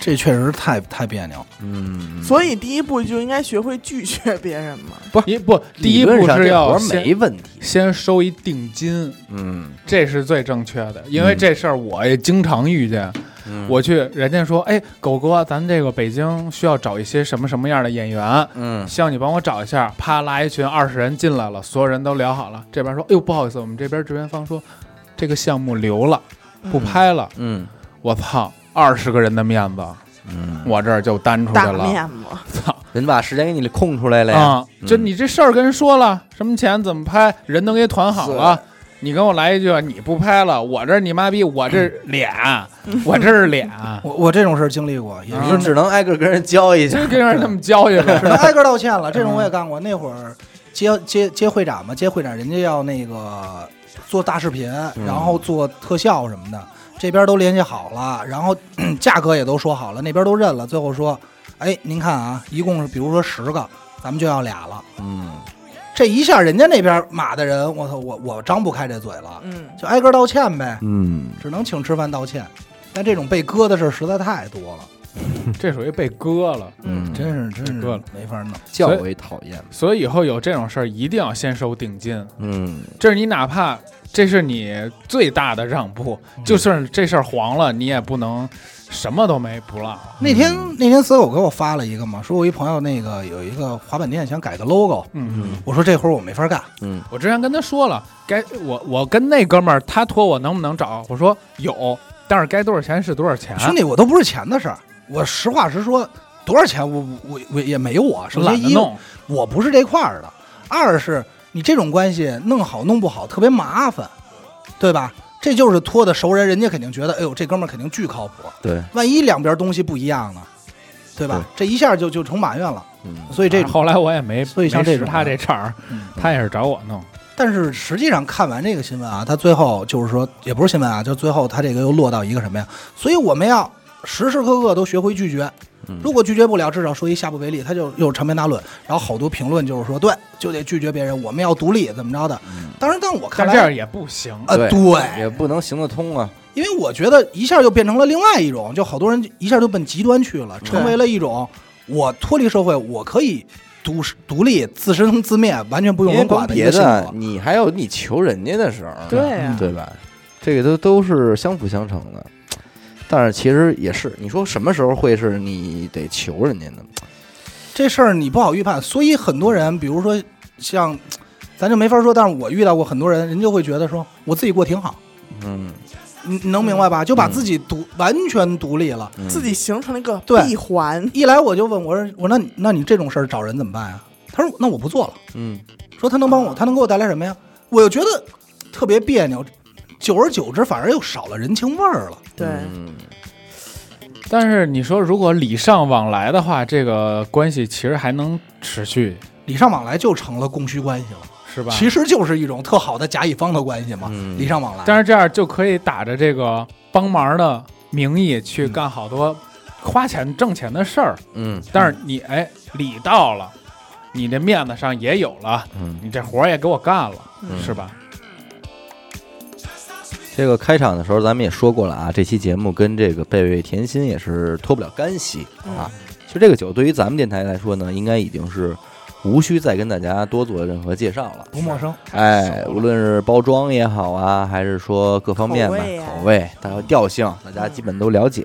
Speaker 2: 这确实太太别扭了。
Speaker 1: 嗯，
Speaker 3: 所以第一步就应该学会拒绝别人嘛。
Speaker 4: 一不，第一步是
Speaker 1: 活
Speaker 4: 要
Speaker 1: 儿
Speaker 4: 先
Speaker 1: 没问题。
Speaker 4: 先收一定金，
Speaker 1: 嗯，
Speaker 4: 这是最正确的，因为
Speaker 1: 嗯
Speaker 4: 这事儿我也经常遇见。我去，人家说，哎，狗哥，咱们这个北京需要找一些什么什么样的演员，
Speaker 1: 嗯
Speaker 4: 希望你帮我找一下。啪，拉一群二十人进来了，所有人都聊好了。这边说，哎呦，不好意思，我们这边制片方说，这个项目留了，不拍了。
Speaker 1: 嗯
Speaker 4: 我操，二十个人的面子，
Speaker 1: 嗯，
Speaker 4: 我这儿就担出
Speaker 3: 大
Speaker 4: 来了。
Speaker 3: 面子，
Speaker 4: 操
Speaker 1: 人把时间给你空出来了呀。
Speaker 4: 啊！就
Speaker 1: 嗯
Speaker 4: 你这事儿跟人说了，什么钱怎么拍，人都给你团好了。你跟我来一句，你不拍了，我这儿你妈逼，我这儿俩，
Speaker 1: 嗯
Speaker 4: 我这儿 俩，
Speaker 2: 我我这种事儿经历过，也
Speaker 4: 啊
Speaker 1: 你
Speaker 2: 是
Speaker 1: 只能挨个跟人交一下
Speaker 4: 就。跟人这么教去呗
Speaker 2: 只。能挨个道歉了。这
Speaker 4: 嗯
Speaker 2: 种我也干过，那会儿接接接会展嘛，接会展人家要那个做大视频，
Speaker 4: 嗯
Speaker 2: 然后做特效什么的，这边都联系好了，然后 价格也都说好了，那边都认了，最后说，哎，您看啊，一共是比如说十个，咱们就要俩了。
Speaker 1: 嗯
Speaker 2: 这一下人家那边码的人，我操，我我张不开这嘴了，
Speaker 3: 嗯，
Speaker 2: 就挨个道歉呗，
Speaker 1: 嗯，
Speaker 2: 只能请吃饭道歉。但这种被割的事儿实在太多了，
Speaker 4: 这属于被割了，
Speaker 1: 嗯，
Speaker 2: 真是真是
Speaker 4: 被割了
Speaker 2: 没法弄。
Speaker 1: 较为讨厌。
Speaker 4: 所以以后有这种事儿一定要先收定金。
Speaker 1: 嗯，
Speaker 4: 这是你哪怕这是你最大的让步，
Speaker 1: 嗯
Speaker 4: 就是这事儿黄了，你也不能什么都没不落。
Speaker 2: 那天那天死狗给我发了一个嘛，说我一朋友那个有一个滑板店想改个 logo，
Speaker 4: 嗯，
Speaker 2: 我说这活儿我没法干，
Speaker 4: 我之前跟他说了，该我我跟那哥们儿他托我能不能找，我说有，但是该多少钱是多少钱。
Speaker 2: 兄弟我都不是钱的事儿，我实话实说，多少钱我我我也没我，首
Speaker 4: 懒
Speaker 2: 先
Speaker 4: 得
Speaker 2: 一
Speaker 4: 弄，
Speaker 2: 我不是这块儿的，二是你这种关系弄好弄不好特别麻烦，对吧？这就是托的熟人，人家肯定觉得，哎呦，这哥们儿肯定巨靠谱，
Speaker 1: 对，
Speaker 2: 万一两边东西不一样呢，对吧？这一下就就成埋怨了，
Speaker 1: 嗯，
Speaker 2: 所以这
Speaker 4: 啊后来我也没，
Speaker 2: 所以像
Speaker 4: 没
Speaker 2: 这
Speaker 4: 使
Speaker 2: 种啊
Speaker 4: 他这茬儿，他也是找我弄。
Speaker 2: 但是实际上看完这个新闻啊，他最后就是说，也不是新闻啊，就最后他这个又落到一个什么呀？所以我们要时时刻刻都学会拒绝
Speaker 1: 嗯。
Speaker 2: 如果拒绝不了，至少说一下不为例，他就又长篇大论。然后好多评论就是说，对，就得拒绝别人，我们要独立，怎么着的？
Speaker 1: 嗯
Speaker 2: 当然，但我看
Speaker 4: 但
Speaker 2: 来
Speaker 4: 这样也不行，
Speaker 2: 啊，
Speaker 1: 对
Speaker 2: 对，
Speaker 1: 也不能行得通啊。
Speaker 2: 因为我觉得一下就变成了另外一种，就好多人一下就奔极端去了，
Speaker 1: 嗯
Speaker 2: 成为了一种我脱离社会，我可以独独立、自生自灭，完全不用
Speaker 1: 因为
Speaker 2: 人
Speaker 1: 甭
Speaker 2: 管的一
Speaker 1: 别
Speaker 2: 个性
Speaker 1: 的，
Speaker 2: 格。
Speaker 1: 你还有你求人家的时候，
Speaker 3: 对呀
Speaker 1: 对吧？这个都都是相辅相成的。但是其实也是，你说什么时候会是你得求人家呢？
Speaker 2: 这事儿你不好预判，所以很多人，比如说像，咱就没法说，但是我遇到过很多人，人就会觉得说我自己过挺好，
Speaker 1: 嗯，
Speaker 2: 你你能明白
Speaker 4: 嗯
Speaker 2: 吧？就把自己独、完全独立了。
Speaker 1: 嗯
Speaker 3: 自己形成了一个
Speaker 2: 对
Speaker 3: 闭环，
Speaker 2: 一来我就问我说我那你那你这种事儿找人怎么办呀？他说那我不做了。
Speaker 1: 嗯
Speaker 2: 说他能帮
Speaker 4: 啊
Speaker 2: 我，他能给我带来什么呀？我又觉得特别别扭，久而久之反而又少了人情味儿了。
Speaker 3: 对，
Speaker 1: 嗯
Speaker 4: 但是你说如果礼尚往来的话，这个关系其实还能持续，
Speaker 2: 礼尚往来就成了供需关系了，
Speaker 4: 是吧？
Speaker 2: 其实就是一种特好的甲乙方的关系嘛，
Speaker 1: 嗯
Speaker 2: 礼尚往来。
Speaker 4: 但是这样就可以打着这个帮忙的名义去干好
Speaker 2: 嗯
Speaker 4: 多花钱挣钱的事儿。
Speaker 1: 嗯
Speaker 4: 但是你哎，礼到了，你这面子上也有了，
Speaker 1: 嗯，
Speaker 4: 你这活儿也给我干了，
Speaker 3: 嗯
Speaker 4: 是吧？
Speaker 1: 这个开场的时候咱们也说过了啊，这期节目跟这个贝贝甜心也是脱不了干系
Speaker 3: 嗯
Speaker 1: 啊。其实这个酒对于咱们电台来说呢，应该已经是无需再跟大家多做任何介绍了。
Speaker 3: 嗯
Speaker 2: 不陌生，
Speaker 1: 哎，无论是包装也好啊，还是说各方面吧，
Speaker 3: 口味啊
Speaker 1: 口味、还有调性，大家基本都了解。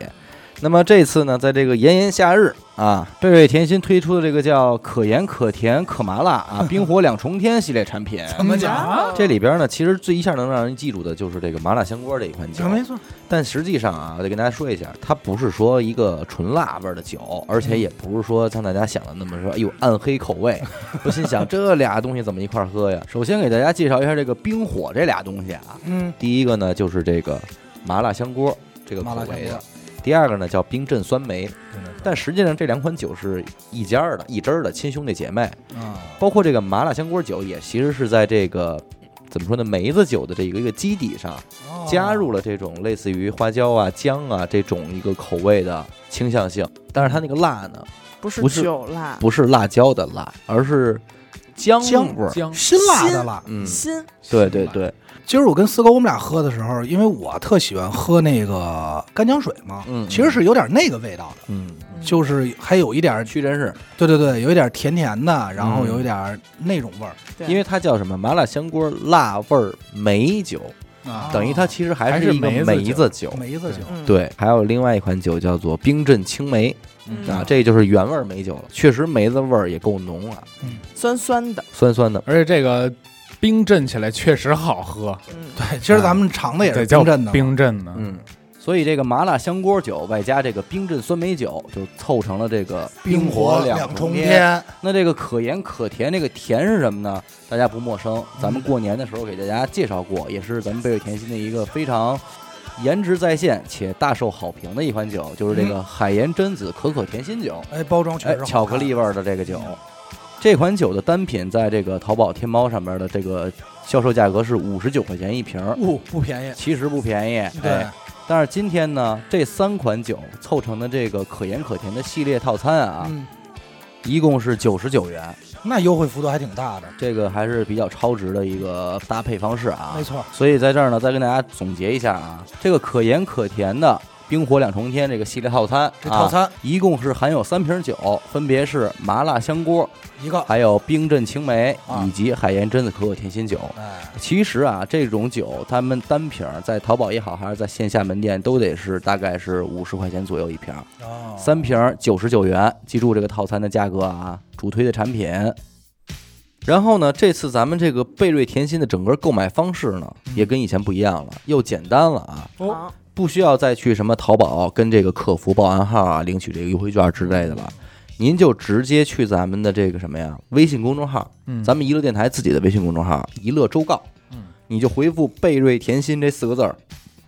Speaker 1: 那么这次呢，在这个炎炎夏日啊，贝贝甜心推出的这个叫“可盐可甜可麻辣”啊，冰火两重天系列产品。
Speaker 2: 怎么讲？
Speaker 4: 啊？
Speaker 1: 这里边呢，其实最一下能让人记住的就是这个麻辣香锅这一
Speaker 4: 嗯
Speaker 1: 款酒，
Speaker 2: 没错，
Speaker 1: 但实际上啊，我得跟大家说一下，它不是说一个纯辣味儿的酒，而且也不是说像大家想的那么说，哎呦暗黑口味。我心想这俩东西怎么一块儿喝呀？首先给大家介绍一下这个冰火这俩东西啊，
Speaker 2: 嗯，
Speaker 1: 第一个呢就是这个麻辣香锅这个
Speaker 2: 麻
Speaker 1: 口
Speaker 2: 辣
Speaker 1: 味
Speaker 2: 香
Speaker 1: 的
Speaker 2: 锅，
Speaker 1: 第二个呢叫冰镇酸梅
Speaker 2: 对对对，
Speaker 1: 但实际上这两款酒是一家儿的、一支儿的亲兄弟姐妹，
Speaker 2: 啊，
Speaker 1: 包括这个麻辣香锅酒也其实是在这个怎么说呢梅子酒的这一个一个基底上，加入了这种类似于花椒啊、姜啊这种一个口味的倾向性，但是它那个辣呢，
Speaker 3: 不是
Speaker 1: 不是
Speaker 3: 酒辣，
Speaker 1: 不是辣椒的辣，而是姜
Speaker 2: 姜
Speaker 1: 味儿。
Speaker 4: 姜
Speaker 2: 辛辣的辣。
Speaker 1: 嗯，
Speaker 3: 辛
Speaker 1: 对对对，
Speaker 2: 今儿我跟四哥我们俩喝的时候，因为我特喜欢喝那个干姜水嘛，
Speaker 1: 嗯嗯
Speaker 2: 其实是有点那个味道的，
Speaker 1: 嗯，
Speaker 2: 就是还有一点儿，
Speaker 1: 屈臣氏，
Speaker 2: 对对对，有一点甜甜的，然后
Speaker 1: 嗯
Speaker 2: 有一点儿那种味儿。
Speaker 3: 对
Speaker 1: 因为它叫什么麻辣香锅辣味儿梅酒，
Speaker 4: 啊，
Speaker 1: 等于它其实哦还
Speaker 4: 还
Speaker 1: 是
Speaker 4: 是
Speaker 1: 一个
Speaker 4: 梅子
Speaker 1: 梅
Speaker 4: 酒
Speaker 1: 子酒。
Speaker 2: 梅子酒，
Speaker 3: 嗯
Speaker 1: 对，还有另外一款酒叫做冰镇青梅
Speaker 3: 嗯
Speaker 1: 啊，这就是原味儿梅酒了，确实梅子味儿也够浓啊，
Speaker 3: 酸酸的，
Speaker 1: 酸酸的。
Speaker 4: 而且这个冰镇起来确实好喝，
Speaker 3: 嗯，
Speaker 2: 对，今儿咱们尝的也是
Speaker 4: 对，叫
Speaker 2: 冰镇的嘛，
Speaker 4: 冰镇的，
Speaker 1: 嗯，所以这个麻辣香锅酒外加这个冰镇酸梅酒，就凑成了这个
Speaker 2: 冰
Speaker 1: 火
Speaker 2: 火两
Speaker 1: 重
Speaker 2: 重。天。
Speaker 1: 那这个可盐可甜，这个甜是什么呢？大家不陌
Speaker 2: 嗯
Speaker 1: 生，咱们过年的时候给大家介绍过，也是咱们贝瑞甜心的一个非常颜值在线且大受好评的一款酒，就是这个海盐榛子可可甜心酒，
Speaker 2: 哎，包嗯装确
Speaker 1: 哎
Speaker 2: 实，好
Speaker 1: 巧克力味儿的这个酒。这款酒的单品在这个淘宝、天猫上面的这个销售价格是五十九块钱一瓶儿
Speaker 2: 看，，不哦不便宜。
Speaker 1: 其实不便宜。
Speaker 2: 嗯对
Speaker 1: 哎，，但是今天呢，这三款酒凑成的这个可盐可甜的系列套餐啊，
Speaker 2: 嗯，
Speaker 1: 一共是九十九元，
Speaker 2: 那优惠幅度还挺大的，
Speaker 1: 这个还是比较超值的一个搭配方式啊
Speaker 2: 没。错。
Speaker 1: 所以在这儿呢，再跟大家总结一下啊，这个可盐可甜的冰火两重天这个系列套餐，
Speaker 2: 这套、
Speaker 1: 啊、
Speaker 2: 餐
Speaker 1: 一共是含有三瓶酒，分别是麻辣香锅，
Speaker 2: 一个，
Speaker 1: 还有冰镇青梅
Speaker 2: 啊
Speaker 1: 以及海盐榛子可可甜心酒。
Speaker 2: 哎，
Speaker 1: 其实啊，这种酒他们单瓶儿在淘宝也好，还是在线下门店都得是大概是五十块钱左右一瓶儿。
Speaker 2: 哦
Speaker 1: 三瓶九十九元，记住这个套餐的价格啊，主推的产品。然后呢，这次咱们这个贝瑞甜心的整个购买方式呢，也跟以前不一样了，又简单了啊，
Speaker 4: 哦
Speaker 3: 好，
Speaker 1: 不需要再去什么淘宝跟这个客服报暗号啊，领取这个优惠券之类的了。您就直接去咱们的这个什么呀，微信公众号，
Speaker 4: 嗯，
Speaker 1: 咱们娱乐电台自己的微信公众号“娱乐周告”，
Speaker 4: 嗯，
Speaker 1: 你就回复“贝瑞甜心”这四个字儿，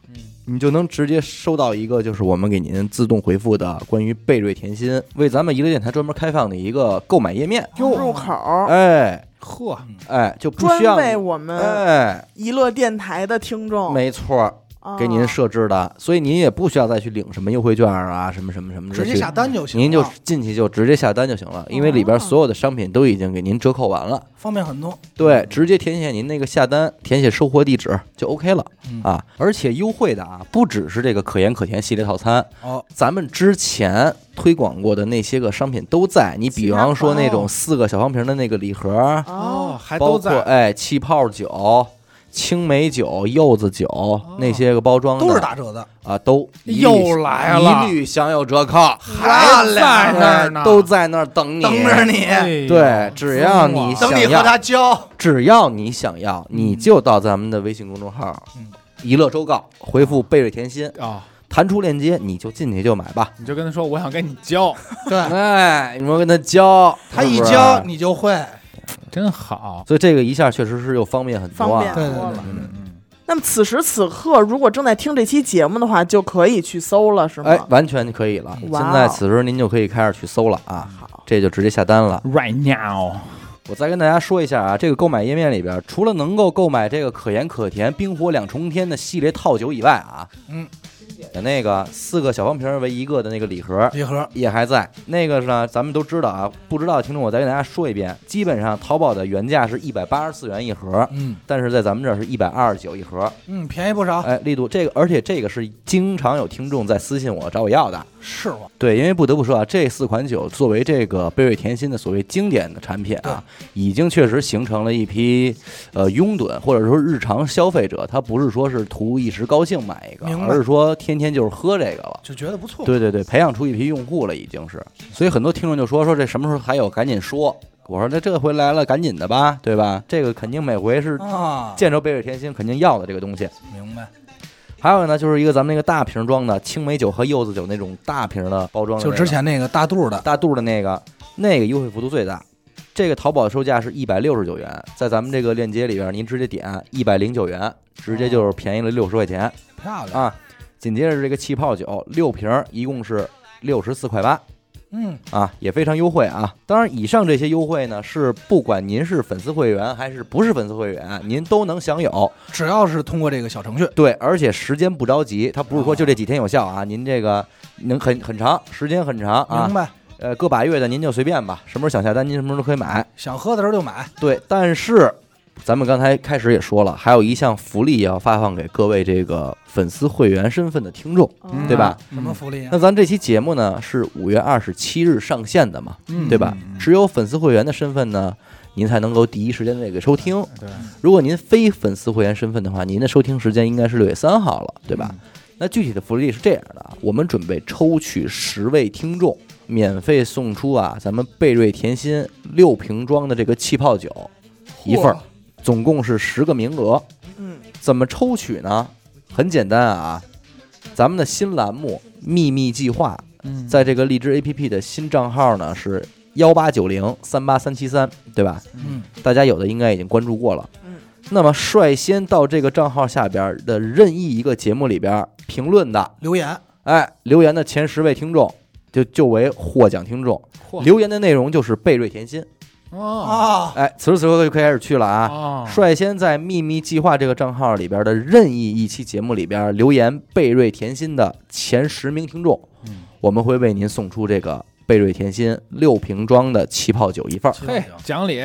Speaker 4: 嗯，
Speaker 1: 你就能直接收到一个就是我们给您自动回复的关于贝瑞甜心为咱们娱乐电台专门开放的一个购买页面，
Speaker 3: 入口
Speaker 1: 哎
Speaker 4: 呵，
Speaker 1: 哎，就不
Speaker 3: 专
Speaker 1: 需要
Speaker 3: 为
Speaker 1: 你
Speaker 3: 我们
Speaker 1: 哎，
Speaker 3: 娱乐电台的听
Speaker 2: 哦
Speaker 3: 众
Speaker 1: 没错儿，
Speaker 3: 啊
Speaker 1: 给您设置的，所以您也不需要再去领什么优惠券啊，什么什么什么的，
Speaker 2: 直接下单就
Speaker 1: 去。
Speaker 2: 行了，哦
Speaker 1: 您就进去就直接下单就行了，因为里边所有的商品都已经给您折扣完了。
Speaker 2: 方便很多。
Speaker 1: 对，直接填写您那个下单，填写收货地址就 OK 了、
Speaker 2: 嗯
Speaker 1: 啊。而且优惠的啊，不只是这个可盐可甜系列套餐，
Speaker 2: 哦，
Speaker 1: 咱们之前推广过的那些个商品都在。你比方说那种四个小方瓶的那个礼盒，
Speaker 4: 哦，
Speaker 3: 哦，
Speaker 4: 啊还
Speaker 1: 包
Speaker 4: 都
Speaker 1: 括
Speaker 4: 在，
Speaker 1: 哎气泡酒、青梅酒、柚子酒、
Speaker 4: 哦
Speaker 1: 那些个包装的
Speaker 2: 都是打折的，
Speaker 1: 啊，都一律
Speaker 4: 又来了
Speaker 1: 一律享有折扣，
Speaker 4: 还在那儿呢，
Speaker 1: 都在那儿等你，
Speaker 2: 等着你，
Speaker 4: 哎呦，
Speaker 1: 对，只要你想
Speaker 4: 疯
Speaker 2: 等
Speaker 1: 要，
Speaker 2: 你和他交。
Speaker 1: 只要你想要，
Speaker 3: 嗯
Speaker 1: 你就到咱们的微信公众号
Speaker 2: 嗯
Speaker 1: “娱乐周告”，回复“贝瑞甜心
Speaker 4: 了啊，”，
Speaker 1: 弹出链接，你就进去就买吧。
Speaker 4: 你就跟他说我想跟你 交，
Speaker 3: 嗯
Speaker 2: 对
Speaker 1: 哎，你们跟他交，
Speaker 2: 他
Speaker 1: 是
Speaker 2: 一
Speaker 1: 不是
Speaker 2: 交，你就会，
Speaker 4: 真好，
Speaker 1: 所以这个一下确实是又方便很多
Speaker 3: 方便
Speaker 1: 啊。
Speaker 2: 对对
Speaker 3: 多了。
Speaker 4: 嗯嗯，
Speaker 3: 那么此时此刻，如果正在听这期节目的话，就可以去搜了，是吗？
Speaker 1: 哎，完全就可以了。
Speaker 3: 哇哦哦
Speaker 1: 现在此时您就可以开始去搜了啊，
Speaker 3: 好，
Speaker 1: 这就直接下单了。
Speaker 4: ，right now，
Speaker 2: 嗯
Speaker 1: 我再跟大家说一下啊，这个购买页面里边，除了能够购买这个可盐可甜冰火两重天的系列套酒以外啊，
Speaker 2: 嗯，
Speaker 1: 那个四个小方瓶为一个的那个礼盒，
Speaker 2: 礼盒
Speaker 1: 也还在。那个是呢，咱们都知道啊，不知道的听众我再跟大家说一遍，基本上淘宝的原价是一百八十四元一盒，
Speaker 2: 嗯
Speaker 1: 但是在咱们这儿是一百二十九一盒，
Speaker 2: 嗯，便宜不少，
Speaker 1: 哎，力度这个，而且这个是经常有听众在私信我找我要的。
Speaker 2: 是我
Speaker 1: 对，因为不得不说啊，这四款酒作为这个贝瑞甜心的所谓经典的产品啊，已经确实形成了一批呃拥趸或者说日常消费者，他不是说是图一时高兴买一个
Speaker 2: 明，白
Speaker 1: 而是说天天就是喝这个了。
Speaker 2: 就觉得不 错。
Speaker 1: 对对对，培养出一批用户了，已经是。所以很多听众就说说这什么时候还有，赶紧说。我说那这回来了，赶紧的吧，对吧？这个肯定每回是
Speaker 2: 啊，
Speaker 1: 见着贝瑞甜心肯定要的这个东西。
Speaker 2: 明白，
Speaker 1: 还有呢，就是一个咱们那个大瓶装的青梅酒和柚子酒那种大瓶的包装的那
Speaker 2: 就
Speaker 1: 个，
Speaker 2: 之前那个大肚的，
Speaker 1: 大肚的那个，那个优惠幅度最大。这个淘宝售价是一百六十九元，在咱们这个链接里边，您直接点一百零九元，直接就是便宜了六十块钱啊
Speaker 2: 漂亮，
Speaker 1: 啊。紧接着是这个气泡酒六瓶儿，一共是六十四块八，
Speaker 2: 嗯，
Speaker 1: 啊，也非常优惠啊。当然，以上这些优惠呢，是不管您是粉丝会员还是不是粉丝会员，您都能享有。
Speaker 2: 只要是通过这个小程序，
Speaker 1: 对，而且时间不着急，它不是说就这几天有效啊，您这个能很很长，时间很长啊
Speaker 2: 明。白？
Speaker 1: 呃，个把月的您就随便吧，什么时候想下单您什么时候都可以买。
Speaker 2: 想喝的时候就买，
Speaker 1: 对，但是咱们刚才开始也说了，还有一项福利要发放给各位这个粉丝会员身份的听众。
Speaker 4: 嗯
Speaker 1: 对吧？
Speaker 2: 什么福利啊
Speaker 1: 那？咱这期节目呢是五月二十七日上线的嘛，
Speaker 2: 嗯
Speaker 1: 对吧？只有粉丝会员的身份呢，您才能够第一时间内给收听。
Speaker 4: 对，
Speaker 2: 嗯
Speaker 1: 如果您非粉丝会员身份的话，您的收听时间应该是六月三号了，对吧？那具体的福利是这样的啊，我们准备抽取十位听众，免费送出啊咱们贝瑞甜心六瓶装的这个气泡酒一份儿，总共是十个名额。
Speaker 3: 嗯，
Speaker 1: 怎么抽取呢？很简单啊，咱们的新栏目《秘密计划》
Speaker 4: 嗯
Speaker 1: 在这个荔枝 APP 的新账号呢是幺八九零三八三七三，对吧？
Speaker 2: 嗯，
Speaker 1: 大家有的应该已经关注过了。
Speaker 3: 嗯，
Speaker 1: 那么率先到这个账号下边的任意一个节目里边评论的，
Speaker 2: 留言
Speaker 1: 哎，留言的前十位听众就就为获奖听众，
Speaker 4: 嚯
Speaker 1: 留言的内容就是贝瑞甜心。
Speaker 4: 哦
Speaker 2: 啊，
Speaker 1: 哎，此时此刻就可以开始去了啊。
Speaker 4: 哦，
Speaker 1: 率先在“秘密计划”这个账号里边的任意一期节目里边留言“贝瑞甜心”的前十名听众，
Speaker 4: 嗯
Speaker 1: 我们会为您送出这个贝瑞甜心六瓶装的气泡酒一份儿，
Speaker 4: 嘿，讲理，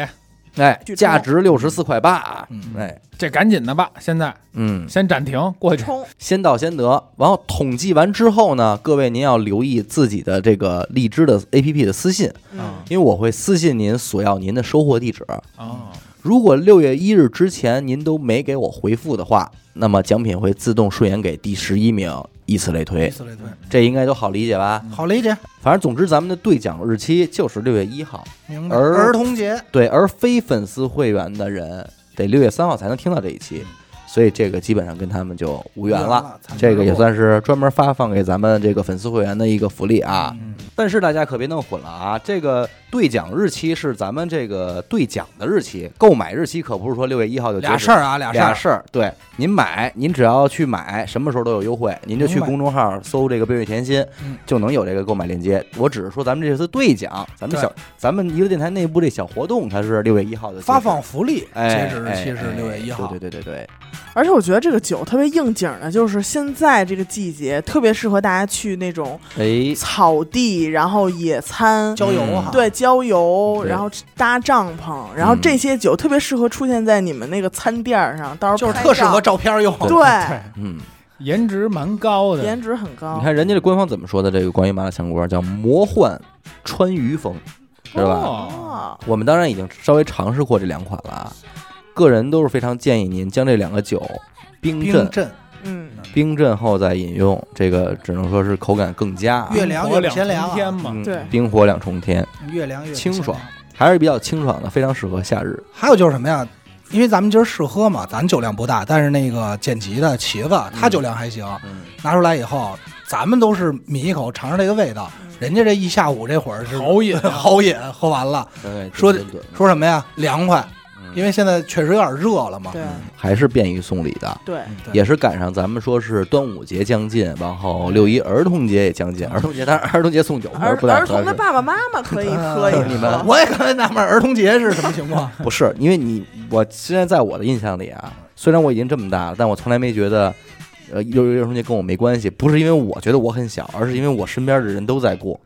Speaker 1: 哎，
Speaker 3: 巨
Speaker 1: 价值六十四块八，
Speaker 2: 嗯
Speaker 1: 哎，
Speaker 4: 这赶紧的吧，现在
Speaker 1: 嗯，
Speaker 4: 先暂停过去。
Speaker 3: 冲
Speaker 1: 先到先得。然后统计完之后呢，各位您要留意自己的这个荔枝的 APP 的私信，
Speaker 4: 啊
Speaker 3: 嗯
Speaker 1: 因为我会私信您索要您的收货地址。
Speaker 2: 嗯
Speaker 4: 哦，
Speaker 1: 如果六月一日之前您都没给我回复的话，那么奖品会自动顺延给第十一名，以此类
Speaker 2: 以
Speaker 1: 推。
Speaker 2: 此类推，
Speaker 1: 这应该都好理解吧？
Speaker 2: 好理解，
Speaker 1: 反正总之，咱们的兑奖日期就是六月一号。
Speaker 2: 明白。
Speaker 1: 儿
Speaker 2: 儿童节
Speaker 1: 对，而非粉丝会员的人得六月三号才能听到这一期，所以这个基本上跟他们就无缘了。，
Speaker 2: 惨
Speaker 1: 这个也
Speaker 2: 不
Speaker 1: 算是专门发放给咱们这个粉丝会员的一个福利啊。
Speaker 2: 嗯
Speaker 1: 但是大家可别弄混了啊！这个兑奖日期是咱们这个兑奖的日期，购买日期可不是说六月一号就
Speaker 2: 俩
Speaker 1: 结束
Speaker 2: 事儿啊，俩事
Speaker 1: 俩
Speaker 2: 儿，
Speaker 1: 事儿。对，您买，您只要去买，什么时候都有优惠，您就去
Speaker 2: 明白
Speaker 1: 公众号搜这个“贝瑞甜心
Speaker 2: 嗯”，
Speaker 1: 就能有这个购买链接。我只是说咱们这次兑奖，咱们
Speaker 2: 对
Speaker 1: 小咱们娱乐电台内部这小活动，它是六月一号的
Speaker 2: 发放。福利，
Speaker 1: 哎
Speaker 2: 截止日期是
Speaker 1: 哎
Speaker 2: 六月一号。
Speaker 1: 对对对对对，
Speaker 3: 而且我觉得这个酒特别应景的，就是现在这个季节特别适合大家去那种
Speaker 1: 哎，
Speaker 3: 草地，然后野餐，
Speaker 2: 郊游
Speaker 1: 嗯
Speaker 2: 哈，
Speaker 3: 对，郊游，
Speaker 1: 对
Speaker 3: 然后搭帐篷，然后
Speaker 1: 嗯
Speaker 3: 这些酒特别适合出现在你们那个餐垫儿上，到时
Speaker 2: 就是
Speaker 3: 候拍
Speaker 2: 特适合
Speaker 3: 照
Speaker 2: 照片用。
Speaker 3: 对，
Speaker 1: 嗯，
Speaker 4: 颜值蛮高的，
Speaker 3: 颜值很高。
Speaker 1: 你看人家这官方怎么说的？这个关于麻辣香锅叫魔幻川渝风，是吧？
Speaker 4: 哦，
Speaker 3: 哦，
Speaker 1: 我们当然已经稍微尝试过这两款了，啊，个人都是非常建议您将这两个酒冰
Speaker 2: 冰
Speaker 1: 镇
Speaker 2: 镇
Speaker 3: 嗯，
Speaker 1: 冰镇后再饮用，这个只能说是口感更佳啊，
Speaker 2: 月亮
Speaker 4: 火
Speaker 2: 月
Speaker 4: 两
Speaker 2: 前凉
Speaker 4: 重
Speaker 2: 啊
Speaker 4: 天嘛，
Speaker 1: 嗯
Speaker 3: 对
Speaker 1: 冰火两重天，
Speaker 2: 月亮月
Speaker 1: 清
Speaker 2: 清
Speaker 1: 爽。还是比较清爽的，非常适合夏日。
Speaker 2: 还有就是什么呀？因为咱们今儿试喝嘛，咱酒量不大，但是那个剪辑的茄子他酒量还行，
Speaker 1: 嗯，
Speaker 2: 拿出来以后，咱们都是抿一口尝尝这个味道，
Speaker 3: 嗯
Speaker 2: 人家这一下午这会儿是
Speaker 4: 好饮啊
Speaker 2: 好饮，喝完了
Speaker 1: 嗯
Speaker 2: 说的说什么呀？凉快，因
Speaker 1: 为
Speaker 2: 为现在确实有点热了嘛。
Speaker 3: 对
Speaker 1: 还是便于送礼的。
Speaker 3: 对，
Speaker 2: 嗯对
Speaker 1: 也是赶上咱们说是端午节将近，然后六一儿童节也将近。儿童节当然儿童节送酒还
Speaker 3: 儿
Speaker 1: 是不太
Speaker 3: 儿
Speaker 1: 合
Speaker 3: 童的啊
Speaker 1: 适，
Speaker 3: 爸爸妈妈可以喝一喝，
Speaker 1: 你们
Speaker 2: 我也刚才纳闷，儿童节是什么情 况？
Speaker 1: 不是因为你我现在在我的印象里啊，虽然我已经这么大了，但我从来没觉得。呃，六一儿童节跟我没关系，不是因为我觉得我很小，而是因为我身边的人都在 过，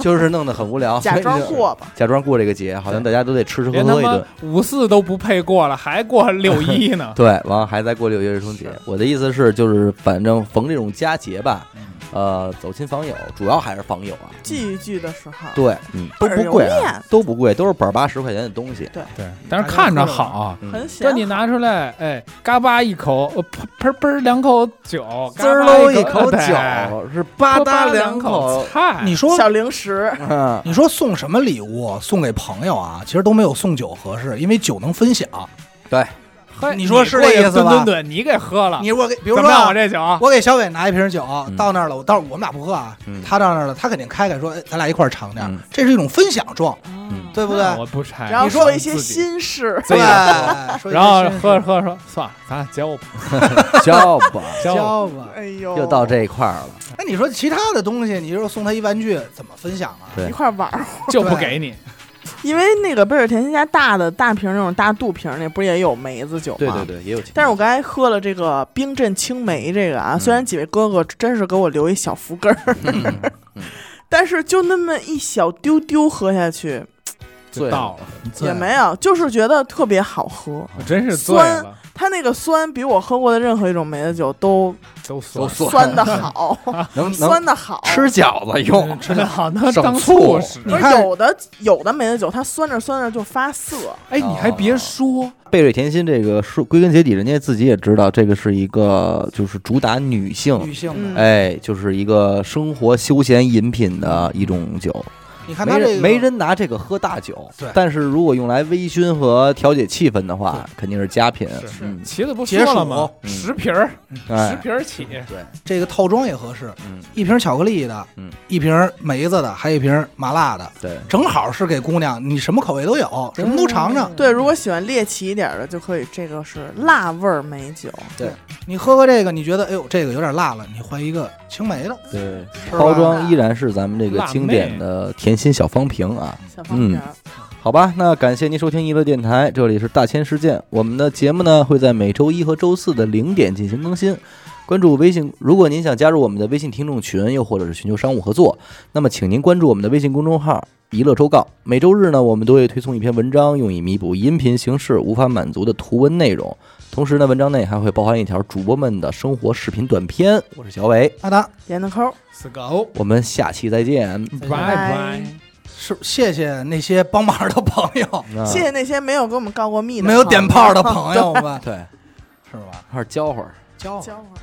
Speaker 1: 就是弄得很无聊，
Speaker 3: 假装
Speaker 1: 所以就
Speaker 3: 过吧。
Speaker 1: 假装过这个节，好像大家都得吃吃喝
Speaker 4: 连
Speaker 1: 喝
Speaker 4: 他
Speaker 1: 一顿
Speaker 4: 妈。五四都不配过了，还过六一呢。
Speaker 1: 对，完了还在过六一儿童节。我的意思是，就是反正逢这种佳节吧，呃，走亲访友，主要还是访友啊。
Speaker 3: 聚一聚的时候，
Speaker 1: 对，嗯，都
Speaker 3: 本儿
Speaker 1: 不贵、
Speaker 3: 有
Speaker 1: 啊
Speaker 3: 面，
Speaker 1: 都不贵，都是本儿八十块钱的东西。
Speaker 4: 对，但是看着好，啊
Speaker 1: 嗯
Speaker 3: 很显
Speaker 4: 这你拿出来，哎，嘎巴一口，呃噗噗噗两口酒，
Speaker 1: 滋儿喽一口
Speaker 4: 嘎巴一口，
Speaker 1: 酒，是
Speaker 4: 对
Speaker 1: 吧
Speaker 4: 啪嗒
Speaker 1: 嗒
Speaker 4: 两
Speaker 1: 口。
Speaker 4: 菜。
Speaker 2: 你说哦
Speaker 3: 小零食，
Speaker 1: 嗯，
Speaker 2: 你说送什么礼物送给朋友啊？其实都没有送酒合适，因为酒能分享。
Speaker 1: 对，
Speaker 4: 嘿
Speaker 2: 你说是这意思吧
Speaker 4: 对对对，你给喝了，
Speaker 2: 你我给，比
Speaker 4: 比
Speaker 2: 如说
Speaker 4: 我
Speaker 2: 啊
Speaker 4: 这酒，
Speaker 2: 我给小伟拿一瓶酒，到那儿了，我到时候我们俩不喝啊
Speaker 1: 嗯，
Speaker 2: 他到那儿了，他肯定开开说，哎，咱俩一块儿尝点
Speaker 1: 嗯
Speaker 2: 儿，这是一种分享状， 对不对？
Speaker 4: 啊那我不
Speaker 1: 哎
Speaker 4: 拆，
Speaker 3: 然后
Speaker 4: 你说
Speaker 3: 说一些
Speaker 4: 自己。
Speaker 3: 心事，
Speaker 4: 自己
Speaker 2: 对，说一些
Speaker 4: 然后
Speaker 2: 真实
Speaker 4: 喝着喝着说，算了，咱俩交吧，
Speaker 1: 交吧，
Speaker 4: 吧。
Speaker 2: 交吧。
Speaker 3: 哎呦，
Speaker 1: 又到这一块儿了。
Speaker 2: 那你说其他的东西，你就送他一玩具，怎么分享啊？
Speaker 1: 对
Speaker 3: 一块儿玩儿，
Speaker 4: 就不给你，
Speaker 3: 因为那个贝尔甜心家大的大瓶儿那种大肚瓶儿那不是也有梅子酒吗？
Speaker 1: 对对对，也有钱。
Speaker 3: 但是我刚才喝了这个冰镇青梅这个啊，虽
Speaker 1: 嗯
Speaker 3: 然几位哥哥真是给我留一小福根儿，
Speaker 1: 嗯
Speaker 3: 但是就那么一小丢丢喝下去
Speaker 4: 就到了，
Speaker 3: 也没有，就是觉得特别好喝。
Speaker 4: 我真是醉了，
Speaker 3: 它那个酸比我喝过的任何一种梅子酒都
Speaker 4: 都酸了
Speaker 1: 都酸
Speaker 3: 酸的好，
Speaker 1: 能
Speaker 3: 酸
Speaker 1: 能
Speaker 3: 的 好。
Speaker 1: 吃饺子用，
Speaker 4: 真的好，那
Speaker 1: 省
Speaker 4: 当
Speaker 1: 醋
Speaker 4: 醋使。
Speaker 2: 你
Speaker 3: 而
Speaker 2: 看
Speaker 3: 有的有的梅子酒，它酸着酸着就发涩，
Speaker 4: 哎，你还别说，
Speaker 1: 贝瑞甜心这个说，归根结底，人家自己也知道，这个是一个就是主打女性，
Speaker 2: 女性的，
Speaker 3: 嗯
Speaker 1: 哎，就是一个生活休闲饮品的一种酒。
Speaker 2: 你看
Speaker 1: 没
Speaker 2: 他这
Speaker 1: 人
Speaker 2: 个
Speaker 1: 没人拿这个喝大酒
Speaker 2: 对，
Speaker 1: 但是如果用来微醺和调节气氛的话，肯定是佳品。
Speaker 4: 是
Speaker 1: 嗯，
Speaker 4: 旗子不
Speaker 2: 解
Speaker 4: 说
Speaker 2: 暑
Speaker 4: 了吗？
Speaker 1: 嗯
Speaker 4: 十瓶儿，十
Speaker 1: 哎，
Speaker 4: 瓶儿起，
Speaker 2: 这个套装也合适，
Speaker 1: 嗯
Speaker 2: 一瓶巧克力的，
Speaker 1: 嗯
Speaker 2: 一瓶梅子的，还有一瓶麻辣的，
Speaker 1: 对，
Speaker 2: 正好是给姑娘，你什么口味都有，什么都尝尝。
Speaker 3: 对，如果喜欢猎奇一点儿的，就可以这个是辣味儿梅酒，
Speaker 2: 你喝喝这个，你觉得哎呦这个有点辣了，你换一个青梅的，
Speaker 1: 对，
Speaker 2: 是吧
Speaker 1: 包装依然是咱们这个
Speaker 4: 辣妹
Speaker 1: 经典的甜心小方瓶啊。
Speaker 3: 小方瓶
Speaker 1: 嗯
Speaker 3: 儿。
Speaker 1: 好吧，那感谢您收听娱乐电台，这里是大千世界。我们的节目呢会在每周一和周四的零点进行更新。关注微信，如果您想加入我们的微信听众群，又或者是寻求商务合作，那么请您关注我们的微信公众号“娱乐周告”。每周日呢，我们都会推送一篇文章，用以弥补音频形式无法满足的图文内容。同时呢，文章内还会包含一条主播们的生活视频短片。我是小伟，
Speaker 2: 阿达
Speaker 3: 点的抠，
Speaker 4: 死狗，
Speaker 1: 我们下期再见。
Speaker 4: 拜
Speaker 3: 拜
Speaker 4: 拜。
Speaker 2: 是谢谢那些帮忙的朋友，
Speaker 1: 那
Speaker 3: 谢谢那些没有给我们告过密的，
Speaker 2: 没有点炮的朋友们，
Speaker 1: 对，
Speaker 2: 是吧？
Speaker 1: 还是教会儿。
Speaker 2: 交
Speaker 3: 交会儿。